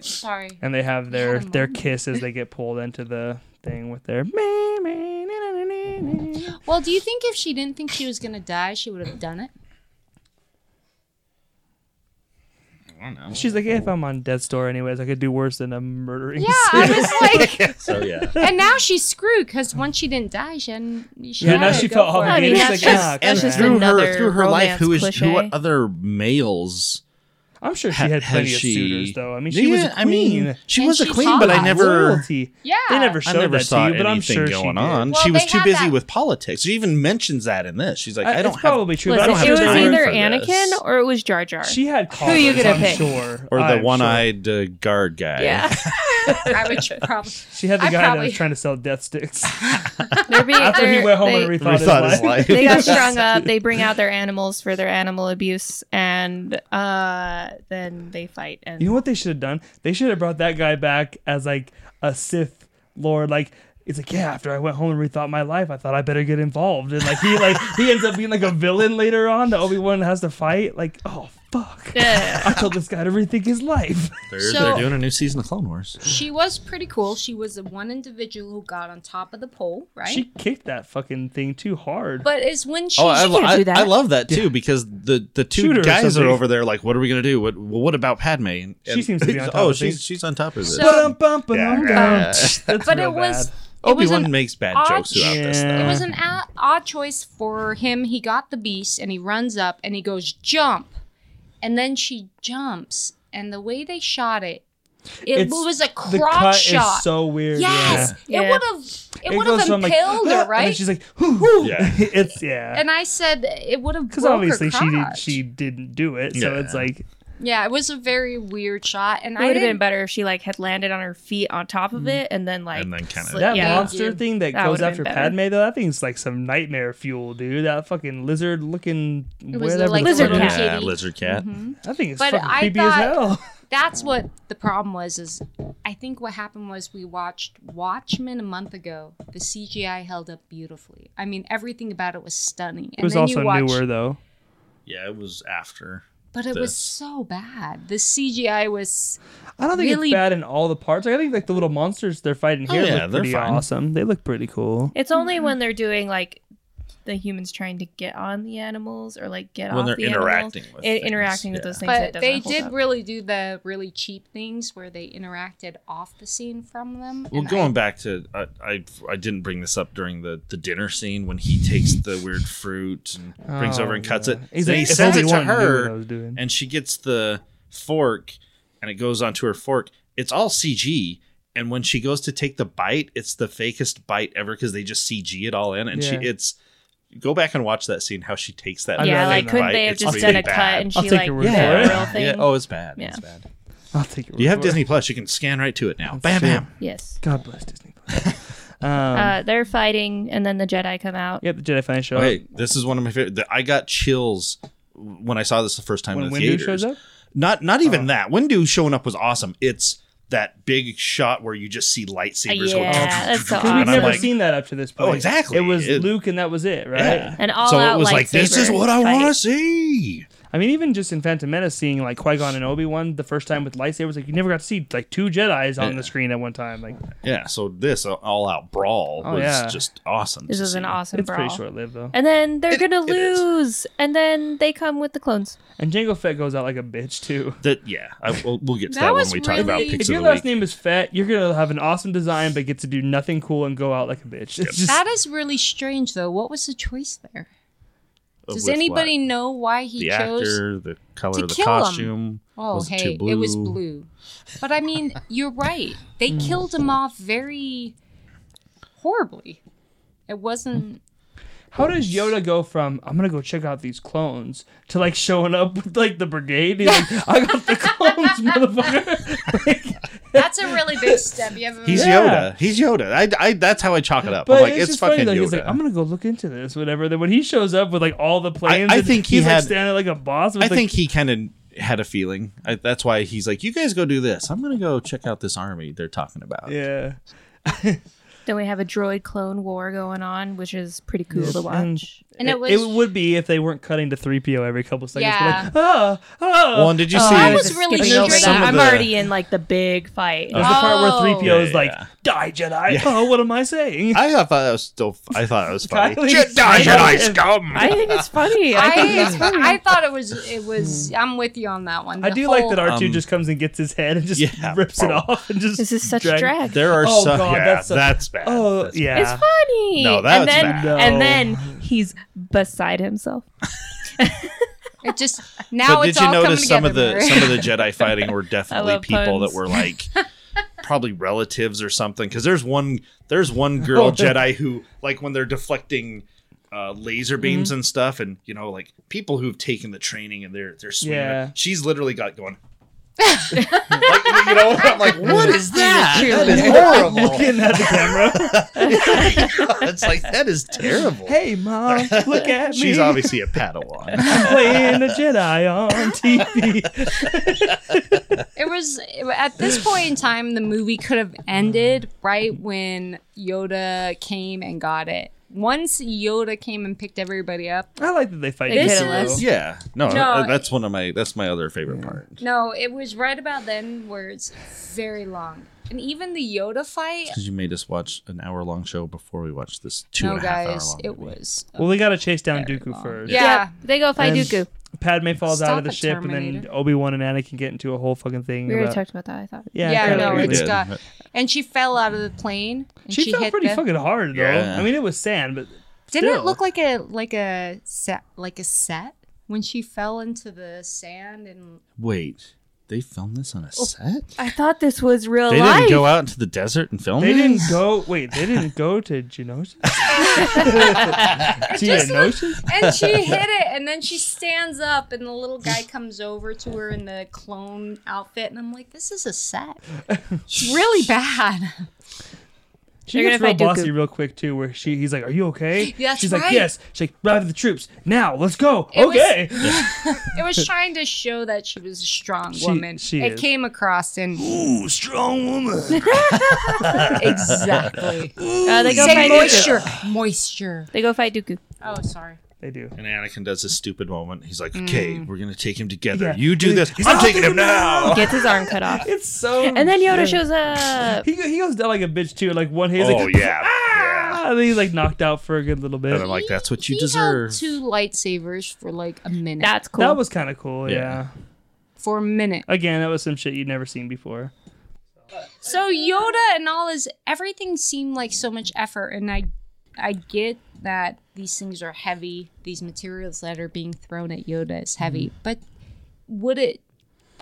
D: Sorry.
B: and they have their
D: Yeah,
B: their
D: mom.
B: kiss as they get pulled into the thing with their "Meh, meh, na, na, na, na, na."
D: Well, do you think if she didn't think she was gonna die, she would have done it?
E: I don't know.
B: She's like, if I'm on death's door anyways, I could do worse than a murdering.
D: Yeah, I was like,
E: So yeah.
D: and now she's screwed because once she didn't die, she hadn't. She
B: Yeah,
D: had
B: now
D: to
B: she
D: go
B: felt
D: for it.
C: I mean,
B: obligated.
C: that's
B: It's like, ah,
C: just, that's
B: crap.
C: just
H: through
C: another
H: her through her life,
C: romance
H: who is
C: cliche.
H: who? What other males?
B: I'm sure she
H: ha-
B: had
H: has
B: plenty of
H: she-
B: suitors though. I mean, she was a
H: Yeah,
B: queen.
H: I mean, she
D: And
H: was a
D: she's
H: queen, but I
D: hot.
H: never.
B: Loyalty.
D: Yeah.
B: They never
H: I
B: showed
H: never
B: that
H: saw
B: to you, but I'm
H: anything
B: sure she
H: going
B: did.
H: on.
D: Well,
H: she was
D: they
H: too
D: had
H: busy
D: that-
H: with politics. She even mentions that in this. She's like,
B: Uh,
H: I don't
B: it's
H: have
B: probably true.
C: Listen,
B: but I
C: it
B: don't
C: was
B: have time
C: either
B: for
C: Anakin
B: this.
C: or it was Jar Jar.
B: She had collars,
C: you gonna
B: I'm
C: pick?
B: Sure.
H: or
B: I'm
H: the
B: sure.
H: one-eyed uh, guard guy.
C: yeah,
D: I would probably.
B: She had the
D: I
B: guy that
D: probably-
B: was trying to sell death sticks.
C: they're being
B: After
C: they're,
B: he went home
C: they,
B: and rethought,
E: Rethought
B: his life.
E: his life.
C: they got strung up. They bring out their animals for their animal abuse, and uh, then they fight. And
B: You know what they should have done? They should have brought that guy back as like a Sith Lord. Like it's like yeah. After I went home and rethought my life, I thought I better get involved. And like he like he ends up being like a villain later on that Obi Wan has to fight. Like oh fuck.
C: Yeah.
B: I told this guy to rethink his life.
E: They're,
D: So-
E: they're doing a new season of Clone Wars.
D: She was pretty cool. She was the one individual who got on top of the pole, right?
B: She kicked that fucking thing too hard.
D: but it's when she.
E: Oh, I,
C: can't
E: I,
C: do that.
E: I love that too because the the two
B: Shoot her or
E: guys are
B: something.
E: over there like, what are we gonna do? What well, what about Padme? And,
B: She
E: and-
B: seems to be on top
E: oh,
B: of
E: she's
B: things.
E: she's on top of um, this.
D: So-
B: Ba-dum-bum, ba-dum-dum.
E: Yeah.
B: That's
D: um, but
B: real
D: it was.
B: bad.
D: It was
E: Obi Wan
D: an,
E: makes bad
D: odd
E: jokes throughout
B: sh-
E: this. Though.
D: it
B: Yeah.
D: was an odd, odd choice for him. He got the beast, and he runs up, and he goes jump, and then she jumps, and the way they shot it, it
B: It's-
D: was a
B: The
D: crotch
B: cut
D: shot.
B: is so weird.
D: yes,
C: Yeah.
D: it
C: Yeah.
D: would have. It,
B: yeah.
D: would have impaled her,
B: And then
D: right?
B: she's like, "Whew, whew."
E: Yeah.
B: it's yeah.
D: And I said it would have
B: because
D: broke
B: obviously
D: her
B: she did,
D: crotch.
B: she didn't do it, so
E: Yeah.
B: it's like
D: Yeah, it was a very weird shot, and
C: It
D: I
C: would have
D: didn't
C: been better if she like had landed on her feet on top of it and then like
E: Mm. And then kinda-
C: slid-
B: that
C: yeah.
B: monster
D: Dude,
B: thing that,
C: that
B: goes
C: would've been
B: after
C: better.
B: Padme though. That thing's like some nightmare fuel, dude. That fucking lizard looking
D: was
B: whatever.
D: like
B: the
C: Lizard
B: fuck it
C: cat. Mm-hmm.
B: is.
E: yeah,
D: kitty.
E: lizard cat.
B: That thing is
D: But
B: fucking
D: I
B: creepy
D: thought-
B: as hell.
D: that's what the problem was is i think what happened was we watched watchmen a month ago the cgi held up beautifully i mean everything about it was stunning and
B: It was
D: then
B: also
D: you watched,
B: newer though.
E: Yeah, it was after.
D: but it was
E: this.
D: so bad the cgi was
B: I don't think
D: really-
B: it's bad in all the parts. Like, I think like the little monsters they're fighting here
E: Oh, yeah,
B: look
E: they're
B: pretty
E: fine.
B: awesome. They look pretty cool.
C: It's only
D: Mm-hmm.
C: when they're doing like the humans trying to get on the animals or like get
E: When
C: off
E: they're
C: the animals.
E: interacting with
C: I-
E: things,
C: interacting with
E: yeah.
C: those things. that
D: but
C: doesn't
D: they
C: hold
D: did
C: up.
D: really do the really cheap things where they interacted off the scene from them
E: Well,
D: and
E: going
D: I,
E: back to I, I, I didn't bring this up during the, the dinner scene when he takes the weird fruit and brings
B: Oh,
E: over and cuts
B: yeah.
E: it.
B: He's
E: then
B: like,
E: he
B: if
E: sends
B: only
E: it to
B: one knew what
E: her,
B: I was doing.
E: and she gets the fork, and it goes onto her fork. It's all CG, and when she goes to take the bite, it's the fakest bite ever because they just CG it all in, and she
B: Yeah.
E: it's. Go back and watch that scene. How she takes that.
B: I'd
C: yeah,
B: rather
C: like
B: not.
C: couldn't
E: bite,
C: they have
E: it's
C: just
E: really
C: done a cut
E: bad.
C: and
B: I'll
C: she
B: take
C: like
B: your word
C: did
B: for
C: a
B: it.
C: real thing?
E: Yeah. Oh, it's bad. It's
C: Yeah.
E: bad.
B: I'll take your
E: You
B: word
E: have
B: for it.
E: Disney Plus. You can scan right to it now. Bam,
B: true.
E: bam.
C: Yes.
B: God bless Disney. Plus. um,
C: uh, they're fighting, and then the Jedi come out.
B: Yep, the Jedi finally show
E: Okay,
B: up.
E: this is one of my favorite. the- I got chills when I saw this the first time
B: When
E: in the
B: Windu
E: theaters.
B: shows up?
E: Not not
B: Uh.
E: even that. Windu showing up was awesome. It's that big shot where you just see lightsabers.
C: Yeah,
E: go,
C: that's so
E: and
B: Because
E: I'm
B: we've never
E: like,
B: seen that up to this point.
E: Oh, exactly.
B: It was
E: It-
B: Luke, and that was it, right?
E: Yeah.
C: An all
E: so
C: out
E: it was like this is
C: lightsaber
E: what I want to
C: fight.
E: see.
B: I mean, even just in Phantom Menace, seeing like Qui Gon and Obi Wan the first time with lightsabers, like you never got to see like two Jedi's on
E: Yeah.
B: the screen at one time. Like
E: Yeah. So this all out brawl
B: Oh,
E: was
B: yeah.
E: just awesome.
C: This
E: to
C: was an
E: see.
C: awesome
B: it's
C: brawl.
B: pretty short lived though.
C: And then they're gonna
E: it is.
C: lose, and then they come with the clones.
B: And Jango Fett goes out like a bitch too.
E: That yeah. I, we'll, we'll get to
D: That
E: that, when
D: was
E: we talk about
D: really-
E: picks
B: If
E: of
B: your
E: the
B: last
E: week.
B: name is Fett, you're gonna have an awesome design, but get to do nothing cool and go out like a bitch. It's just
D: that is really strange though what was the choice there does
E: With
D: anybody
E: what?
D: know why he
E: the
D: chose
E: actor, the color
D: to
E: of the
D: kill 'em.
E: costume?
D: Oh,
E: was it
D: hey,
E: too blue? Hmm.
D: it was blue. But I mean, you're right. They killed him off very horribly. It wasn't.
B: how does Yoda go from I'm gonna go check out these clones to like showing up with like the brigade? He's like, I got the clones, motherfucker. Like,
D: That's a really big step. You have
E: He's
B: Yeah.
E: Yoda. He's Yoda. I, I that's how I chalk it up.
B: But
E: I'm like,
B: it's,
E: it's,
B: just
E: fucking
B: funny though.
E: Yoda.
B: He's like, I'm gonna go look into this, whatever. Then when he shows up with like all the planes,
E: I
B: and
E: think he
B: he's like
E: had-
B: standing like a boss. With,
E: I
B: like,
E: think he kind of had a feeling. I, that's why he's like, you guys go do this. I'm gonna go check out this army they're talking about.
B: yeah.
C: Then we have a droid clone war going on, which is pretty cool to
B: And
C: watch.
D: And it was
B: it would be if they weren't cutting to three PO every couple seconds.
D: Yeah.
B: But like, oh, oh.
E: Well, and did you
C: Oh,
E: see?
D: I
C: I'm
D: was
C: just
D: really
C: skipping
E: straight-
C: over that.
E: Some of
C: I'm
E: the-
C: already in like the big fight.
B: There's the part where
D: Oh.
B: three PO is
E: Yeah,
B: like,
E: yeah.
B: "Die Jedi!" Oh, what am I saying?
E: I thought that was still. I thought that was funny.
B: Kylie-
E: Jedi,
B: I know
E: Jedi
B: it-
E: scum.
C: I think it's funny. I think it's
D: I,
C: funny.
D: I thought it was it
E: Hmm.
D: was I'm with you on that one.
B: I
D: The
B: do
D: whole-
B: like that R two
E: Um,
B: just comes and gets his head and just
E: yeah. oh.
B: rips it off and just.
C: this is such
B: drag-
C: drag.
E: There are
B: Oh,
E: some.
B: God,
E: yeah,
B: that's
E: that's,
B: a-
E: bad.
B: Oh
E: That's
B: yeah.
C: It's funny.
E: No, that's
C: and then,
E: bad.
B: No.
C: And then he's beside himself.
D: It just now
E: but
D: it's
E: did you
D: all coming
E: notice some of the
D: together, Murray.
E: some of the Jedi fighting were definitely
C: love
E: people
C: puns.
E: that were like probably relatives or something? Because there's one there's one girl
B: Oh.
E: Jedi who like when they're deflecting uh, laser beams and stuff, and you know like people who've taken the training and they're they're swinging.
B: Yeah.
E: She's literally got going. like, you know, I'm like, what is that? That is
B: Looking
E: horrible.
B: at the camera.
E: it's like that is terrible.
B: hey, mom, look at me.
E: She's obviously a Padawan.
B: playing the Jedi on TV.
D: It was at this point in time the movie could have ended right when Yoda came and got it. Once Yoda came and picked everybody up.
B: I like that they fight.
C: This
B: each other,
C: is-
B: though.
E: Yeah, no,
D: No,
E: that's one of my that's my other favorite part.
D: No, it was right about then where it's very long. And even the Yoda fight,
E: Because you made us watch an hour long show before we watched this two
D: no
E: and a half hour
D: guys,
E: long
D: it
E: movie.
D: was
B: Well, they gotta chase down
D: Very
B: Dooku
D: long.
B: first.
D: Yeah.
C: Yep, they go fight
B: And-
C: Dooku.
B: Padme falls out
D: Stop
B: of the
D: it,
B: ship, and then
D: Terminator.
B: Obi Wan and Anakin get into a whole fucking thing.
C: We already
B: about-
C: talked about that. I thought.
B: Yeah,
D: yeah,
B: kinda
D: no,
B: like
E: we
D: it's
B: that.
E: did.
D: got and she fell out of the plane and
B: She,
D: she,
B: felt
D: hit
B: pretty
D: the,
B: fucking hard though.
E: Yeah.
B: I mean, it was sand, but
D: Didn't
B: still.
D: it look like a like a set like a set when she fell into the sand and
E: Wait, they filmed this on a
D: Oh.
E: set?
C: I thought this was real
E: They
C: life.
E: didn't go out into the desert and film
B: they
E: this?
B: didn't go. Wait, they didn't go to Geonosis. Geonosis.
D: and she hit it and then she stands up and the little guy comes over to her in the clone outfit and I'm like this is a set. It's really bad.
B: She
C: They're
B: gets
C: gonna
B: real
C: fight Dooku.
B: bossy real quick too, where she he's like, "Are you okay?"
D: That's
B: She's like,
D: right.
B: "Yes." She's like, "Rally the troops now. Let's go."
D: It was-
B: okay.
D: It was trying to show that she was a strong
B: She-
D: woman.
B: she
D: it
B: is.
D: came across in
E: Ooh, strong woman.
D: exactly.
C: Uh, they go
D: Say
C: fight Dooku.
D: moisture, moisture.
C: They go fight Dooku.
D: Oh, sorry.
B: They do.
E: And Anakin does this stupid moment. He's like, okay,
D: Mm.
E: we're going to take him together.
B: Yeah.
E: You do
B: He's
E: this.
B: like,
E: I'm
B: "I'll
E: taking
B: do
E: him now.
C: Gets his arm cut off.
B: It's so.
C: And then Yoda shows up.
B: He, he goes down like a bitch too. Like one hit. he's
E: Oh,
B: like,
E: yeah. yeah.
B: Ah, and then he's like knocked out for a good little bit.
E: And I'm like, that's what you
D: He
E: deserve.
D: held two lightsabers for like a minute.
C: That's cool.
B: That was kind of cool. Yeah.
E: Yeah.
D: for a minute.
B: Again, that was some shit you'd never seen before.
D: So Yoda and all his everything seemed like so much effort, and I, I get that these things are heavy. These materials that are being thrown at Yoda is heavy,
B: Mm-hmm.
D: but would it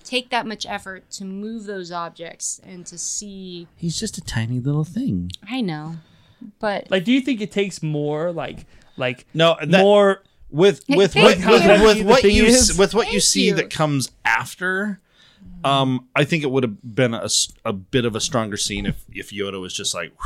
D: take that much effort to move those objects and to see?
E: He's just a tiny little thing.
D: I know, but
B: Like, do you think it takes more? Like, like
E: No, that,
B: more.
E: with with
D: thank you.
E: what with,
B: How
E: with,
B: heavy the
E: what
B: thing
E: you
B: is.
E: s- with what you
D: Thank
E: see
D: you.
E: that comes after um i think it would have been a, s- a bit of a stronger scene if if yoda was just like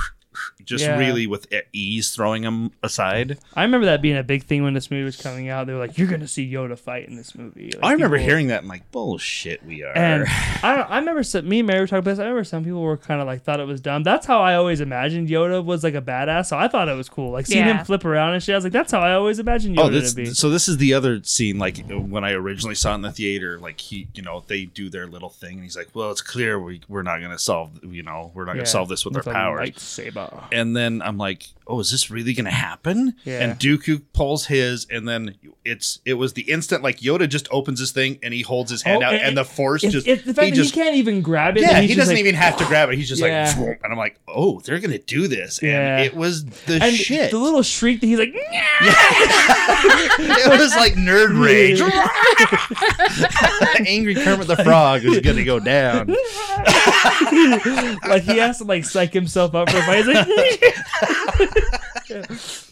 E: just
B: Yeah.
E: really with e- ease throwing him aside
B: I remember that being a big thing when this movie was coming out. They were like, "You're gonna see Yoda fight in this movie." Like,
E: i remember
B: people-
E: hearing that and like bullshit we are
B: And I don't. I remember some, me and Mary were talking about this. I remember some people were kind of like thought it was dumb. That's how I always imagined Yoda was like a badass. So I thought it was cool. Like seeing
C: Yeah.
B: him flip around and shit. I was like, that's how I always imagined Yoda
E: Oh, this,
B: to be.
E: so this is the other scene. Like when I originally saw it in the theater, like he, you know, they do their little thing, and he's like, "Well, it's clear we, we're not going to solve, you know, we're not
B: Yeah.
E: going to solve this with our
B: With a
E: powers."
B: Lightsaber.
E: and then I'm like, "Oh, is this really gonna happen?"
B: Yeah.
E: And Dooku pulls his, and then it's it was the instant like Yoda just opens his thing and he holds his hand
B: Oh,
E: out,
B: and-
E: and, the Force
B: It's,
E: just
B: it's the fact
E: he
B: that
E: just
B: he can't even grab it.
E: yeah
B: and
E: he
B: he's just
E: doesn't
B: like-
E: even have to grab it. He's just
B: Yeah.
E: like, "Vroom," and I'm like, "Oh, they're gonna do this," and
B: Yeah.
E: it was the
B: and
E: shit.
B: The little shriek that he's like, "Nyah!"
E: it was like nerd rage. Angry Kermit the Frog is gonna go down.
B: like he has to like psych himself up for a fight. He's like, "Nyah!"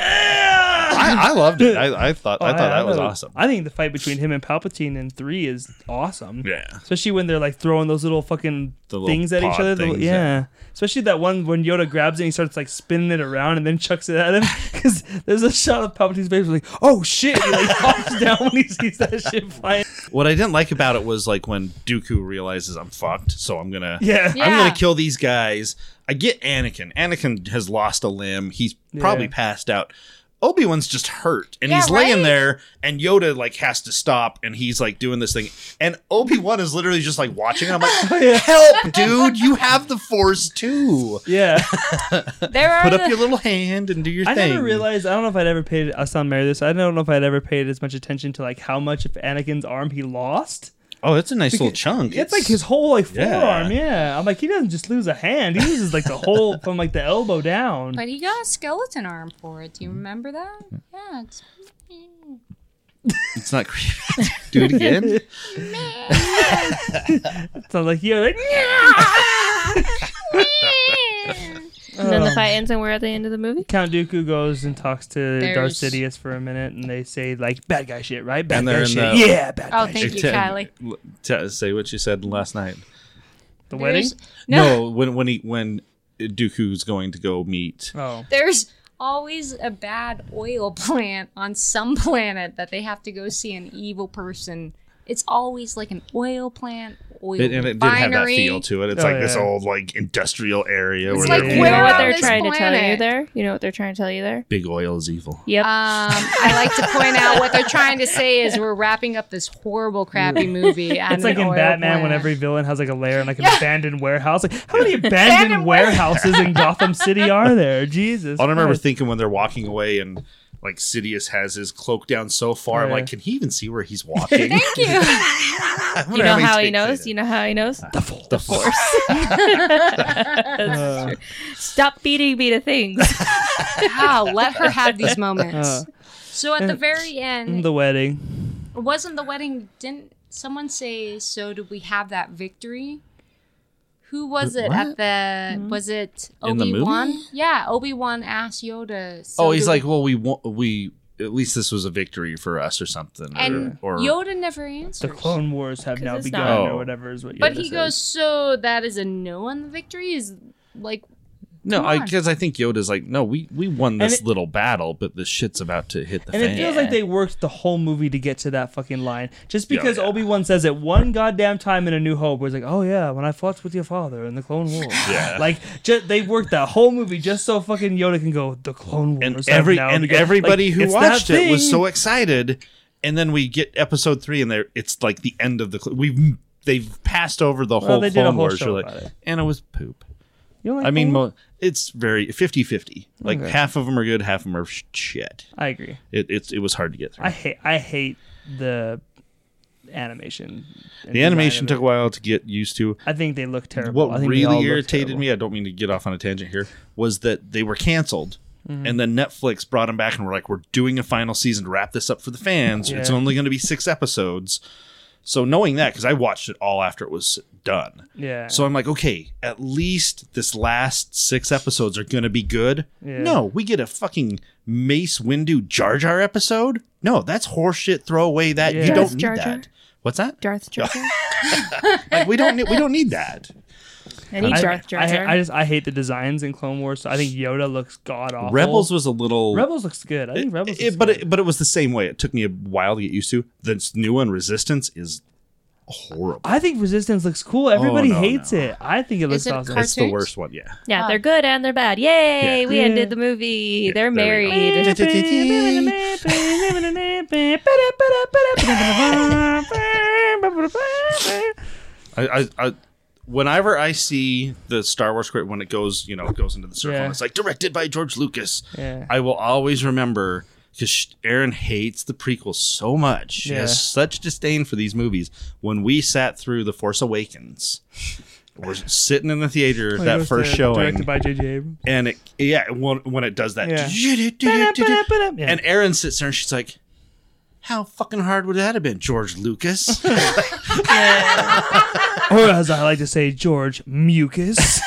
E: I, I loved it. I, I thought I
B: Oh,
E: thought
B: yeah,
E: that was
B: know.
E: awesome.
B: I think the fight between him and Palpatine in three is awesome.
E: Yeah.
B: Especially when they're like throwing those little fucking
E: The little
B: things at each
E: pod
B: other. The-
E: things,
B: yeah.
E: yeah.
B: Especially that one when Yoda grabs it and he starts like spinning it around and then chucks it at him. Because there's a shot of Palpatine's face like, oh shit. He like hops down when he sees that shit flying.
E: What I didn't like about it was like when Dooku realizes I'm fucked, so I'm gonna
B: Yeah.
D: Yeah.
E: I'm gonna kill these guys. I get Anakin. Anakin has lost a limb. He's probably
B: Yeah.
E: passed out. Obi Wan's just hurt and
D: Yeah,
E: he's laying
D: right?
E: there, and Yoda like has to stop, and he's like doing this thing, and Obi Wan is literally just like watching. And I'm like,
B: Oh,
E: help, dude! You have the Force too.
B: Yeah.
D: There are
E: Put up
D: the-
E: your little hand and do your
B: I
E: thing.
B: never realized. I don't know if I'd ever paid. I saw Mary this. I don't know if I'd ever paid as much attention to like how much of Anakin's arm he lost.
E: oh, it's a nice little chunk.
B: It's, like his whole like
E: Yeah.
B: forearm. Yeah, I'm like he doesn't just lose a hand. He loses like the whole from like the elbow down.
D: But he got a skeleton arm for it. Do you remember that? Yeah. It's,
E: It's not creepy. do it again.
B: So like yeah, like,
C: And then the fight ends, and we're at the end of the movie.
B: Count Dooku goes and talks to Darth
D: There's-
B: Sidious for a minute, and they say like bad guy shit, right? Bad
E: And
B: guy
E: they're in
B: shit.
E: the-
B: yeah, bad
D: oh,
B: guy shit.
D: thank you,
E: Ten-
D: Kylie.
E: l- te- say what you said last night.
B: The wedding.
D: There's-
E: No, when when he when Dooku's going to go meet.
B: Oh,
D: There's always a bad oil plant on some planet that they have to go see an evil person. It's always like an oil plant, oil
E: It, and it did have that
D: refinery.
E: feel to it. It's
B: Oh,
E: like this
B: yeah.
E: old like industrial area
D: It's
E: where
D: like,
E: they're
B: Yeah.
C: You know
D: where
C: what
D: on
C: they're
D: this
C: trying to tell you
D: planet?
C: there? You know what they're trying to tell you there?
E: big oil is evil.
C: Yep.
D: Um, I like to point out what they're trying to say is we're wrapping up this horrible, crappy movie. on
B: it's like
D: an
B: in
D: oil
B: Batman when
D: plant.
B: every villain has like a lair in like an
D: Yeah.
B: abandoned warehouse. Like how many abandoned
D: Abandoned
B: warehouses in Gotham City are there? Jesus.
E: I remember
B: Christ.
E: thinking when they're walking away and like Sidious has his cloak down so far. I'm
B: Yeah.
E: like, can he even see where he's walking?
D: Thank you.
C: You know how he knows? You know how he knows?
E: the force.
B: Uh,
C: Stop beating me to things.
D: Wow, Ah, let her have these moments.
B: Uh.
D: so at the very end,
B: the wedding.
D: wasn't the wedding? Didn't someone say? So did we have that victory? Who was it at the?
B: Hmm?
D: Was it
E: In the
D: Obi
E: movie?
D: Wan? Yeah, Obi Wan asked Yoda. So
E: oh, he's
D: do-
E: like, well, we won- we at least this was a victory for us or something.
D: and
E: or, or
D: Yoda never
B: The
D: answers.
B: Clone Wars have
C: 'Cause
B: now
C: it's
B: begun,
E: not-
B: or whatever is what.
D: but
B: Yoda
D: he
B: says.
D: goes, so that is a no on the victory. Is like
E: no,
D: come
E: I
D: on.
E: because I think Yoda's like, no, we we won this
B: it-
E: little battle, but the shit's about to hit the
B: And
E: fan.
B: it feels like they worked the whole movie to get to that fucking line. Just because
E: yeah.
B: Obi Wan says it one goddamn time in A New Hope, where it's like, "Oh yeah, when I fought with your father in the Clone Wars."
E: Yeah.
B: Like ju- they worked that whole movie just so fucking Yoda can go the Clone Wars.
E: and
B: have
E: every
B: now
E: and
B: begun." Like,
E: everybody who
B: it's that
E: watched it was
B: thing.
E: so excited and then we get episode three and there it's like the end of the cl- we've they've passed over the whole
B: they did a
E: Clone
B: whole
E: Wars
B: show
E: you're like,
B: about it.
E: and it was poop
B: You don't like "Oh,
E: I mean
B: Clone Wars?
E: mo- it's very 50 50 like half of them are good half of them are sh- shit
B: I agree.
E: it, it's it was hard to get through
B: I hate. I hate the animation. and
E: the
B: design
E: animation
B: of it.
E: took a while to get used to
B: I think they look terrible. I
E: What
B: think they all
E: really
B: look
E: irritated
B: terrible.
E: me, I don't mean to get off on a tangent here, was that they were canceled.
B: Mm-hmm.
E: And then Netflix brought them back and were like, we're doing a final season to wrap this up for the fans. It's
B: Yeah.
E: only going to be six episodes. So, knowing that, because I watched it all after it was done.
B: Yeah.
E: So, I'm like, okay, at least this last six episodes are going to be good.
B: Yeah.
E: No, we get a fucking Mace Windu Jar Jar episode. No, that's horseshit. Throw away that.
B: Yeah.
E: You don't
C: Darth
E: need
C: Jar Jar?
E: that. What's that?
C: Darth Jar Jar.
E: Like, we don't need, we don't need that.
C: I need
B: I,
C: Darth Jar
B: I-
C: Jar.
B: I just I hate the designs in Clone Wars. So I think Yoda looks god awful.
E: Rebels was a little
B: Rebels looks good. I think Rebels.
E: It-
B: looks
E: but
B: good.
E: it, but it was the same way. It took me a while to get used to. This new one, Resistance, is horrible.
B: I think Resistance looks cool. Everybody
E: Oh, no,
B: hates
E: no.
B: it. I think it looks
D: it a
B: awesome.
D: cartoon?
E: it's the worst one. Yeah.
C: yeah,
D: Uh,
C: they're good and they're bad. Yay,
E: Yeah.
C: we ended the movie. they're
E: there we go.
C: married.
E: I, I, I whenever I see the Star Wars script when it goes, you know, it goes into the circle,
B: Yeah.
E: and it's like directed by George Lucas.
B: Yeah.
E: I will always remember because Aaron hates the prequels so much. She
B: Yeah.
E: has such disdain for these movies. When we sat through The Force Awakens, we're sitting in the theater
B: Like, it
E: that
B: was
E: first
B: di-
E: showing.
B: directed by J.J. Abrams.
E: and it yeah when, when it does that
B: Yeah. Yeah.
E: and Erin sits there and she's like how fucking hard would that have been George Lucas
B: or as I like to say, George Mucus.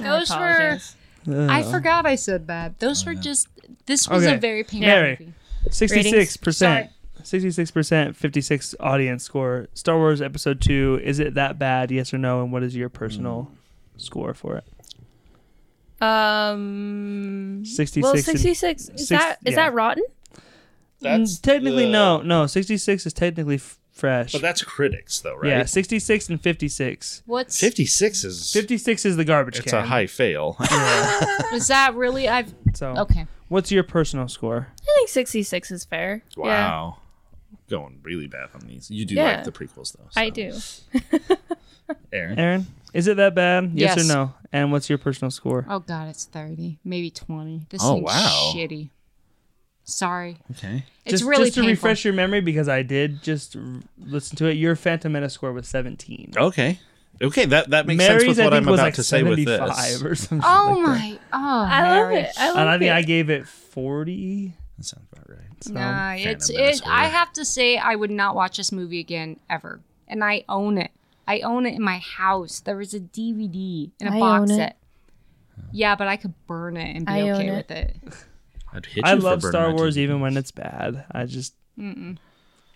D: those were.
C: apologize.
D: I forgot I said that.
E: Oh,
D: Those were just. This was
B: Uh. Okay.
D: a very painful
B: Mary.
D: movie.
B: Sixty-six
D: Sorry.
B: percent. Sixty-six percent. Fifty-six audience score. Star Wars Episode Two. Is it that bad? Yes or no? And what is your personal
E: Mm.
B: score for it?
C: Um.
B: Sixty-six.
C: Well,
B: and-
C: sixty-six. Is
B: six-
C: that is
B: yeah.
C: that rotten?
B: Mm, technically no, no. Sixty-six is technically f- fresh.
E: But that's critics, though, right?
B: Yeah, 66 and 56.
D: What's
E: 56 is
B: 56 is the garbage
E: it's
B: can.
E: a high fail.
D: is that really? I've
B: So,
D: okay.
B: what's your personal score?
C: I think 66 is fair. Yeah,
E: wow. Going really bad on these. You do
C: Yeah.
E: like the prequels, though.
C: I
E: so.
C: do.
E: Aaron?
B: Aaron, is it that bad? Yes,
D: Yes.
B: or no? And what's your personal score?
D: Oh god, it's thirty, maybe twenty. This
E: Oh,
D: seems
E: wow.
D: shitty. Sorry,
E: Okay.
D: it's
B: just,
D: really
B: just to
D: painful.
B: refresh your memory because I did just r- listen to it. Your Phantom Menace score was 17.
E: Okay. Okay, that, that makes
B: Mary's
E: sense with
B: I
E: what
B: think
E: I'm
B: was
E: about
B: like
E: to say with
B: 75
E: this.
B: or something.
D: Oh
B: like uh, that.
D: my, oh,
C: I love
D: Mary.
C: it. I love
B: And I think
C: it.
B: I gave it 40.
E: That sounds about right.
B: So,
D: Nah, it's
E: Phantom Menace
D: it. I
E: horror.
D: have to say, I would not watch this movie again ever, and I own it. I own it in my house. There was a DVD in a
C: I
D: box
C: own it.
D: set. Yeah, but I could burn it and be
C: I own
D: okay
C: it.
D: with it.
E: I'd hit you
B: I
E: for
B: love
E: burning
B: Star
E: my
B: Wars
E: TV.
B: even when it's bad. I just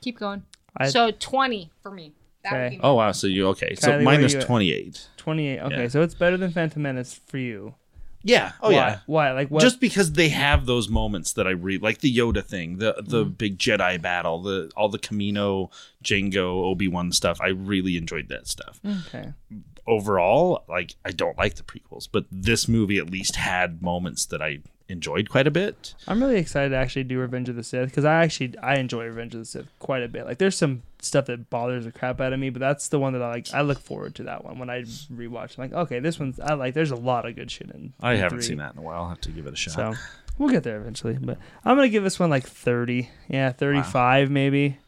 D: Keep going.
B: I-
D: so twenty for me. That would
B: Okay.
D: be my-
E: Oh, wow. So you, okay. So
B: Kylie, where
E: minus
B: you at?
E: 28.
B: 28. Okay,
E: Yeah.
B: so it's better than Phantom Menace for you.
E: Yeah. Oh,
B: Why?
E: yeah.
B: Why? Like what?
E: Just because they have those moments that I read, like the Yoda thing, the the
B: Mm.
E: big Jedi battle, the all the Camino, Jango, Obi Wan stuff. I really enjoyed that stuff.
B: okay.
E: Overall, like I don't like the prequels, but this movie at least had moments that I enjoyed quite a bit.
B: I'm really excited to actually do Revenge of the Sith because I actually I enjoy Revenge of the Sith quite a bit. Like there's some stuff that bothers the crap out of me, but that's the one that I like. I look forward to that one when I rewatch. I'm like, okay, this one's I like. There's a lot of good shit in.
E: I
B: in
E: haven't
B: three.
E: seen that in a while. I'll have to give it a shot.
B: So we'll get there eventually. But I'm gonna give this one like 30. Yeah, 35 maybe.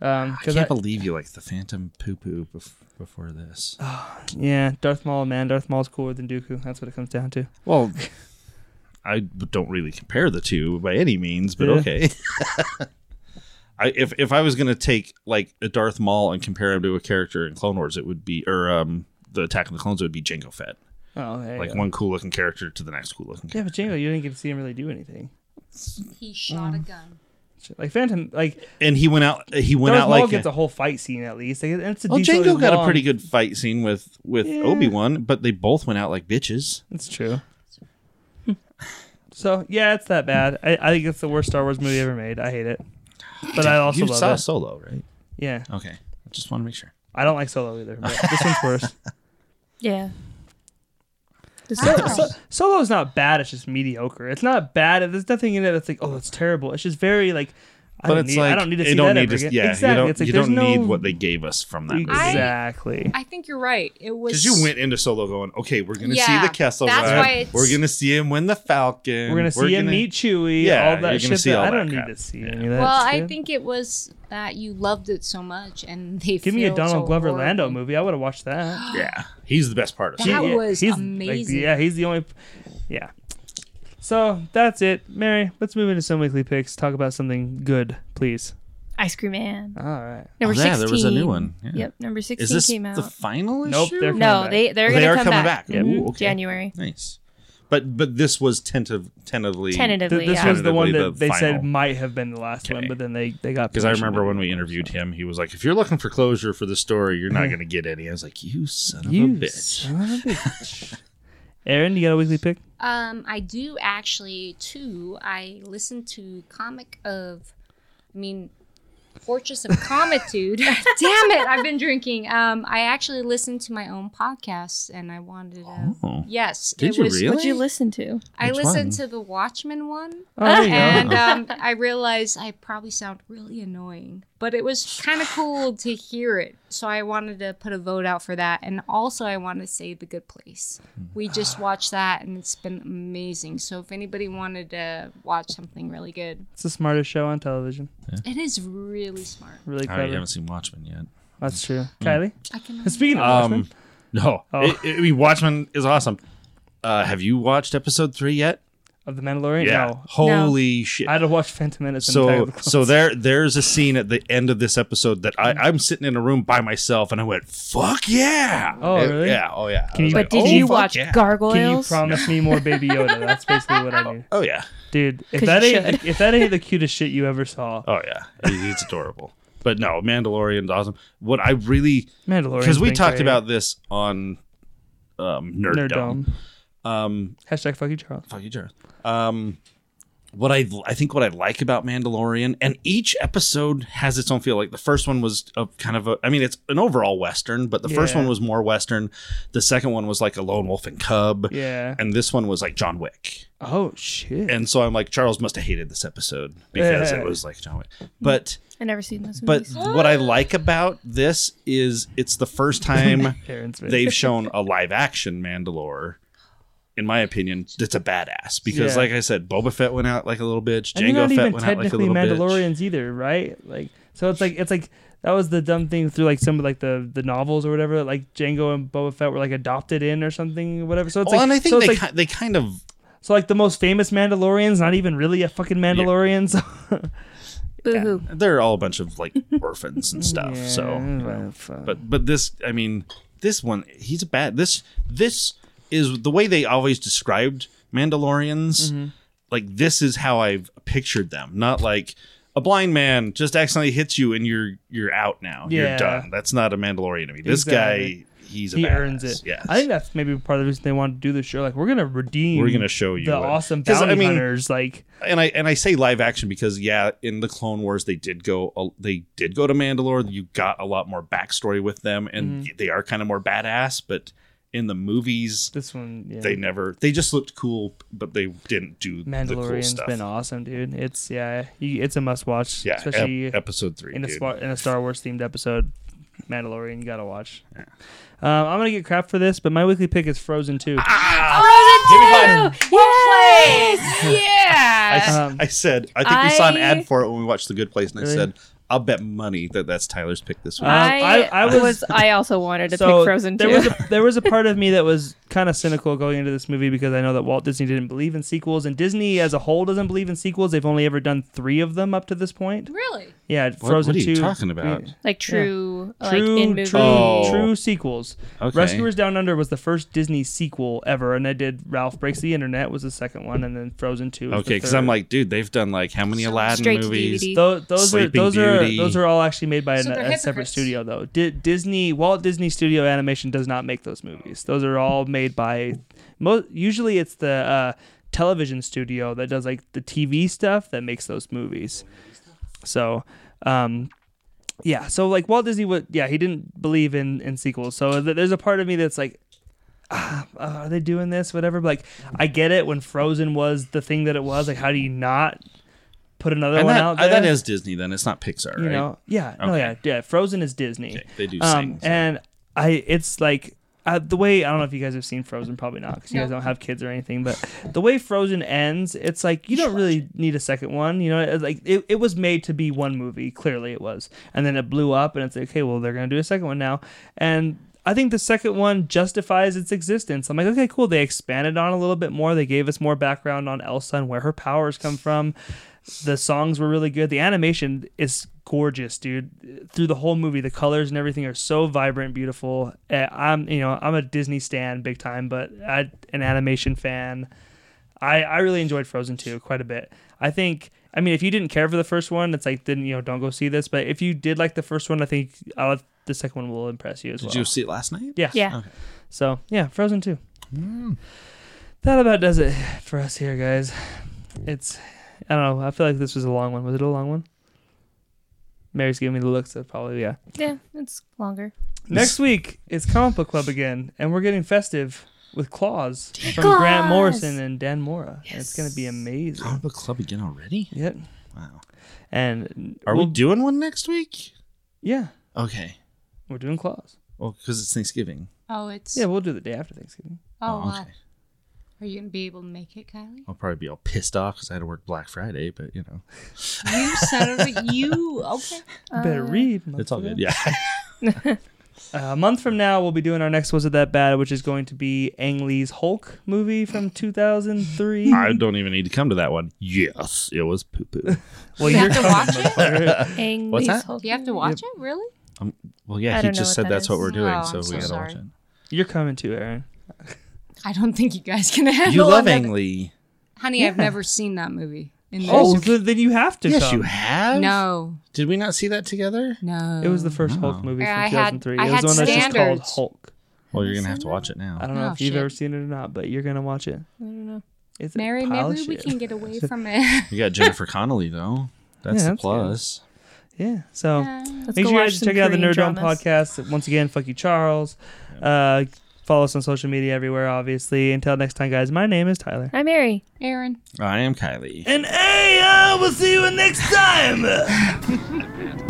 B: Um,
E: I
B: because
E: can't believe you like the Phantom Poo Poo bef- before this.
B: yeah, Darth Maul, man, Darth Maul's cooler than Dooku. That's what it comes down to.
E: Well, I don't really compare the two by any means, but
B: Yeah.
E: okay. I, if if I was gonna take like a Darth Maul and compare him to a character in Clone Wars, it would be or um the Attack of the Clones it would be Jango Fett,
B: Oh, there you
E: like
B: go.
E: one cool looking character to the next cool looking.
B: Yeah, but Jango, you didn't get to see him really do anything.
D: He shot a gun.
B: Like Phantom, like
E: And he went out. He went
B: Darth
E: out
B: Maul
E: like
B: gets a whole fight scene at least. Like, it's a
E: well,
B: decently
E: Jango got a
B: long-
E: pretty good fight scene with with
B: Yeah.
E: Obi Wan, but they both went out like bitches.
B: It's true. so yeah, it's that bad. I, I think it's the worst Star Wars movie ever made. I hate it, but I also
E: you
B: love
E: saw
B: it.
E: Solo, right?
B: Yeah,
E: Okay, I just want to make sure.
B: I don't like Solo either. But this one's worse.
C: Yeah. Just-
D: Wow.
B: So, Solo's not bad. It's just mediocre. It's not bad. There's nothing in it that's like, oh, it's terrible. It's just very like. I
E: But
B: don't
E: it's
B: need,
E: like
B: I don't need to
E: you
B: see
E: don't
B: that
E: need
B: ever
E: to-
B: again.
E: Yeah,
B: exactly.
E: you don't,
B: it's like
E: you
B: there's
E: don't
B: no
E: need what they gave us from that movie.
B: exactly.
D: I think you're right. It was
E: Because you went into Solo going, okay, we're gonna
D: Yeah,
E: see the Kessel
D: that's
E: Run.
D: why it's-
E: We're gonna see him win the Falcon.
B: We're gonna see him
E: gonna-
B: meet Chewie.
E: Yeah,
B: all
E: you're
B: that
E: gonna
B: shit.
E: see
B: that-
E: all
B: I
E: that
B: don't
E: crap.
B: need to see any of that.
D: Well, I
B: shit.
D: think it was that you loved it so much, and they
B: Give me a
D: feel
B: Donald
D: so
B: Glover
D: horrible.
B: Lando movie. I would have watched that.
E: Yeah, he's the best part of
D: That
E: Solo.
B: Yeah,
D: was
B: he's, like,
D: amazing.
B: yeah, he's the only. Yeah. So that's it, Mary. Let's move into some weekly picks. Talk about something good, please.
C: Ice Cream Man.
B: All right.
C: Number
E: Uh, yeah,
C: 16.
E: there was a new one. Yeah.
C: Yep, number 16
E: Is this
C: came out.
E: the final issue?
B: Nope, they're coming
C: no,
B: back.
C: they they're
E: They
C: gonna
E: are
C: come
E: coming
C: back.
E: back. Ooh,
C: Mhm,
E: okay.
C: January.
E: nice. But but this was tentative, tentatively
C: Tentatively,
B: Th- this
C: yeah.
B: was the one
E: Tentatively
B: that
E: the
B: they said
E: final.
B: might have been the last one,
E: Okay.
B: but then they they got
E: Because I
B: permission
E: remember
B: to-
E: when we interviewed him, he was like, "If you're looking for closure for the story, you're not gonna get any." I was like, "You son of
B: Mm-hmm. You
E: a bitch."
B: son of a bitch. Aaron, you got a weekly pick?
D: Um, I do actually too. I listen to comic of, I mean, Fortress of Comitude. Damn it! I've been drinking. Um, I actually listened to my own podcast, and I wanted to.
E: Oh.
D: Yes,
E: Did
D: it
E: you
D: was.
E: really?
C: What'd you listen to?
D: I
E: Which
D: listened
E: one?
D: to the Watchmen one,
B: Oh, there you go.
D: and um, I realized I probably sound really annoying, but it was kind of cool to hear it. So I wanted to put a vote out for that, and also I want to say The Good Place. We
B: Mm.
D: just watched that, and it's been amazing. So if anybody wanted to watch something really good,
B: It's the smartest show on television.
D: it is really smart.
B: Really
E: I
B: clever.
E: haven't seen Watchmen yet.
B: That's true. Kylie?
D: I can.
B: Speaking of
E: Hmm. Um,
B: Watchmen,
E: no,
B: Oh.
E: It- it- I mean Watchmen is awesome. Uh, have you watched episode three yet?
B: of The Mandalorian? No.
E: holy shit!
B: I had to watch Phantom Menace and Attack of
E: so
B: the Clones.
E: so there there's a scene at the end of this episode that I, I'm sitting in a room by myself and I went fuck yeah
B: Oh,
E: It-
B: really?
E: yeah oh yeah I
B: Can
E: was
B: you-
E: like,
C: But did
E: "Oh,
C: you
E: fuck
C: watch
E: yeah."
B: Can you
C: Gargoyles?
B: promise me more Baby Yoda? That's basically what I need.
E: oh yeah
B: Dude, if
C: 'Cause
B: that
C: you
B: ain't if that ain't the cutest shit you ever saw,
E: oh yeah It- it's adorable but no Mandalorian's awesome what I really
B: Mandalorian.
E: because we talked about this on um, Nerddom
B: Nerdome. Um, Hashtag fuck you, Charles.
E: fuck you Jared um what I I think what I like about Mandalorian, and each episode has its own feel. Like the first one was a kind of a, I mean, it's an overall western, but the first
B: Yeah.
E: one was more western. The second one was like a lone wolf and cub,
B: Yeah.
E: and this one was like John Wick.
B: Oh shit.
E: And so I'm like, Charles must have hated this episode because
B: Yeah.
E: it was like John Wick. But
C: I never seen those
E: but
C: movies.
E: what I like about this is it's the first time
B: Aaron's face.
E: they've shown a live action Mandalore. In my opinion, that's a badass because,
B: Yeah.
E: like I said, Boba Fett went out like a little bitch.
B: and they're
E: Jango
B: not even
E: Fett went out like a
B: technically
E: little bitch.
B: Mandalorians either, right? Like, so it's like it's like that was the dumb thing through like some of like the the novels or whatever. Like Django and Boba Fett were like adopted in or something, whatever. So it's
E: well,
B: like
E: and I think
B: so,
E: they
B: it's like
E: ki- they kind of
B: so like the most famous Mandalorians, not even really a fucking Mandalorian. So
C: Boo hoo.
E: they're all a bunch of like orphans and stuff. so,
B: Yeah,
E: you know.
B: well, fuck.
E: but but this, I mean, this one, he's a bad. This this is the way they always described Mandalorians.
B: Mm-hmm.
E: Like this is how I've pictured them, not like a blind man just accidentally hits you and you're you're out now.
B: Yeah.
E: You're done. That's not a Mandalorian to me. This
B: Exactly.
E: guy, he's a
B: he
E: badass.
B: earns it.
E: Yes.
B: I think that's maybe part of the reason they wanted to do this show. Like, we're gonna redeem.
E: We're gonna show you
B: the
E: it.
B: awesome
E: 'Cause,
B: bounty
E: I mean,
B: hunters. Like,
E: and I and I say live action because yeah, in the Clone Wars they did go they did go to Mandalore. You got a lot more backstory with them, and
B: Mm-hmm.
E: they are kind of more badass. But in the movies,
B: this one, yeah.
E: they never they just looked cool, but they didn't do the cool
B: Mandalorian's
E: stuff.
B: been awesome, dude. It's yeah, you, it's a must watch.
E: yeah, ep-
B: especially
E: episode three.
B: in a
E: dude.
B: spa- in a Star Wars themed episode. Mandalorian, you gotta watch. Um, I'm gonna get crap for this, but my weekly pick is Frozen 2.
E: Ah!
C: Frozen 2! Yes!
E: I,
C: Yeah!
E: s-
B: Um,
E: I said I think we saw an
C: I-
E: ad for it when we watched The Good Place, and
B: Really?
E: I said I'll bet money that that's Tyler's pick this week.
B: Uh, I-
C: I,
B: I was-
C: was, I also wanted to pick Frozen 2.
B: there was a, there was a part of me that was kind of cynical going into this movie because I know that Walt Disney didn't believe in sequels, and Disney as a whole doesn't believe in sequels. They've only ever done three of them up to this point.
D: Really?
B: Yeah, Frozen
E: what are you
B: 2,
E: talking about?
C: like true, like
B: true,
C: in movies.
B: true,
E: Oh.
B: true sequels.
E: Okay.
B: Rescuers Down Under was the first Disney sequel ever, and I did Ralph Breaks the Internet was the second one, and then Frozen Two. Was
E: okay,
B: because
E: because I'm like, dude, they've done like how many Aladdin
C: straight to
E: movies?
C: DVD.
B: Tho- those are
E: Sleeping
B: those
E: Beauty.
B: are those are all actually made by
D: So
B: an-
D: they're
B: a separate
D: hypocrites.
B: studio though. Di- Disney Walt Disney Studio Animation does not make those movies. Those are all made by mo- usually it's the uh, television studio that does like the TV stuff that makes those movies. So, um, yeah, so like Walt Disney would yeah he didn't believe in in sequels. So th- there's a part of me that's like uh, are they doing this whatever like i get it when frozen was the thing that it was like how do you not put another
E: And
B: one
E: that-
B: out
E: uh,
B: there
E: that is Disney. Then it's not Pixar,
B: you
E: right?
B: know yeah no
E: Okay.
B: yeah yeah frozen is disney Um,
E: Okay, they do sing, so-
B: and i it's like uh, the way i don't know if you guys have seen frozen probably not because you
D: No.
B: guys don't have kids or anything but the way frozen ends it's like you don't really need a second one you know it's like it, it was made to be one movie clearly it was and then it blew up and it's like okay well they're gonna do a second one now and I think the second one justifies its existence. I'm like, okay, cool. They expanded on it a little bit more. They gave us more background on Elsa and where her powers come from. The songs were really good. The animation is gorgeous, dude. Through the whole movie, the colors and everything are so vibrant, beautiful. Eh, I'm, you know, I'm a Disney stan big time, but I, an animation fan. I, I really enjoyed Frozen 2 quite a bit. I think I mean if you didn't care for the first one, it's like then you know don't go see this. But if you did like the first one, I think uh, the second one will impress you as
E: Did
B: well.
E: you see it last night?
B: yeah.
C: yeah.
B: So yeah, Frozen 2.
E: Mm.
B: That about does it for us here, guys. It's I don't know. I feel like this was a long one. Was it a long one? Mary's giving me the look, so probably yeah.
C: Yeah, it's longer.
B: Next week it's Comic Book Club again, and we're getting festive with Claws from Grant
C: Claws!
B: Morrison and Dan Mora. And it's gonna be amazing.
E: Comic book club again already?
B: Yep.
E: Wow.
B: And
E: Are
B: we'll-
E: we doing one next week?
B: Yeah,
E: Okay.
B: we're doing claws.
E: Well, because it's Thanksgiving.
D: Oh, it's.
B: Yeah, we'll do the day after Thanksgiving.
D: Oh, wow.
E: okay.
D: Are you gonna be able to make it, Kylie?
E: I'll probably be all pissed off because I had to work Black Friday, but you know,
D: You son of a you. Okay.
B: You better read. motherfucker.
E: it's all good. Yeah.
B: Uh, a month from now, we'll be doing our next Was It That Bad, which is going to be Ang Lee's Hulk movie from 2003.
E: I don't even need to come to that one. Yes, it was poo poo.
B: well,
D: You
B: you're
D: have to watch it.
C: Ang
E: What's
C: Lee's
E: that?
C: Hulk
D: You have to watch it. Really?
E: Well,
C: I
E: yeah, he
C: don't know
E: just
C: what
E: said
C: that
E: that's
C: is.
E: what we're doing,
D: Oh,
E: so
D: I'm so
E: we gotta
D: sorry.
E: watch it.
B: you're coming too, Aaron.
D: I don't think you guys can handle.
E: You love
D: another-
E: Ang Lee.
D: Honey, I've never seen that movie. In the
B: Oh, so then you have to
E: Yes,
B: come.
E: you have.
D: no,
E: Did we not see that together?
D: no.
B: it was the first Hulk movie from
D: I had-
B: 2003.
D: I
B: it was
D: had
B: the one that's just called
D: standards.
B: Hulk.
E: Well, you're gonna have to watch it now.
B: I don't know
D: Oh,
B: if you've
D: shit.
B: ever seen it or not, but you're going to watch it.
C: I don't know.
B: It's a
D: Mary,
B: pile of
D: maybe we
B: shit.
D: can get away from it.
E: You got Jennifer Connolly though.
B: Yeah,
E: That's
B: that's
E: the
B: good.
E: plus.
B: Yeah. So
C: Let's
B: make
C: go
B: sure you
C: watch
B: guys
C: some
B: check out the
C: Korean
B: Nerd Dome
C: dramas.
B: podcast. Once again, fuck you, Charles. Uh, follow us on social media everywhere, obviously. Until next time, guys. My name is Tyler.
C: Hi, Mary.
D: Aaron.
E: I am Kylie.
B: And hey, I will see you next time.
A: The path.